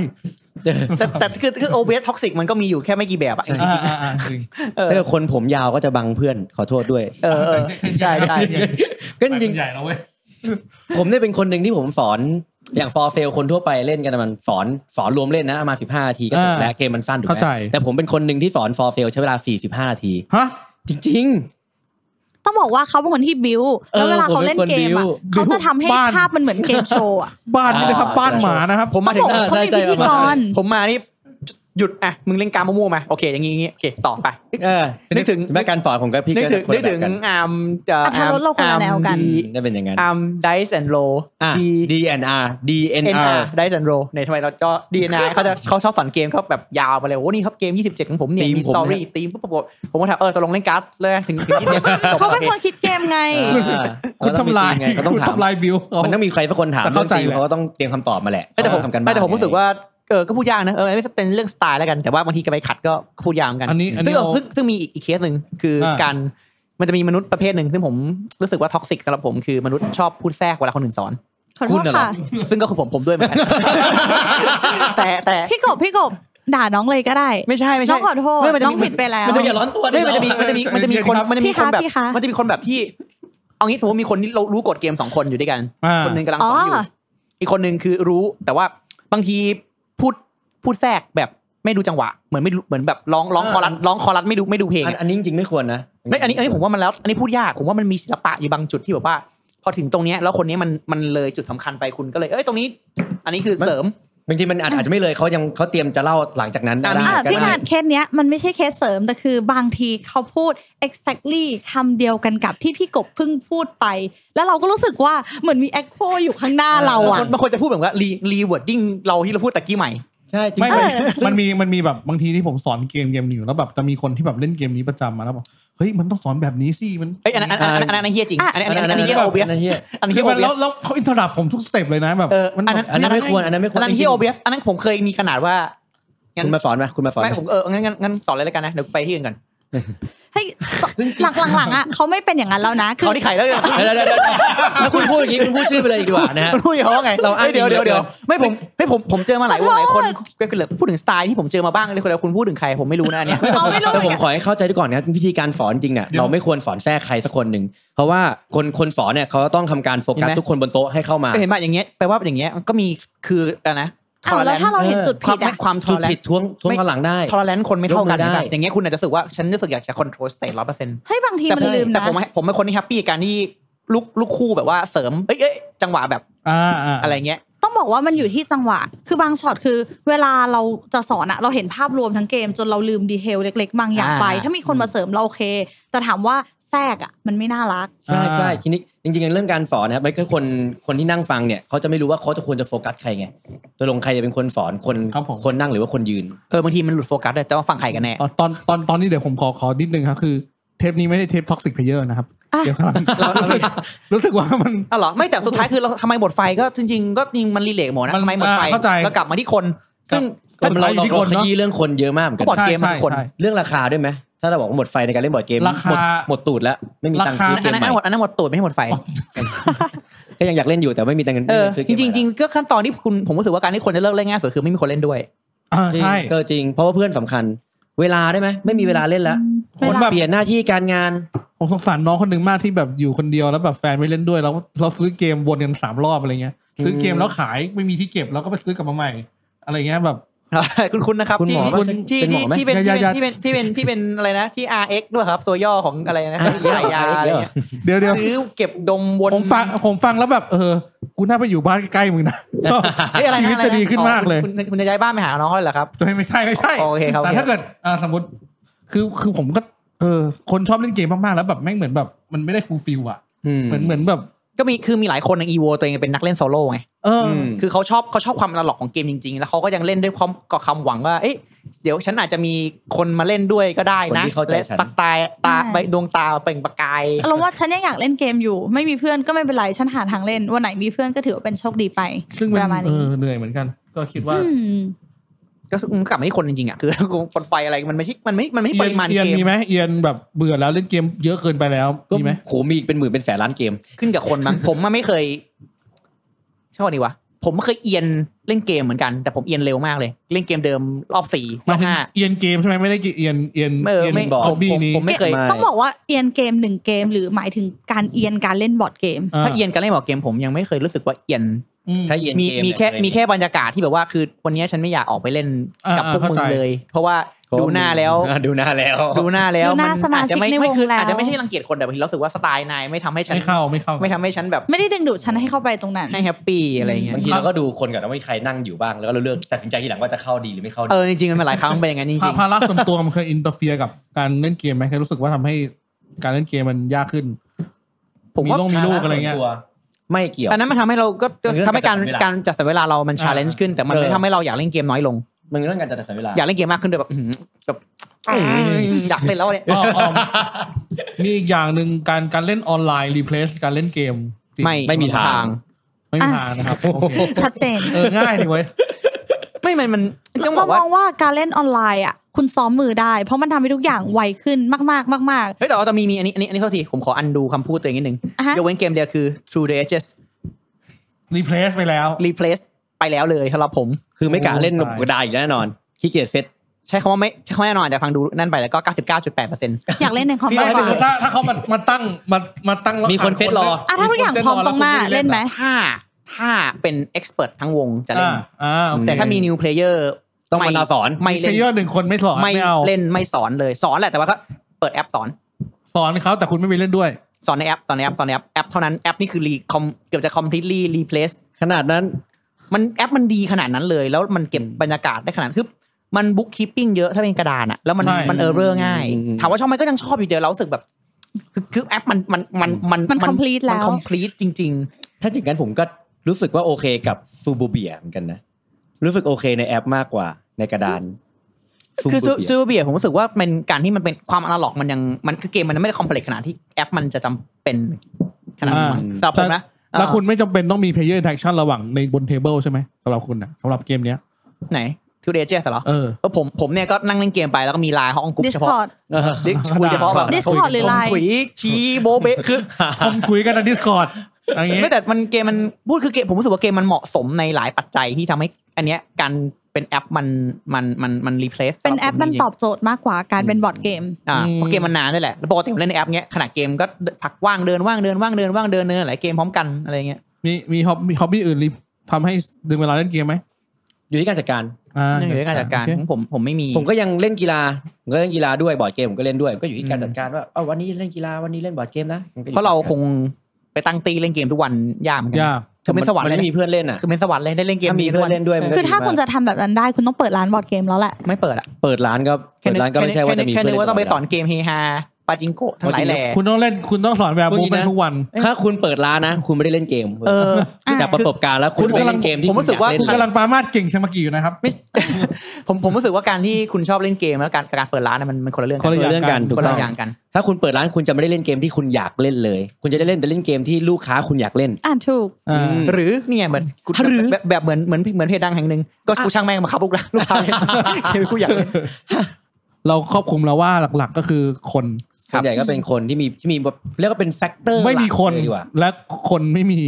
D: แต่แต่แต่คือคือโอเวอร์ท็อกซิกมันก็มีอยู่แค่ไม่กี่แบบอะจริงๆ
A: อ่าอ่าจริง
C: ถ้าเกิดคนผมยาวก็จะบังเพื่อนขอโทษด้วย
D: เออเออใช่ใช่ใช่
C: ก็จริง
A: ใหญ่แล้วเว้ย
C: ผมเนี่ยเป็นคนหนึ่งที่ผมสอนอย่างฟอร์เฟลคนทั่วไปเล่นกันนะมันสอนสอนรวมเล่นนะประมาณสิบห้านาทีก็จบ
A: อ่า
C: แล้วเกมมันสั้นถูกไห
A: เข้าม ใจ
C: แต่ผมเป็นคนหนึ่งที่สอนฟอร์เฟลใช้เวลาสี่สิบห้านาที
A: ฮะ
C: จริง
B: ต้องบอกว่าเขาเป็นคนที่บิว
C: เออ
B: แล้วเวลาเขาเล่นเกมอะ
C: ผมเป็นคนบิ้ว
B: เขาจะทำให้
A: บ้าน
B: ภาพมันเหมือนเกมโชว์อะ
A: บ้านนี่นะครับบ้านหมานะครับ
D: ผม
B: ต้
D: มา
B: อง
D: ถึ
B: บ
D: ง
B: อกว่าเขามีพิธีกร
D: ผมมานี่หยุดอ่ะมึงเล่นการมั่วๆมาโอเคอย่างงี้อย่างงี้โอเคต่อไป
C: ๆเออ
D: นึกถึง
C: แม้การสอนของกับพี่
D: นึก
C: ก็
D: ถึง
C: จะคน
D: นึก
C: ละแบ
D: ถึ
C: บ
D: ง
C: กัน
D: อาร์มจะ
B: อัธรสเราคนละแนวกัน
C: อืมได้เป็นอย่างนั้น
D: อาร์มไดส์แอนโร
C: อ่ะ
D: ดี
C: D N R D N
D: เอ็น
C: R
D: อาร์ไดส์แอนโรเนี่ยทำไมเราจะดีนะเขาจะเขาชอบสอนเกมเขาแบบยาวไปเลยโอ้โหนี่ครับเกม 27 ของผมเนี่ย
C: ธีม
D: มี
C: ผม
D: สตอรี่
C: เนี่ย
D: ตีมปุ๊บปุ๊บปุ๊บผมก็ถามเออตกลงเล่นการ์ดเลยถึงถึงที่เนี่ยจบ
B: เขาเป็น
D: โอ
B: คนคิดเกมไง
C: อ่า
A: คุณทำลาย
C: ไงก็ต้อง
A: คุณ
C: ถาม
A: ทำลายบิวเขา
C: มันต้องมีใครสักคนถาม
A: แต่เข้าใจ
C: รื่องธีม
A: แหละ
C: เขาก็ต้องเตรียมคำตอบมาแหละ
D: ไม่แต่ผม
C: ทำกันบ้าน
D: ไม่แต่ผมรู้สึกว่าเออก็พูดยากนะเออไม่เป็นเรื่องสไตล์แล้วกันแต่ว่าบางทีก็ไปขัดก็พูดยากเหมือนกัน
A: อันนี้อัน
D: ซึ่
A: นี้
D: ง
A: เรา
D: ซึ่งซึ่งมีอีกอีกเคสหนึ่งคืออา การมันจะมีมนุษย์ประเภทหนึ่งซึ่งผมรู้สึกว่าท็อกซิกสำหรับผมคือมนุษย์ชอบพูดแทรกเวลาคนอื่นสอน
B: ขอโท
C: คุณ
B: ษ
C: น่ะเหรอ
B: ค่ะ
D: ซึ่งก็คือผมผมด้วยเหมือนกัน แต่แต่
B: พี่กบพี่กบด่าน้องเลยก็ได้
D: ไม่ใช่ไม่
B: น้
D: ใช่
B: องขอโทษ
D: ไม่มันจะ
B: น้อง
D: มี
B: ผิดไปแล้ว
D: มันจะมี
C: อย่าร้อนตัวดิ
D: ไม่มันจะมีมันจะมีมันจะมีคนมันจะมี
B: พี่
D: คน
B: คะ
D: แบบ
B: พี่คะ
D: มันจะมีคนแบบที่เอางี้สมมติมีคนที่เรารู้กฎเกมสองคนอยู่ด้วยกัน
A: อ่า
D: คนหนึ่งกำลังสอนอยู่
B: อ๋อ
D: อีกคนหนึ่งคือรู้แต่ว่าบางทีพูดพูดแทรกแบบไม่ดูจังหวะ เหมือนไม่รู้เหมือนแบบร้องร้องคอรัสร้องคอรัสไม่ดูไม่ดูเพลง
C: อั
D: อะ
C: นอันนี้จริงๆไม่ควรนะ
D: ไม่อันนี้อันนี้ผมว่ามันแล้ว อันนี้พูดยาก ผมว่ามันมีศิลปะอยู่บางจุดที่แบบว่า พอถึงตรงเนี้ยแล้วคนนี้มันมันเลยจุดสำคัญไปคุณก็เลย เอ้ยตรงนี้ อันนี้คือ
C: มัน
D: เสริม
C: บางทีมันอาจอาจจะไม่เลยเขายังเขาเตรียมจะเล่าหลังจากนั้นได้
D: อ่ะ
B: อ่ะ
C: ก็
B: พี่
C: ได้
B: งานเคสเนี้ยมันไม่ใช่เคสเสริม แต่คือบางทีเขาพูด exactly คำเดียวกันกับที่พี่กบเพิ่งพูดไป แล้วเราก็รู้สึกว่าเหมือนมี echo อยู่ข้างหน้าเราอ่ะ
D: บางคนจะพูดแบบว่ารีรีเวิร์ดดิ้งเราที่เราพูดตะกี้ใหม่
C: ใช่จริง
A: ไม่
C: ๆ
A: ไม่
B: เออ
A: มันมีมันมีแบบบางทีที่ผมสอนเกมเกมหนึ่งอยู่แล้วแบบจะมีคนที่แบบเล่นเกมนี้ประจำมาแล้วบอกเฮ้ยมันต้องสอนแบบนี้สิมัน
D: เอ้ยอันนั้นอันนั้นอันนั้นอันนั้นเฮียจริงอันนั้นอันนั้นอันนั้นเฮียโอเบียส
C: อันนั้นเหี้ย
D: อันนั้น
A: คื
D: เฮีย
A: อ
D: โอ
A: มัน
D: เบีย
A: แล้ว
D: ส
A: แล้วเขาอินทรดับผมทุกสเต็ปเลยนะแบบ
D: เออ
A: มั
D: อันนั้น
C: อันนั้นไม่ควรอันนั้นไม่คว
D: อั
C: ร
D: นนั้นเฮียโอเบียสอันนั้นผมเคยมีขนาดว่างั้น
C: คุณมาสอนไหมคุณมาสอนไหม
D: ไม่ผมเอองั้นงั้นงั้นสอนเลยแล้วกันนะเดี๋ยวไปที่อื่นก่อน
B: เฮ้ยหลังหลังๆอ่ะเขาไม่เป็นอย่างนั้นแล้วนะคื
D: เขาที่ไข่แล้วกัน
C: เดี๋ยวเดี๋ยวเดี๋ยวแล้วคุณพูดอย่างนี้คุณพูดชื่อไปเลยดีกว่านะฮะ
D: มันพูดอย่างเขาว่าไง
C: เราอ้าง
D: เดี๋ยว
C: อิง
D: เดี๋ยว
C: เย
D: เดี๋
C: อะ
D: ยว
C: เกิน
D: ไม่ผมไม่ผมผมเจอมาหลายวงหลายคนก็คือพูดถึงสไตล์ที่ผมเจอมาบ้างเลยคนเดียวคุณพูดถึงใครผมไม่รู้นะอันเนี่ย
B: เขาไม่รู้
C: แต่ผมขอให้เข้าใจด้วยก่อนนะครับวิธีการสอนจริงเนี่ยเราไม่ควรสอนแทรกใครสักคนหนึ่งเพราะว่าคนคนสอนเนี่ยเขาต้องทำการโฟกัส
D: เห็นไหม
C: ทุกคนบนโต๊ะให้เข้ามา
D: ก็เห็นป่ะอย่างเงี้ยแปลว่าอย่างเงี้ยก็มีคืออะไรนะ
B: อ้าวแล้วถ้าเราเห็นจุดผิดอ่ะ
D: ความท
C: จุ
D: อ
C: ด
D: แลน
C: ผิดท้วงท้วงข้างหลังได้
D: ทอแลนคนไม่เท่ากัน
C: ยกมือได้
D: แบบอย่างเงี้ยคุณอาจจะรู้สึกว่าฉันรู้สึกอยากจะคอนโทรลสเตทร้อยเปอร์เซ็นต์
B: เฮ้ยบางที
D: แต่
B: มั
D: ผ
B: น
D: ม
B: ลืม
D: แต่
B: นะ
D: ผมผมเป็นคนที่แฮปปี้กับการที่ลูกลูกคู่แบบว่าเสริมเอ้ยเอ้ยจังหวะแบบ
A: อ่าอ่า
D: อะไรเงี้ย
B: ต้องบอกว่ามันอยู่ที่จังหวะ คือบางช็อตคือ เวลาเราจะสอนอะเราเห็นภาพรวมทั้งเกม จนเราลืมดีเทลเล็ก ๆ บางอย่างไป
D: อ่า
B: ถ้ามีคนมาเสริมเราโอเค แต่ถามว่าแทรกอะมันไม่น่ารัก
C: ใช่
A: อ่า
C: ใช่ทีนี้จริงๆเรื่องการสอนนะครับไม่ใช่คนคนที่นั่งฟังเนี่ยเขาจะไม่รู้ว่าเขาจะควรจะโฟกัสใครไงตัวลงใครจะเป็นคนสอนคน
A: ครับผม
C: คนนั่งหรือว่าคนยืน
D: เออบางทีมันหลุดโฟกัสเลยแต่ว่าฟังใครกันแน่
A: ตอนตอนตอนตอนนี้เดี๋ยวผมขอขอนิดนึงครับคือเทปนี้ไม่ได้เทปท็อกซิกเพเยอร์นะครับ
B: อ่ะ
A: เดี๋ยวกำลัง
D: เราเรา
A: รู้สึกรู้สึกว่ามัน
D: อ๋อเหรอไม่แต่สุดท้ายคือเราทำไมหมดไฟก็จริงๆก็จริงมันรีเลทหมดนะ
A: มัน
D: ทำไมหมดไฟ
A: อ่าเข้าใจ
D: แล้วกลับมาที่คน ซึ่ง
A: ค
C: เรา
A: นไท
C: เรา
A: ย
C: เรา
A: ที่คนเนอะ
C: ขยี้เรื่องคนเยอะมากเหมือนกัน
D: ก็บอร์ดเกม
A: ใช่
D: มันคน
A: ใช่
C: เรื่องราคาด้วยไหมถ้าเราบอกว่าหมดไฟในการเล่นบอร์ดเกม
A: ราคา
C: หมดหมดตูดแล้วไม่มี
A: รา
C: ตังค์
A: คา
C: ซื้อเกม
D: อันนั้น
C: ให
D: อันนั้นหม
C: ม่
D: ดอันนั้นหมดตูดไม่ให้หมดไฟ
C: ก็ยังอยากเล่นอยู่แต่ไม่มีตังค์เงิน
D: เออ
C: ซื้อเก
D: จ
C: มใหม่
D: ริงๆจริงๆก็ขั้นตอนที่คุณผมรู้สึกว่าการที่คนจะเลิกเล่นง่ายสุดคือไม่มีคนเล่นด้วย
A: อ่า
C: จริง
A: ใช่
C: ก็จริงเพราะว่าเพื่อนสำคัญ เวลาได้ไหมไม่มีเวลาเล่นแล้ว
A: เวลา
C: เปลี่ยนหน้าที่การงาน
A: ผมสงสารน้องคนหนึ่งมากที่แบบอยู่คนเดียวแล้วแบบแฟนไม่เล่นด้วยแล้วเราซื้อเกมวนกันสามรอบอะไรเงี้ยซื้อเกมแล้วขายไม่มีที่เก็บเราก็ไปซื้อกลับมาใหม่ อะไรเงี้ยแบบ
D: คุณคุณนะครับ
C: คุณหมอป่ะ
D: ที่ที่
C: เป็นหมอไหม
D: ที่เป็น
A: ยายา
D: ที่เป็นที่เป็นที่เป็นอะไรนะที่ RX ด้วยครับตัวย่อของอะไรนะ
C: RX
D: ที่ไหลยาอะไรเงี้ย
A: เดี๋ยวเดี๋ยว
D: ซื้อเก็บดมวน
A: ผมฟังผมฟังแล้วแบบเออกูน่าไปอยู่บ้านใกล้ๆมึงนะ
D: เอ้ยอะไรน
A: ชีวิตจะ
D: อไรน
A: ดีขึ้นมากเลย
D: คุณคุณคุณจะย้ายบ้านไปหาน้องเขาเลยเหรอครับ
A: ตัวเองไม่ใช่ไม่ใช่
D: โอเคครับ
A: แต่
D: โอเค
A: ถ้าเกิดอ่าสมมติคือคือผมก็เออคนชอบเล่นเกมมากๆแล้วแบบแม่งเหมือนแบบมันไม่ได้ฟูลฟิลอะเหมือนเหมือนแบบ
D: ก็มีคือมีหลายคนในอีโวตัวเองเป็นนักเล่นโซโล่ไง
A: เอออ
C: ม
D: คือเขาชอบเขาชอบความอนาล็อกของเกมจริง ๆ แล้วเขาก็ยังเล่นด้วยความกับคำหวังว่าเอ๊ะเดี๋ยวฉันอาจจะมีคนมาเล่นด้วยก็ได้
C: คน
D: นะ
C: ที่เข้าใจ
D: และ
C: ฉัน
D: ตักตายตา
B: ใช่
D: ไปดวงตาเปล่งประกาย
B: อารมณ์ว่าฉันยังอยากเล่นเกมอยู่ ไม่มีเพื่อนก็ไม่เป็นไรฉันหาทางเล่น วันไหนมีเพื่อนก็ถือว่าเป็นโชคดีไป
A: ซึ่งมั
B: ประมาณ
A: นเอ
B: นี้
A: อเหนื่อยเหมือนกัน ก็คิดว่า
B: อืม
D: ก็กลับมาที่คนจริงๆอ่ะคือคนไฟอะไรมันไม่ใช่มันไม่มันไม่ป
A: เอียน
D: ริมาณ
A: เอียน
D: เกม
A: มีไหมเอียนแบบเบื่อแล้วเล่นเกมเยอะเกินไปแล้ว
C: ก็
A: มีไหม
C: โหมีอีกเป็นหมื่นเป็นแสนล้านเกม
D: ขึ้นกับคนมั้ง ผมอะไม่เคยใช่ป่ะนี่วะผมเคยเอียนเล่นเกมเหมือนกันแต่ผมเอียนเร็วมากเลย เล่นเกมเดิมรอบสี่
A: ห
D: ร
A: มา
D: อย บ
A: ถึง
D: ห้า
A: เอียนเกมใช่ไหมไม่ได้เอียนเอียน
D: เออไม่
A: บอ
D: ผม
A: บี้ hobby นี้
D: ผมไม่ เคย
B: เกมต้องบอกว่าเอียนเกมหนึ่งเกม หรือหมายถึงการเอียนการเล่นบอร์ดเกม
D: ถ้าเอียนการเล่นบอร์ดเกมผมยังไม่เคยรู้สึกว่าเอียน
A: ม
C: ถ้าเย็น
D: มี
C: เกม
D: มี
C: เนี่ย
D: แค่
C: อะไรเนี่ย
D: มีแค่บรรยากาศที่แบบว่าคือวันนี้ฉันไม่อยากออกไปเล่นกับ
A: อ่า
D: พวก
A: เข้า
D: มึง
A: ใจ
D: เลย เพราะว่าดูหน้าแล้ว
C: อ่ะดูหน้าแล้ว
D: ดูหน้าแล้ว
B: ดูหน้าสมา
D: อาจ
B: ชิ
D: จะ
B: ก
D: ไม่
B: ในวง
D: ไม่คือ
B: แล้ว
D: อาจจะไม่ใช่รังเกียจคนแต่บางทีเรารู้สึกว่าสไตล์นายไม่ทำให้ฉัน
A: ไม่เข้าไม่เข้า
D: ไม่ทำให้ฉันแบบ
B: ไม่ได้ดึงดูดฉันให้เข้าไปตรงนั้น
D: ให้แฮปปี้อะไรอย่างเงี้ย
C: บางทีเราก็ดูคนก่อนนะว่ามีใครนั่งอยู่บ้าง แล้วก็เราเลือกตัดสินใจทีหลังว่าจะเข้าดีหรือไม่เข้าดี
D: เออจริงๆมันหลายครั้งเป็นอย่างนั้นจ
A: ภา
D: ริง
A: ภาระส่วนตัวมันเคยอินเตอร์เฟียกับการเล่นเกมไหมเคยรู้สึกว่าทำให้การเล่นเกมมันยากขึ้น
D: ๆผมว่า
A: มีโรค ลูกอะไรเงี้ย
C: ไม่เกี่ยว
D: อันนั้นมันทำให้เราก็ก็
C: มันเรื่อง
D: ทำให้การ
C: จัดสรรเวลา
D: การจัดสรรเวลาเรามัน
A: อ่า
D: ชาเลนจ์ขึ้นแต่มัน
C: เออ
D: ไม่ทำให้เราอยากเล่นเกมน้อยลง
C: มันเรื่องการจัดสรรเวลา
D: อยากเล่นเกมมากขึ้นด้วยแบบอื้อหือแบบ
B: อืม
D: อยากเล่นแล้วเนี่ย
A: อ้อมอ้อมมีอีกอย่างหนึ่งการการเล่นออนไลน์รีเพลซการเล่นเกมจริง
D: ไม่
C: ไม่มีทาง
A: ไม่มีทางนะครับโอเค
B: ชัดเจน
A: เออง่ายดีเว้ย
D: ไม่มันมันต้องบ
B: เรา
D: อกว่าม
B: องว่าการเล่นออนไลน์อ่ะคุณซ้อมมือได้ เพราะมันทำให้ทุกอย่างไวขึ้นมากๆมาก
D: เฮ้ยแต่ว่าตอนมีมีอันนี้อันนี้อันนี้เท่าทีผมขออันดูคำพูดตัวเองนิดนึง
B: อ่ะฮะ
D: ยกเว้นเกมเดียวคือ True the Ages
A: รีเพลซไปแล้ว
D: Replace ไปแล้วเลยสำหรับผม
C: คือไม่กล้าเล่น
A: โอ้
C: หนุ
A: ตาย
C: กระดาษอีกแน่นอนขี้เกียจเซ็ต
D: ใช้คำว่าไม่ใช้คำว่าแน่นอนอาจจะฟังดูนั่นไปแล้วก็ 99.8%
B: ๆ อยากเล่นในคอม
A: พี่
B: มาก
A: ไอ้
B: กว่า
A: ถ้าถ้าเขามามาตั้งมามาตั้งแล้ว
C: มีคนเซ็ตรอ
B: อ่ะถ้าทุกอย่างพร้อมตรงหน้าเล่นไหม
D: ถ้าถ้าเป็น expert ทั้งวงจะเล่น
A: อ่าอ่าโอเค
D: แต่ถ้ามี new player
C: ต้องมาสอน
D: ไม่
A: เพ
D: เล่น
A: ลเยอร์หนึ่งคนไม่สอน
D: ไม่
A: ไม่เอา
D: เล่นไม่สอนเลยสอนแหละแต่ว่าก็เปิดแอปสอน
A: สอนเขาแต่คุณไม่ไปเล่นด้วย
D: สอนในแอปสอนในแอปสอนในแอปแอปเท่านั้นแอปนี่คือรีคอมเกือบจะ completely replace
C: ขนาดนั้น
D: มันแอปมันดีขนาดนั้นเลย แล้วมันเก็บบรรยากาศได้ขนาดคือมันบุ๊กคีปปิ้งเยอะถ้าเป็นกระดานอะแล้วมัน
A: ใช่
D: มันเออร์เรอร์ง่าย
C: อืม
D: ถามว่าชอบไหมก็ยังชอบอยู่เดียวเรารู้สึกแบบ คือคือแอปมันมันมันมัน
B: มัน complete แล้ว
D: มัน complete จริง
C: ถ้าอย่างนั้นผมก็รู้สึกว่าโอเคกับฟูโบเบียเหมือนกันนะ รู้สึกโอเคในแอปมากกว่าในกระดาน
D: ๆ คือ
C: Phobobia
D: ซูเบียผมรู้สึกว่าเป็นการที่มันเป็นความอนาล็อกมันยังมันคือเกมมันไม่ได้คอมเพล็กขนาดที่แอปมันจะจำเป็นขนาดนั้น
A: อ่า
D: สำหรับผมนะ
A: แล้วคุณไม่จำเป็นต้องมี player interaction ระหว่างในบนเทเบิลใช่ไหมสำหรับคุณนะสำหรับเกมเนี้ย
D: ไหนทูเดเจสเหรอ
A: เออ
D: เออผมผมเนี่ยก็นั่งเล่นเกมไปแล้วก็มีไลน์ห้องกลุ่มเฉพาะ
B: Discord
C: เออ
D: ดิคุยเฉพาะแบบ
B: Discord หรือ Line
D: ถุยชีโบเบะคือ
A: ผมคุยกันใน Discord อย่างงี้
D: ไม่แต่มันเกมมันพูดคือเกมผมรู้สึกว่าเกมมันเหมาะสมในหลายปัจจัยที่ทำให้อันเนี้ยการเป็นแอปมันมันมันมันรีเพลซ
B: เป็นแอปมันตอบโจทย์มากกว่าการเป็นบอร์ดเกม
D: อ่า
A: อืม
D: เพราะเกมมันนานด้วยแหละแล้วปกติผมเล่นในแอปเนี้ยขนาดเกมก็ผลักว่างเดินว่างเดินว่างเดินว่างเดินเดินหลายเกมพร้อมกันอะไรเงี้ย
A: มีมีฮอบมีฮอบบี้อื่นรีทำให้ดึงเวลาเล่นเกมไหม
C: อยู่ที่การจัดการ
A: อ่า
D: นั่นอยู่ในการจัดการ
A: โอเค
D: ของผมผมไม่มี
C: ผมก็ยังเล่นกีฬาผมก็เล่นกีฬาด้วยบอร์ดเกมผมก็เล่นด้วยก็อยู่ที่การ
A: อืม
C: จัดการว่าเอาวันนี้เล่นกีฬาวันนี้เล่นบอร์ดเกมนะมันก็อยู่
D: เพราะเราคงไปตั้งตีเล่นเกมทุกวันยากเหมือนกั
A: ยาก
D: คือเป็นสวรรค์
C: มัน
D: เลย
C: ไม่มี
D: นะ
C: เพื่อนเล่นอ่ะ
D: คือเป็นสวรรค์เลยได้เล่นเกม
C: ถ้ามี
D: นี้ทุก
C: เพื่อน
D: วัน
C: เล่นด้วยมันก็
B: คือถ้าคุณจะทำแบบนั้นได้คุณต้องเปิดร้านบอร์ดเกมแล้วแหละ
D: ไม่เปิดอ่ะ
C: เปิดร้านก็
D: แค่
C: เปิด
D: นึก
C: ร้านก็
D: แค่
C: ไม่
D: นึ
C: ใช่ว่าจะ
D: ก
C: มี
D: แค่
C: เพื่อน
D: นึ
C: เล่
D: ก
C: น
D: ว่าต้องไปสอน
C: ตลด
D: เกมเฮฮาปาจิงโกะทั้งหลายแหล่
A: คุณต้องเล่นคุณต้องสอนแบบ
C: พู
A: บู
C: ด
A: เป็น
C: นะ
A: ทุกวัน
C: เวลาถ้าคุณเปิดร้านนะคุณไม่ได้เล่นเกม
D: เออ
C: คุณจากประสบการณ์แล้วคุ
A: คุ
C: ณ
A: ณ
C: ไม่
A: กำลั
C: เล่
A: ง
C: นเกมที่
D: ผมรู้สึกว่า
C: อย
A: คุณ
C: เล่น
A: กำลังปรามาดเก่งชมากิอยู่นะครับ
D: ไม่ ผมผมรู้สึกว่าการที่คุณชอบเล่นเกมแล้วการการเปิดร้านน่ะมันมันคนละเรื่องกั
A: คนละ
C: เรื่องกันถูก
D: คน
C: ต้อง
D: ละอย่างกัน
C: ถ้าคุณเปิดร้านคุณจะไม่ได้เล่นเกมที่คุณอยากเล่นเลย คุณจะได้เล่นแต่เล่นเกมที่ลูกค้าคุณอยากเล่น
B: อ่านถูก
A: อ่า
C: ม
D: หรือนี่ไงเหมือนกู
C: หรือ
D: แบบแบบเหมือนเหมือนเหมือนเพจดังแห่งหนึ่งก็กูช่างแม่งมาขับลูกละลูกค้าเล่นเกมกูอยากเล่น
A: เราครอบคลุมแล้วว่าหลักๆก็คือคน
C: ส่วนใหญ่ก็เป็นคนที่มีที่มีเรียกว่าเป็นแฟกเตอร์
A: ไม่มีคน
C: ดีกว่า
A: และคนไม่มี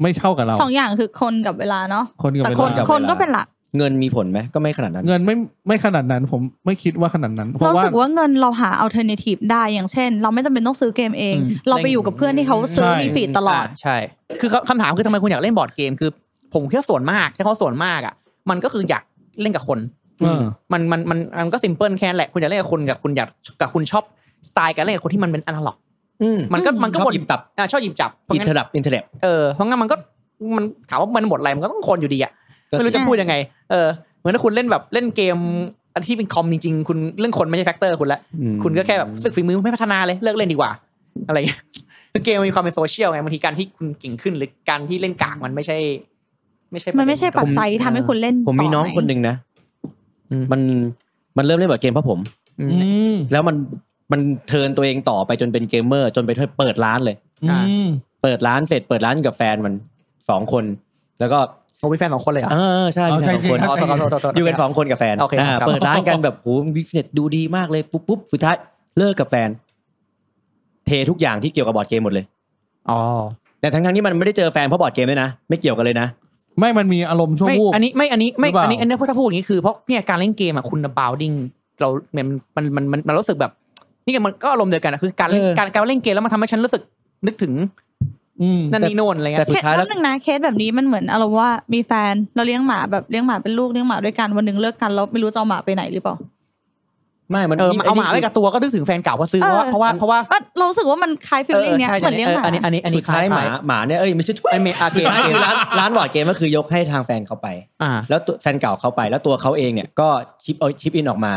A: ไม่เท่ากับเรา
B: สองอย่างคือคนกับเวลาเนาะ
A: คนกับ
B: แต่
A: เว
B: คน
A: ลา
B: คนก็เป็นหลัก
C: เงินมีผลไหมก็ไม่ขนาดนั้น
A: เงินไม่ไม่ขนาดนั้น ผมไม่คิดว่าขนาดนั้น เพ
B: เรา
A: ราะว่า
B: สึกว่าเงินเราหา alternative ได้อย่างเช่น เราไม่จำเป็นต้องซื้อเกมเอง
D: อืม
B: เราไปอยู่กับเพื่อนที่เขาซื้อมีฟีดตลอด
D: ใช่ คือคำถามคือทำไมคุณอยากเล่นบอร์ดเกมคือ ผมแค่ส่วนมากใช่เขาส่วนมากอ่ะมันก็คืออยากเล่นกับคน
A: เออ
D: มันมันมันมันก็ s ิมเพิลแค่นั้นแหละคุณอยากเล่นกับคนกับคุณอยากกับคุณชอบสไตล์การเล่นกับคนที่มันเป็นอนาล็อก
C: อืม
D: มันก็
B: อืม
D: มันก็
C: ชอบ
D: วน
C: หยิบจับ
D: อ่ะชอบหยิบจับเพราะ
C: อิน
D: งั้น
C: เทอร์เน็ตอินเทอร์เน็ต
D: เออเพราะงั้นมันก็มันถามว่ามันหมดอะไรมันก็ต้องคนอยู่ดีอะ
C: ก็จริง
D: ไม่รู้จะพูดยังไงเออเหมือนถ้าคุณเล่นแบบเล่นเกมอันที่เป็นคอมจริงๆ คุณเรื่องคนไม่ใช่แฟกเตอร์คุณละ
C: อืม
D: คุณก็แค่แบบรู้สึกฝีมือไม่พัฒนาเลยเลิกเล่นดีกว่า อะไรอย่างเงี้ยคือเกมมันมีความเป็นโซเชียลไงบางทีการที่คุณเก่งขึ้นหรือการที่เล่นกากมันไม่ใช่ ไม่ใช่
B: มันไม่ใช่
D: ป
B: ปัจ
D: ระเด็น
B: จัยที่ทำให้คุณเล่น
C: ผมมี
B: ต่
C: น้องคนหนึ่งนะ
D: อืม
C: มันมันเริ่มเล่นแบบเกมเพราะผม
D: อื
A: อื
D: ม
A: ม
C: แล้วมันมันเทิร์นตัวเองต่อไปจนเป็นเกมเมอร์ จนไปเปิดร้านเลย
A: อืม
C: เปิดร้านเสร็จเปิดร้านกับแฟนมันสองคน แล้วก็
D: ผมมีแฟนสองคนเลยเหรอ
C: เออใช่
A: เอา
C: มี
A: ใจ
C: แฟนสอง
A: เย็
C: คน
A: น
D: อ๋อโทษโทษโทษโทษ
C: อยู่กันสองคนกับแฟน
D: โอเค
C: อ่า
D: ครับ
C: เปิดร้านกันแบบโห วิกเน็ตดูดีมากเลยปุ๊บปุ๊บสุดท้ายเลิกกับแฟน เททุกอย่างที่เกี่ยวกับบอร์ดเกมหมดเลย
D: อ๋อ
C: แต่ทั้งทั้งๆที่มันไม่ได้เจอแฟนเพราะบอร์ดเกมด้วยนะไม่เกี่ยวกันเลยนะ
A: ไม่มันมีอารมณ์ชั่ว
D: ไม่
A: วูบ
D: อันนี้ไม่อันนี้ไม่
A: หรือเปล่า
D: อันนี้อันนี้พูดถ้าพูดอย่างนี้คือเพราะเนี่ยการเล่นเกมอะคุณบาวดิ้งเราเนี่ยมันมันมันมันรู้สึกแบบ นี่ไงมันก็อารมณ์เดียวกันอะคือการเล่นการการเล่นเกมแล้วมันทำให้ฉันรู้สึกนึกถึง
A: อืม
D: นั่นนี่โน่นอะไร
C: แต่
D: เงี้
C: สุ
D: ย
C: ด
B: เคส
C: ท้ายแล้ว
B: แป๊บนึงนะเคสแบบนี้มันเหมือนอารมณ์ว่ามีแฟนเราเลี้ยงหมาแบบเลี้ยงหมาเป็นลูกเลี้ยงหมาด้วยกันวันหนึ่งเลิกกันแล้วไม่รู้จะเอาหมาไปไหนหรือเปล่า
C: ไม่มัน
D: เออเอาหมาไว้กับตัวก็นึกถึงแฟนเก่าก็ซื้อ
B: เออ
D: เพราะว่าเพราะว่า
B: ก็เรารู้สึกว่ามันคล้าย
D: เพ
B: ฟีล
D: ราะว่า
B: ลิ่งเนี้ยเหมือนเลี้ยงหมา
D: อันนี้อันนี้อันนี้
C: สุดท้ายหมาหมาเนี่ยเอ้ยไม่ใช่ถ้วย
D: ไอเม อาเก
C: สุดท้ายคือร้านร้านบอร์ดเกมก็คือยกให้ทางแฟนเขาไป
D: อ่า
C: แล้วตัวแฟนเก่าเขาไป แล้วตัวเขาเองเนี่ยก็ชิปเอาชิปอินออกมา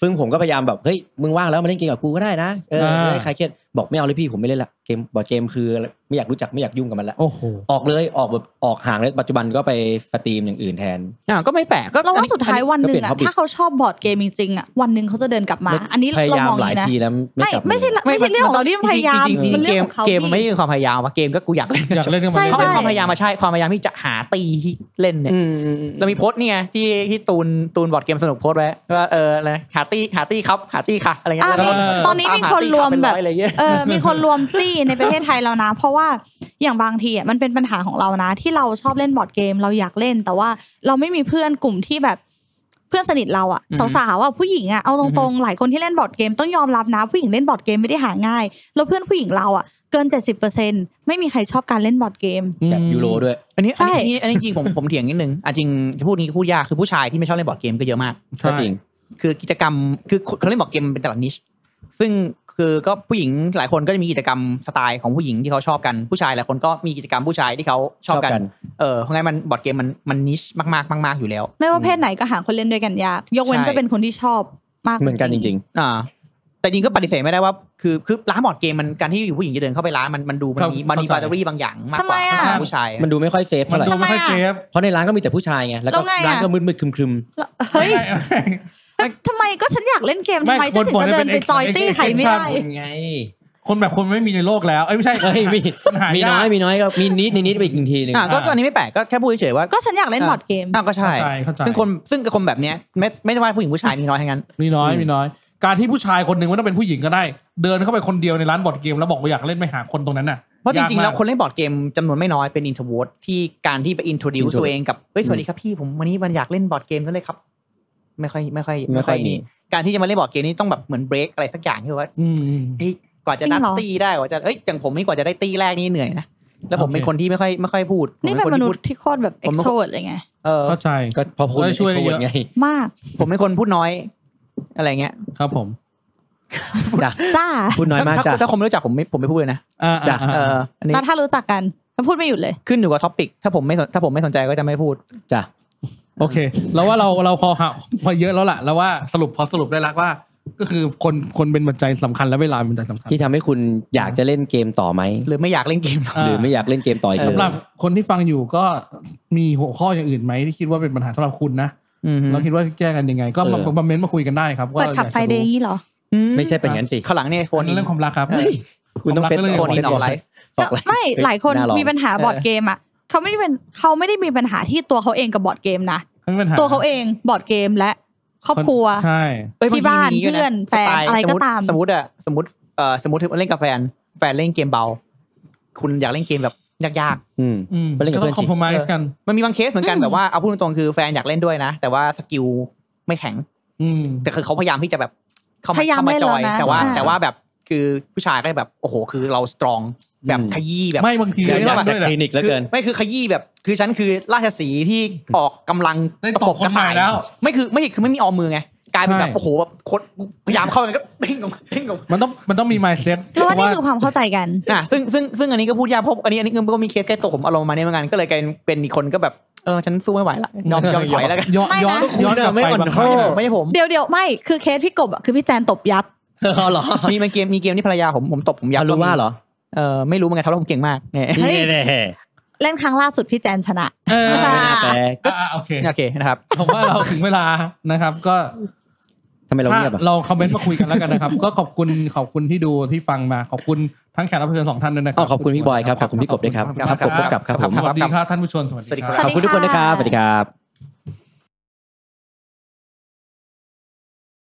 C: ซึ่งผมก็พยายามแบบเฮ้ยมึงว่างแล้วมาเล่นเกมกับกูก็ได้นะเออ
A: อ่า
C: จะได้คลายเครียดบอกไม่เอาเลยพี่ผมไม่เล่นละเกมบอร์ดเกมคือไม่อยากรู้จักไม่อยากยุ่งกับมันละ
A: โอ้โห
C: ออกเลยออกแบบออกห่างเลยปัจจุบันก็ไปสตรีมอย่างอื่นแทน
D: อ่าก็ไม่แปลกก็
B: เราว่าสุดท้ายวันหนึ่ง
C: ก็เป
B: อะ
C: ลี่ยน hobby
B: ถ้าเขาชอบบอร์ดเกมจริงๆอะวันหนึ่งเขาจะเดินกลับมา อันนี้
C: พยา
B: เรา
C: ยาม
B: มอง
C: หลาย
B: นะ
C: ทีแล้วไม่
B: ไม่
C: กลับ
B: ไม่ใช่ละไม่ใช่เรื่องของเราที่พยายาม
D: จริง
B: มัน
D: ๆเก
B: เรื่องขอ
D: ม
B: งเขา
D: เกมมันไม่
B: พี่
D: ใช่ความพยายามอะเกมก็กูอยากเล่น
A: อยากเล่นกับมั
B: ใช่
A: น
D: เขาเป็นความพยายามมาใช่ความพยายามที่จะหาตีที่เล่นเนี่ย
C: อืม
D: เรามีโพสต์นี่ไงที่ที่ตูนตูนบอร์ดเกมสนุกโพสต์ไว้ว่าเอออะไรนะหาตีหาตีครับหาตีค่ะอะไรเงี้ย
B: อ่ะ
D: แล้วก็
B: มีตอนนี้มีคนรวมแบบ
D: ตาหาตี้ครับเป็นอยอะไรเงี้ย
B: เออมีคนรวมตี้ในประเทศไทยแล้วนะ เพราะว่าอย่างบางทีอ่ะมันเป็นปัญหาของเรานะ ที่เราชอบเล่นบอร์ดเกมเราอยากเล่น แต่ว่าเราไม่มีเพื่อนกลุ่มที่แบบเพื่อนสนิทเราอ่ะ
D: อือฮึ
B: สาวๆอ่ะผู้หญิงอ่ะเอาตรงๆหลายคนที่เล่นบอร์ดเกมต้องยอมรับนะผู้หญิงเล่นบอร์ดเกมไม่ได้หาง่าย แล้วเพื่อนผู้หญิงเราอ่ะเกิน 70%ไม่มีใครชอบการเล่นบอร์ดเกม
C: แบบยูโรด้วย
D: ันนี้
B: ใช่
D: อันนี้อันนี้จริงผมผมเถียงนิดนึงอ่ะจริงจะพูดนี้ก็พูดยากคือผู้ชายที่ไม่ชอบเล่นบอร์ดเกมก็เยอะมาก
A: ใช่
C: ก็จริง
D: คือกิจกรรมคือคนเล่นบอร์ดเกมมันเป็นตลาดนิช ซึ่งคือก็ผู้หญิงหลายคนก็จะมีกิจกรรมสไตล์ของผู้หญิงที่เขาชอบกันผู้ชายหลายคนก็มีกิจกรรมผู้ชายที่เขาชอบกันเออเพราะงั้นมันบอร์ดเกมมันมันนิชมากๆมาก ๆอยู่แล้ว
B: ไม่ว่าเพศไหนก็หาคนเล่นด้วยกันยาก ยกเว้น
D: ใช่
B: จะเป็นคนที่ชอบมาก
C: เหมือนกันจริง
D: อ่าแต่จริงก็ปฏิเสธไม่ได้ว่าคือคือร้านบอร์ดเกมมันการที่อยู่ผู้หญิงจะเดินเข้าไปร้านมันมันดูมัน
A: ครับ
D: มีมันมี
A: เข้าใจ
D: บาร์เตอรี่บางอย่างมากกว่า
B: ทำไมอะ
D: ข้างหน้าผู้ชาย
C: ๆ มันดูไม่ค่อยเซฟ
A: มัน
C: เท่าไหร่
A: ดูไม่ค่อยเซฟ
C: เพราะในร้านก็มีแต่ผู้ชายไงแล้วก็
B: แล้วไงอะ
C: ร้านก็มืดๆครึม
B: เฮ้ย
A: ไม่ไม่
B: แต่ทำไมก็ฉันอยากเล่นเกมทำไม
A: ไม่
B: ฉันถึง
A: คน
B: จะ
A: ๆ
B: เดินไป
A: เป็น
B: จอยตี้
A: exception
B: ใครไม่ได้
A: คน
C: ไง
A: คนแบบคนไม่มีในโลกแล้วเอ้ยไม่ใช่
C: เฮ้ยมี
A: ปัญหา
C: มีน้อยมีน้อยก็มีนิดในนิดไปอีกทีหนึ่ง
D: อ่าก็ก็อันนี้ไม่แปลกก็แค่พูดเฉยๆว่า
B: ก็ฉันอยากเล่นบอร์ดเกม
D: อ่าก็
A: เข้า
D: ใช่
A: ใจเข้าใจ
D: ซึ่งคนซึ่งกับคนแบบเนี้ยไม่ไม่ได้ว่าผู้หญิงผู้ชายมีน้อยทั้งนั้น
A: มีน้อย
C: อืม
A: มีน้อย การที่ผู้ชายคนหนึ่งไม่ต้องเป็นผู้หญิงก็ได้ เดินเข้าไปคนเดียวในร้านบอร์ดเกมแล้วบอกว่าอยากเล่นไปหาคนตรงนั้นน่ะ
D: เพราะจริง
A: ยาก
D: ๆ
A: มาก
D: แล้วคนเล่นบอร์ดเกมจำนวนไม่น้อยเป็นอินทว r ที่การที่ไปอินโทรดิว
C: Introvert
D: ตัวเองกับเฮ้ยสวัสดีครับพี่ผมวันนี้มันอยากเล่นบอร์ดเกมนั่นเลยครับ ไม่ค่อยไม่ค่อย
C: ไม่ค่อยมี
D: นี่การที่จะมาเล่นบอร์ดเกมนี่ต้องแบบเหมือนเบรกอะไรสักอย่างที่ว่า
A: อืม
D: เฮ้ยกว่าจะ
B: จริง
D: นับ
B: เหรอ
D: ตีได้กว่าจะเอ้ยอย่างผมนี่กว่าจะได้ตีแรกนี่เหนื่อยนะแล้วผม
A: โอเค
D: เป็นคนที่ไม่ค่อยไม่ค่อยพูด
B: นี่เป็น
D: ผม ค
B: นุษ
D: ที่พูด
B: ย์ที่โคตรแบบเอ็กโทรดเลยไง
D: เออ
A: เข้าใจ
C: ก็พอพูด
A: ก็ช่วยได้เยอะ
C: ไง
B: มาก
D: ผมเป็นคนพูดน้อย อะไรเงี้ย
A: ครับผม
C: จ้ะ
B: จ้า
C: พูดน้อยมาก
D: ถ้
C: จ้ะ
D: ถ้าคนไม่รู้จักผมไม่ผมไม่พูดเลยนะ
A: อ่า
C: จ้ะ
A: อ่า
D: เอออันนี้
B: แล้วถ้ารู้จักกันมันพูดไม่หยุดเลย
D: ขึ้นอยู่กับท็อปิกถ้าผมไม่สนถ้าผมไม่สนใจก็จะไม่พูด
C: จ้ะ
A: โอเค แล้วว่าเราเราพอหาพอเยอะแล้วล่ะ แล้วว่าสรุปพอสรุปได้แล้วว่า ก็คือคนคนเป็นปัจจัยสำคัญและเวลาเป็นปัจจัยสำคัญ
C: ที่ทำให้คุณอยากจะเล่นเกมต่อไหม
D: หรือไม่อยากเล่นเกม
A: อ่า
C: หรือไม่อยากเล่นเกมต่ออีกเล
A: สำหรับ
C: ย
A: คนที่ฟังอยู่ก็มีหัวข้ออย่างอื่นไหมที่คิดว่าเป็นปัญหาสำหรับคุณนะ
D: อืมฮึ
A: แล้วคิดว่าแก้กันยังไง ก็มา
D: เออ
A: มาเม้นต์มาคุยกันได้ครับว่า
B: เปิดขับ
A: อยาก
B: ไฟ
A: จะ
B: เดย์งี้เหรอ
C: ไม่ใช่เป็นงั้นสิ
D: ข้างหลังเนี่ยโฟ
A: คน น
D: อิน
A: เรื่องความรักครับ
C: คุณต้องเฟซ
A: ผมรักเรื่อง
D: โฟนอินออกไลฟ์
C: ออกไลฟ์
B: ไม่หลายคน
C: หน้าลอง
B: มีปัญหาบอร์ดเกมอ่ะเขาไม่ได้เป็นเขาไม่ได้มีปัญหาที่ตัวเขาเองกับบอร์ดเกมนะ
A: ไม่มีปัญหา
B: ตัวเขาเองบอร์ดเกมและครอบครัว
A: ใช่
D: เอ้ย
B: ที่บ้าน
D: งทีมี
B: เพื่อน
D: ด้วยะ
B: แฟน
D: สตล์
B: อะไรก็
D: สติ
B: ตาม
D: สมมติอะสมมติเอ่อสมมติเล่นกับแฟนแฟนเล่นเกมเบา คุณอยากเล่นเกมแบบยาก
C: อืม
A: อืม
C: ไปเล่นกับ
A: ก็
C: เพื่
A: ต้
C: อ
A: อน ง
C: สิ
A: คอมเพลมไกัน
D: ๆ มันมีบางเคสเหมือนกัน
B: อืม
D: แบบว่าเอาพูดตรงๆคือแฟนอยากเล่นด้วยนะ แต่ว่าสกิลไม่แข็ง
A: อืม
D: แต่คือเขาพยายามที่จะแบบเข้ามาย
B: พายาม
D: เข้ามา
B: เล่น
D: จอย
B: แล้วนะ
D: แต่ว่า
B: อ่า
D: แต่ว่าแบบคือผู้ชายก็แบบโอ้โหคือเราสตรองแบบ
C: อืม
D: ขยี้แบบ
A: ไม่บางที
C: อยาก
A: เรียกว่า
C: จะคลินิกแล้วเกิน
D: ไม่คือขยี้แบบ คือฉันคือราชสีห์ที่ออกกำลัง
A: ได้ตบคนใหม่แล้ว
D: ไม่คือไม่คือไม่มีออมมือไงกลายเป็นแบบ
A: ใช่
D: โอ้โหแบบโคตรพยายามเข้าไปแล้วก็เด้งออกมาเด้งออกมา
A: มันต้องมันต้องมี mindset
B: แล้วว่านี่คือความเข้าใจกัน
D: อ่ะซึ่งซึ่งซึ่งอันนี้ก็พูดยากเพราะอันนี้อันนี้ก็มีเคสใกล้ตัวผมอารมณ์ประมาณนี้เหมือนกันก็เลยกลายเป็นอีกคนก็แบบเออฉันสู้ไม่ไหวละยอมยอมถอยแล้วกัน
A: ย้อน
B: ไม่นะ
A: ย้อนย้อนกลับ
C: ไม่
A: ไป
C: อ่อน
A: บางค
C: โท
A: รั้
C: ษ
A: งที่แบบ
D: ไม่ใช่ผมไม่ใช่ผม
B: เดี๋ยวเดี๋ยวไม่คือเคสพี่กบอะคือพี่แจนตบยับ
C: เอาเหรอ
D: มีมันเกมมีเกมที่ภรรยาผมผมตบผ
C: อ
D: มาย
C: ยาก กรู้ว่าเหรอ
D: เออไม่รู้เหมือนกันทำแล้วผมเก่งมากเนี่ย
B: เฮ้ย
C: นี่แน่
B: เล่นครั้งล่าสุดพี่แจนชนะ
A: เออ
B: ค่ะ
C: แต่
A: อ่ะโอเค
D: โอเคนะครับ
A: ผมว่าเราถึงเวลานะครับ ก็
C: ทำไมเรา
A: ถ้า
C: เงียบอ่ะ
A: เราคอมเมนต์มาคุยกันแล้วกันนะครับ ก็ขอบคุณขอบคุณที่ดูที่ฟังมา ขอบคุณทั้งแขกรับเชิญสองท่านด้วยนะครั
C: อ๋อขอบคุณพี่บอยครับขอบคุณพี่กบด้วยครับครับกบพบกับครับผม
A: สวัสดีครับท่านผู้ชมสวัส
D: สวัส
A: ดี
D: ดี
A: ค
D: ค
A: รั
D: รับ บ
C: ขอบคุณทุกคนนะครับสวัสดีครับ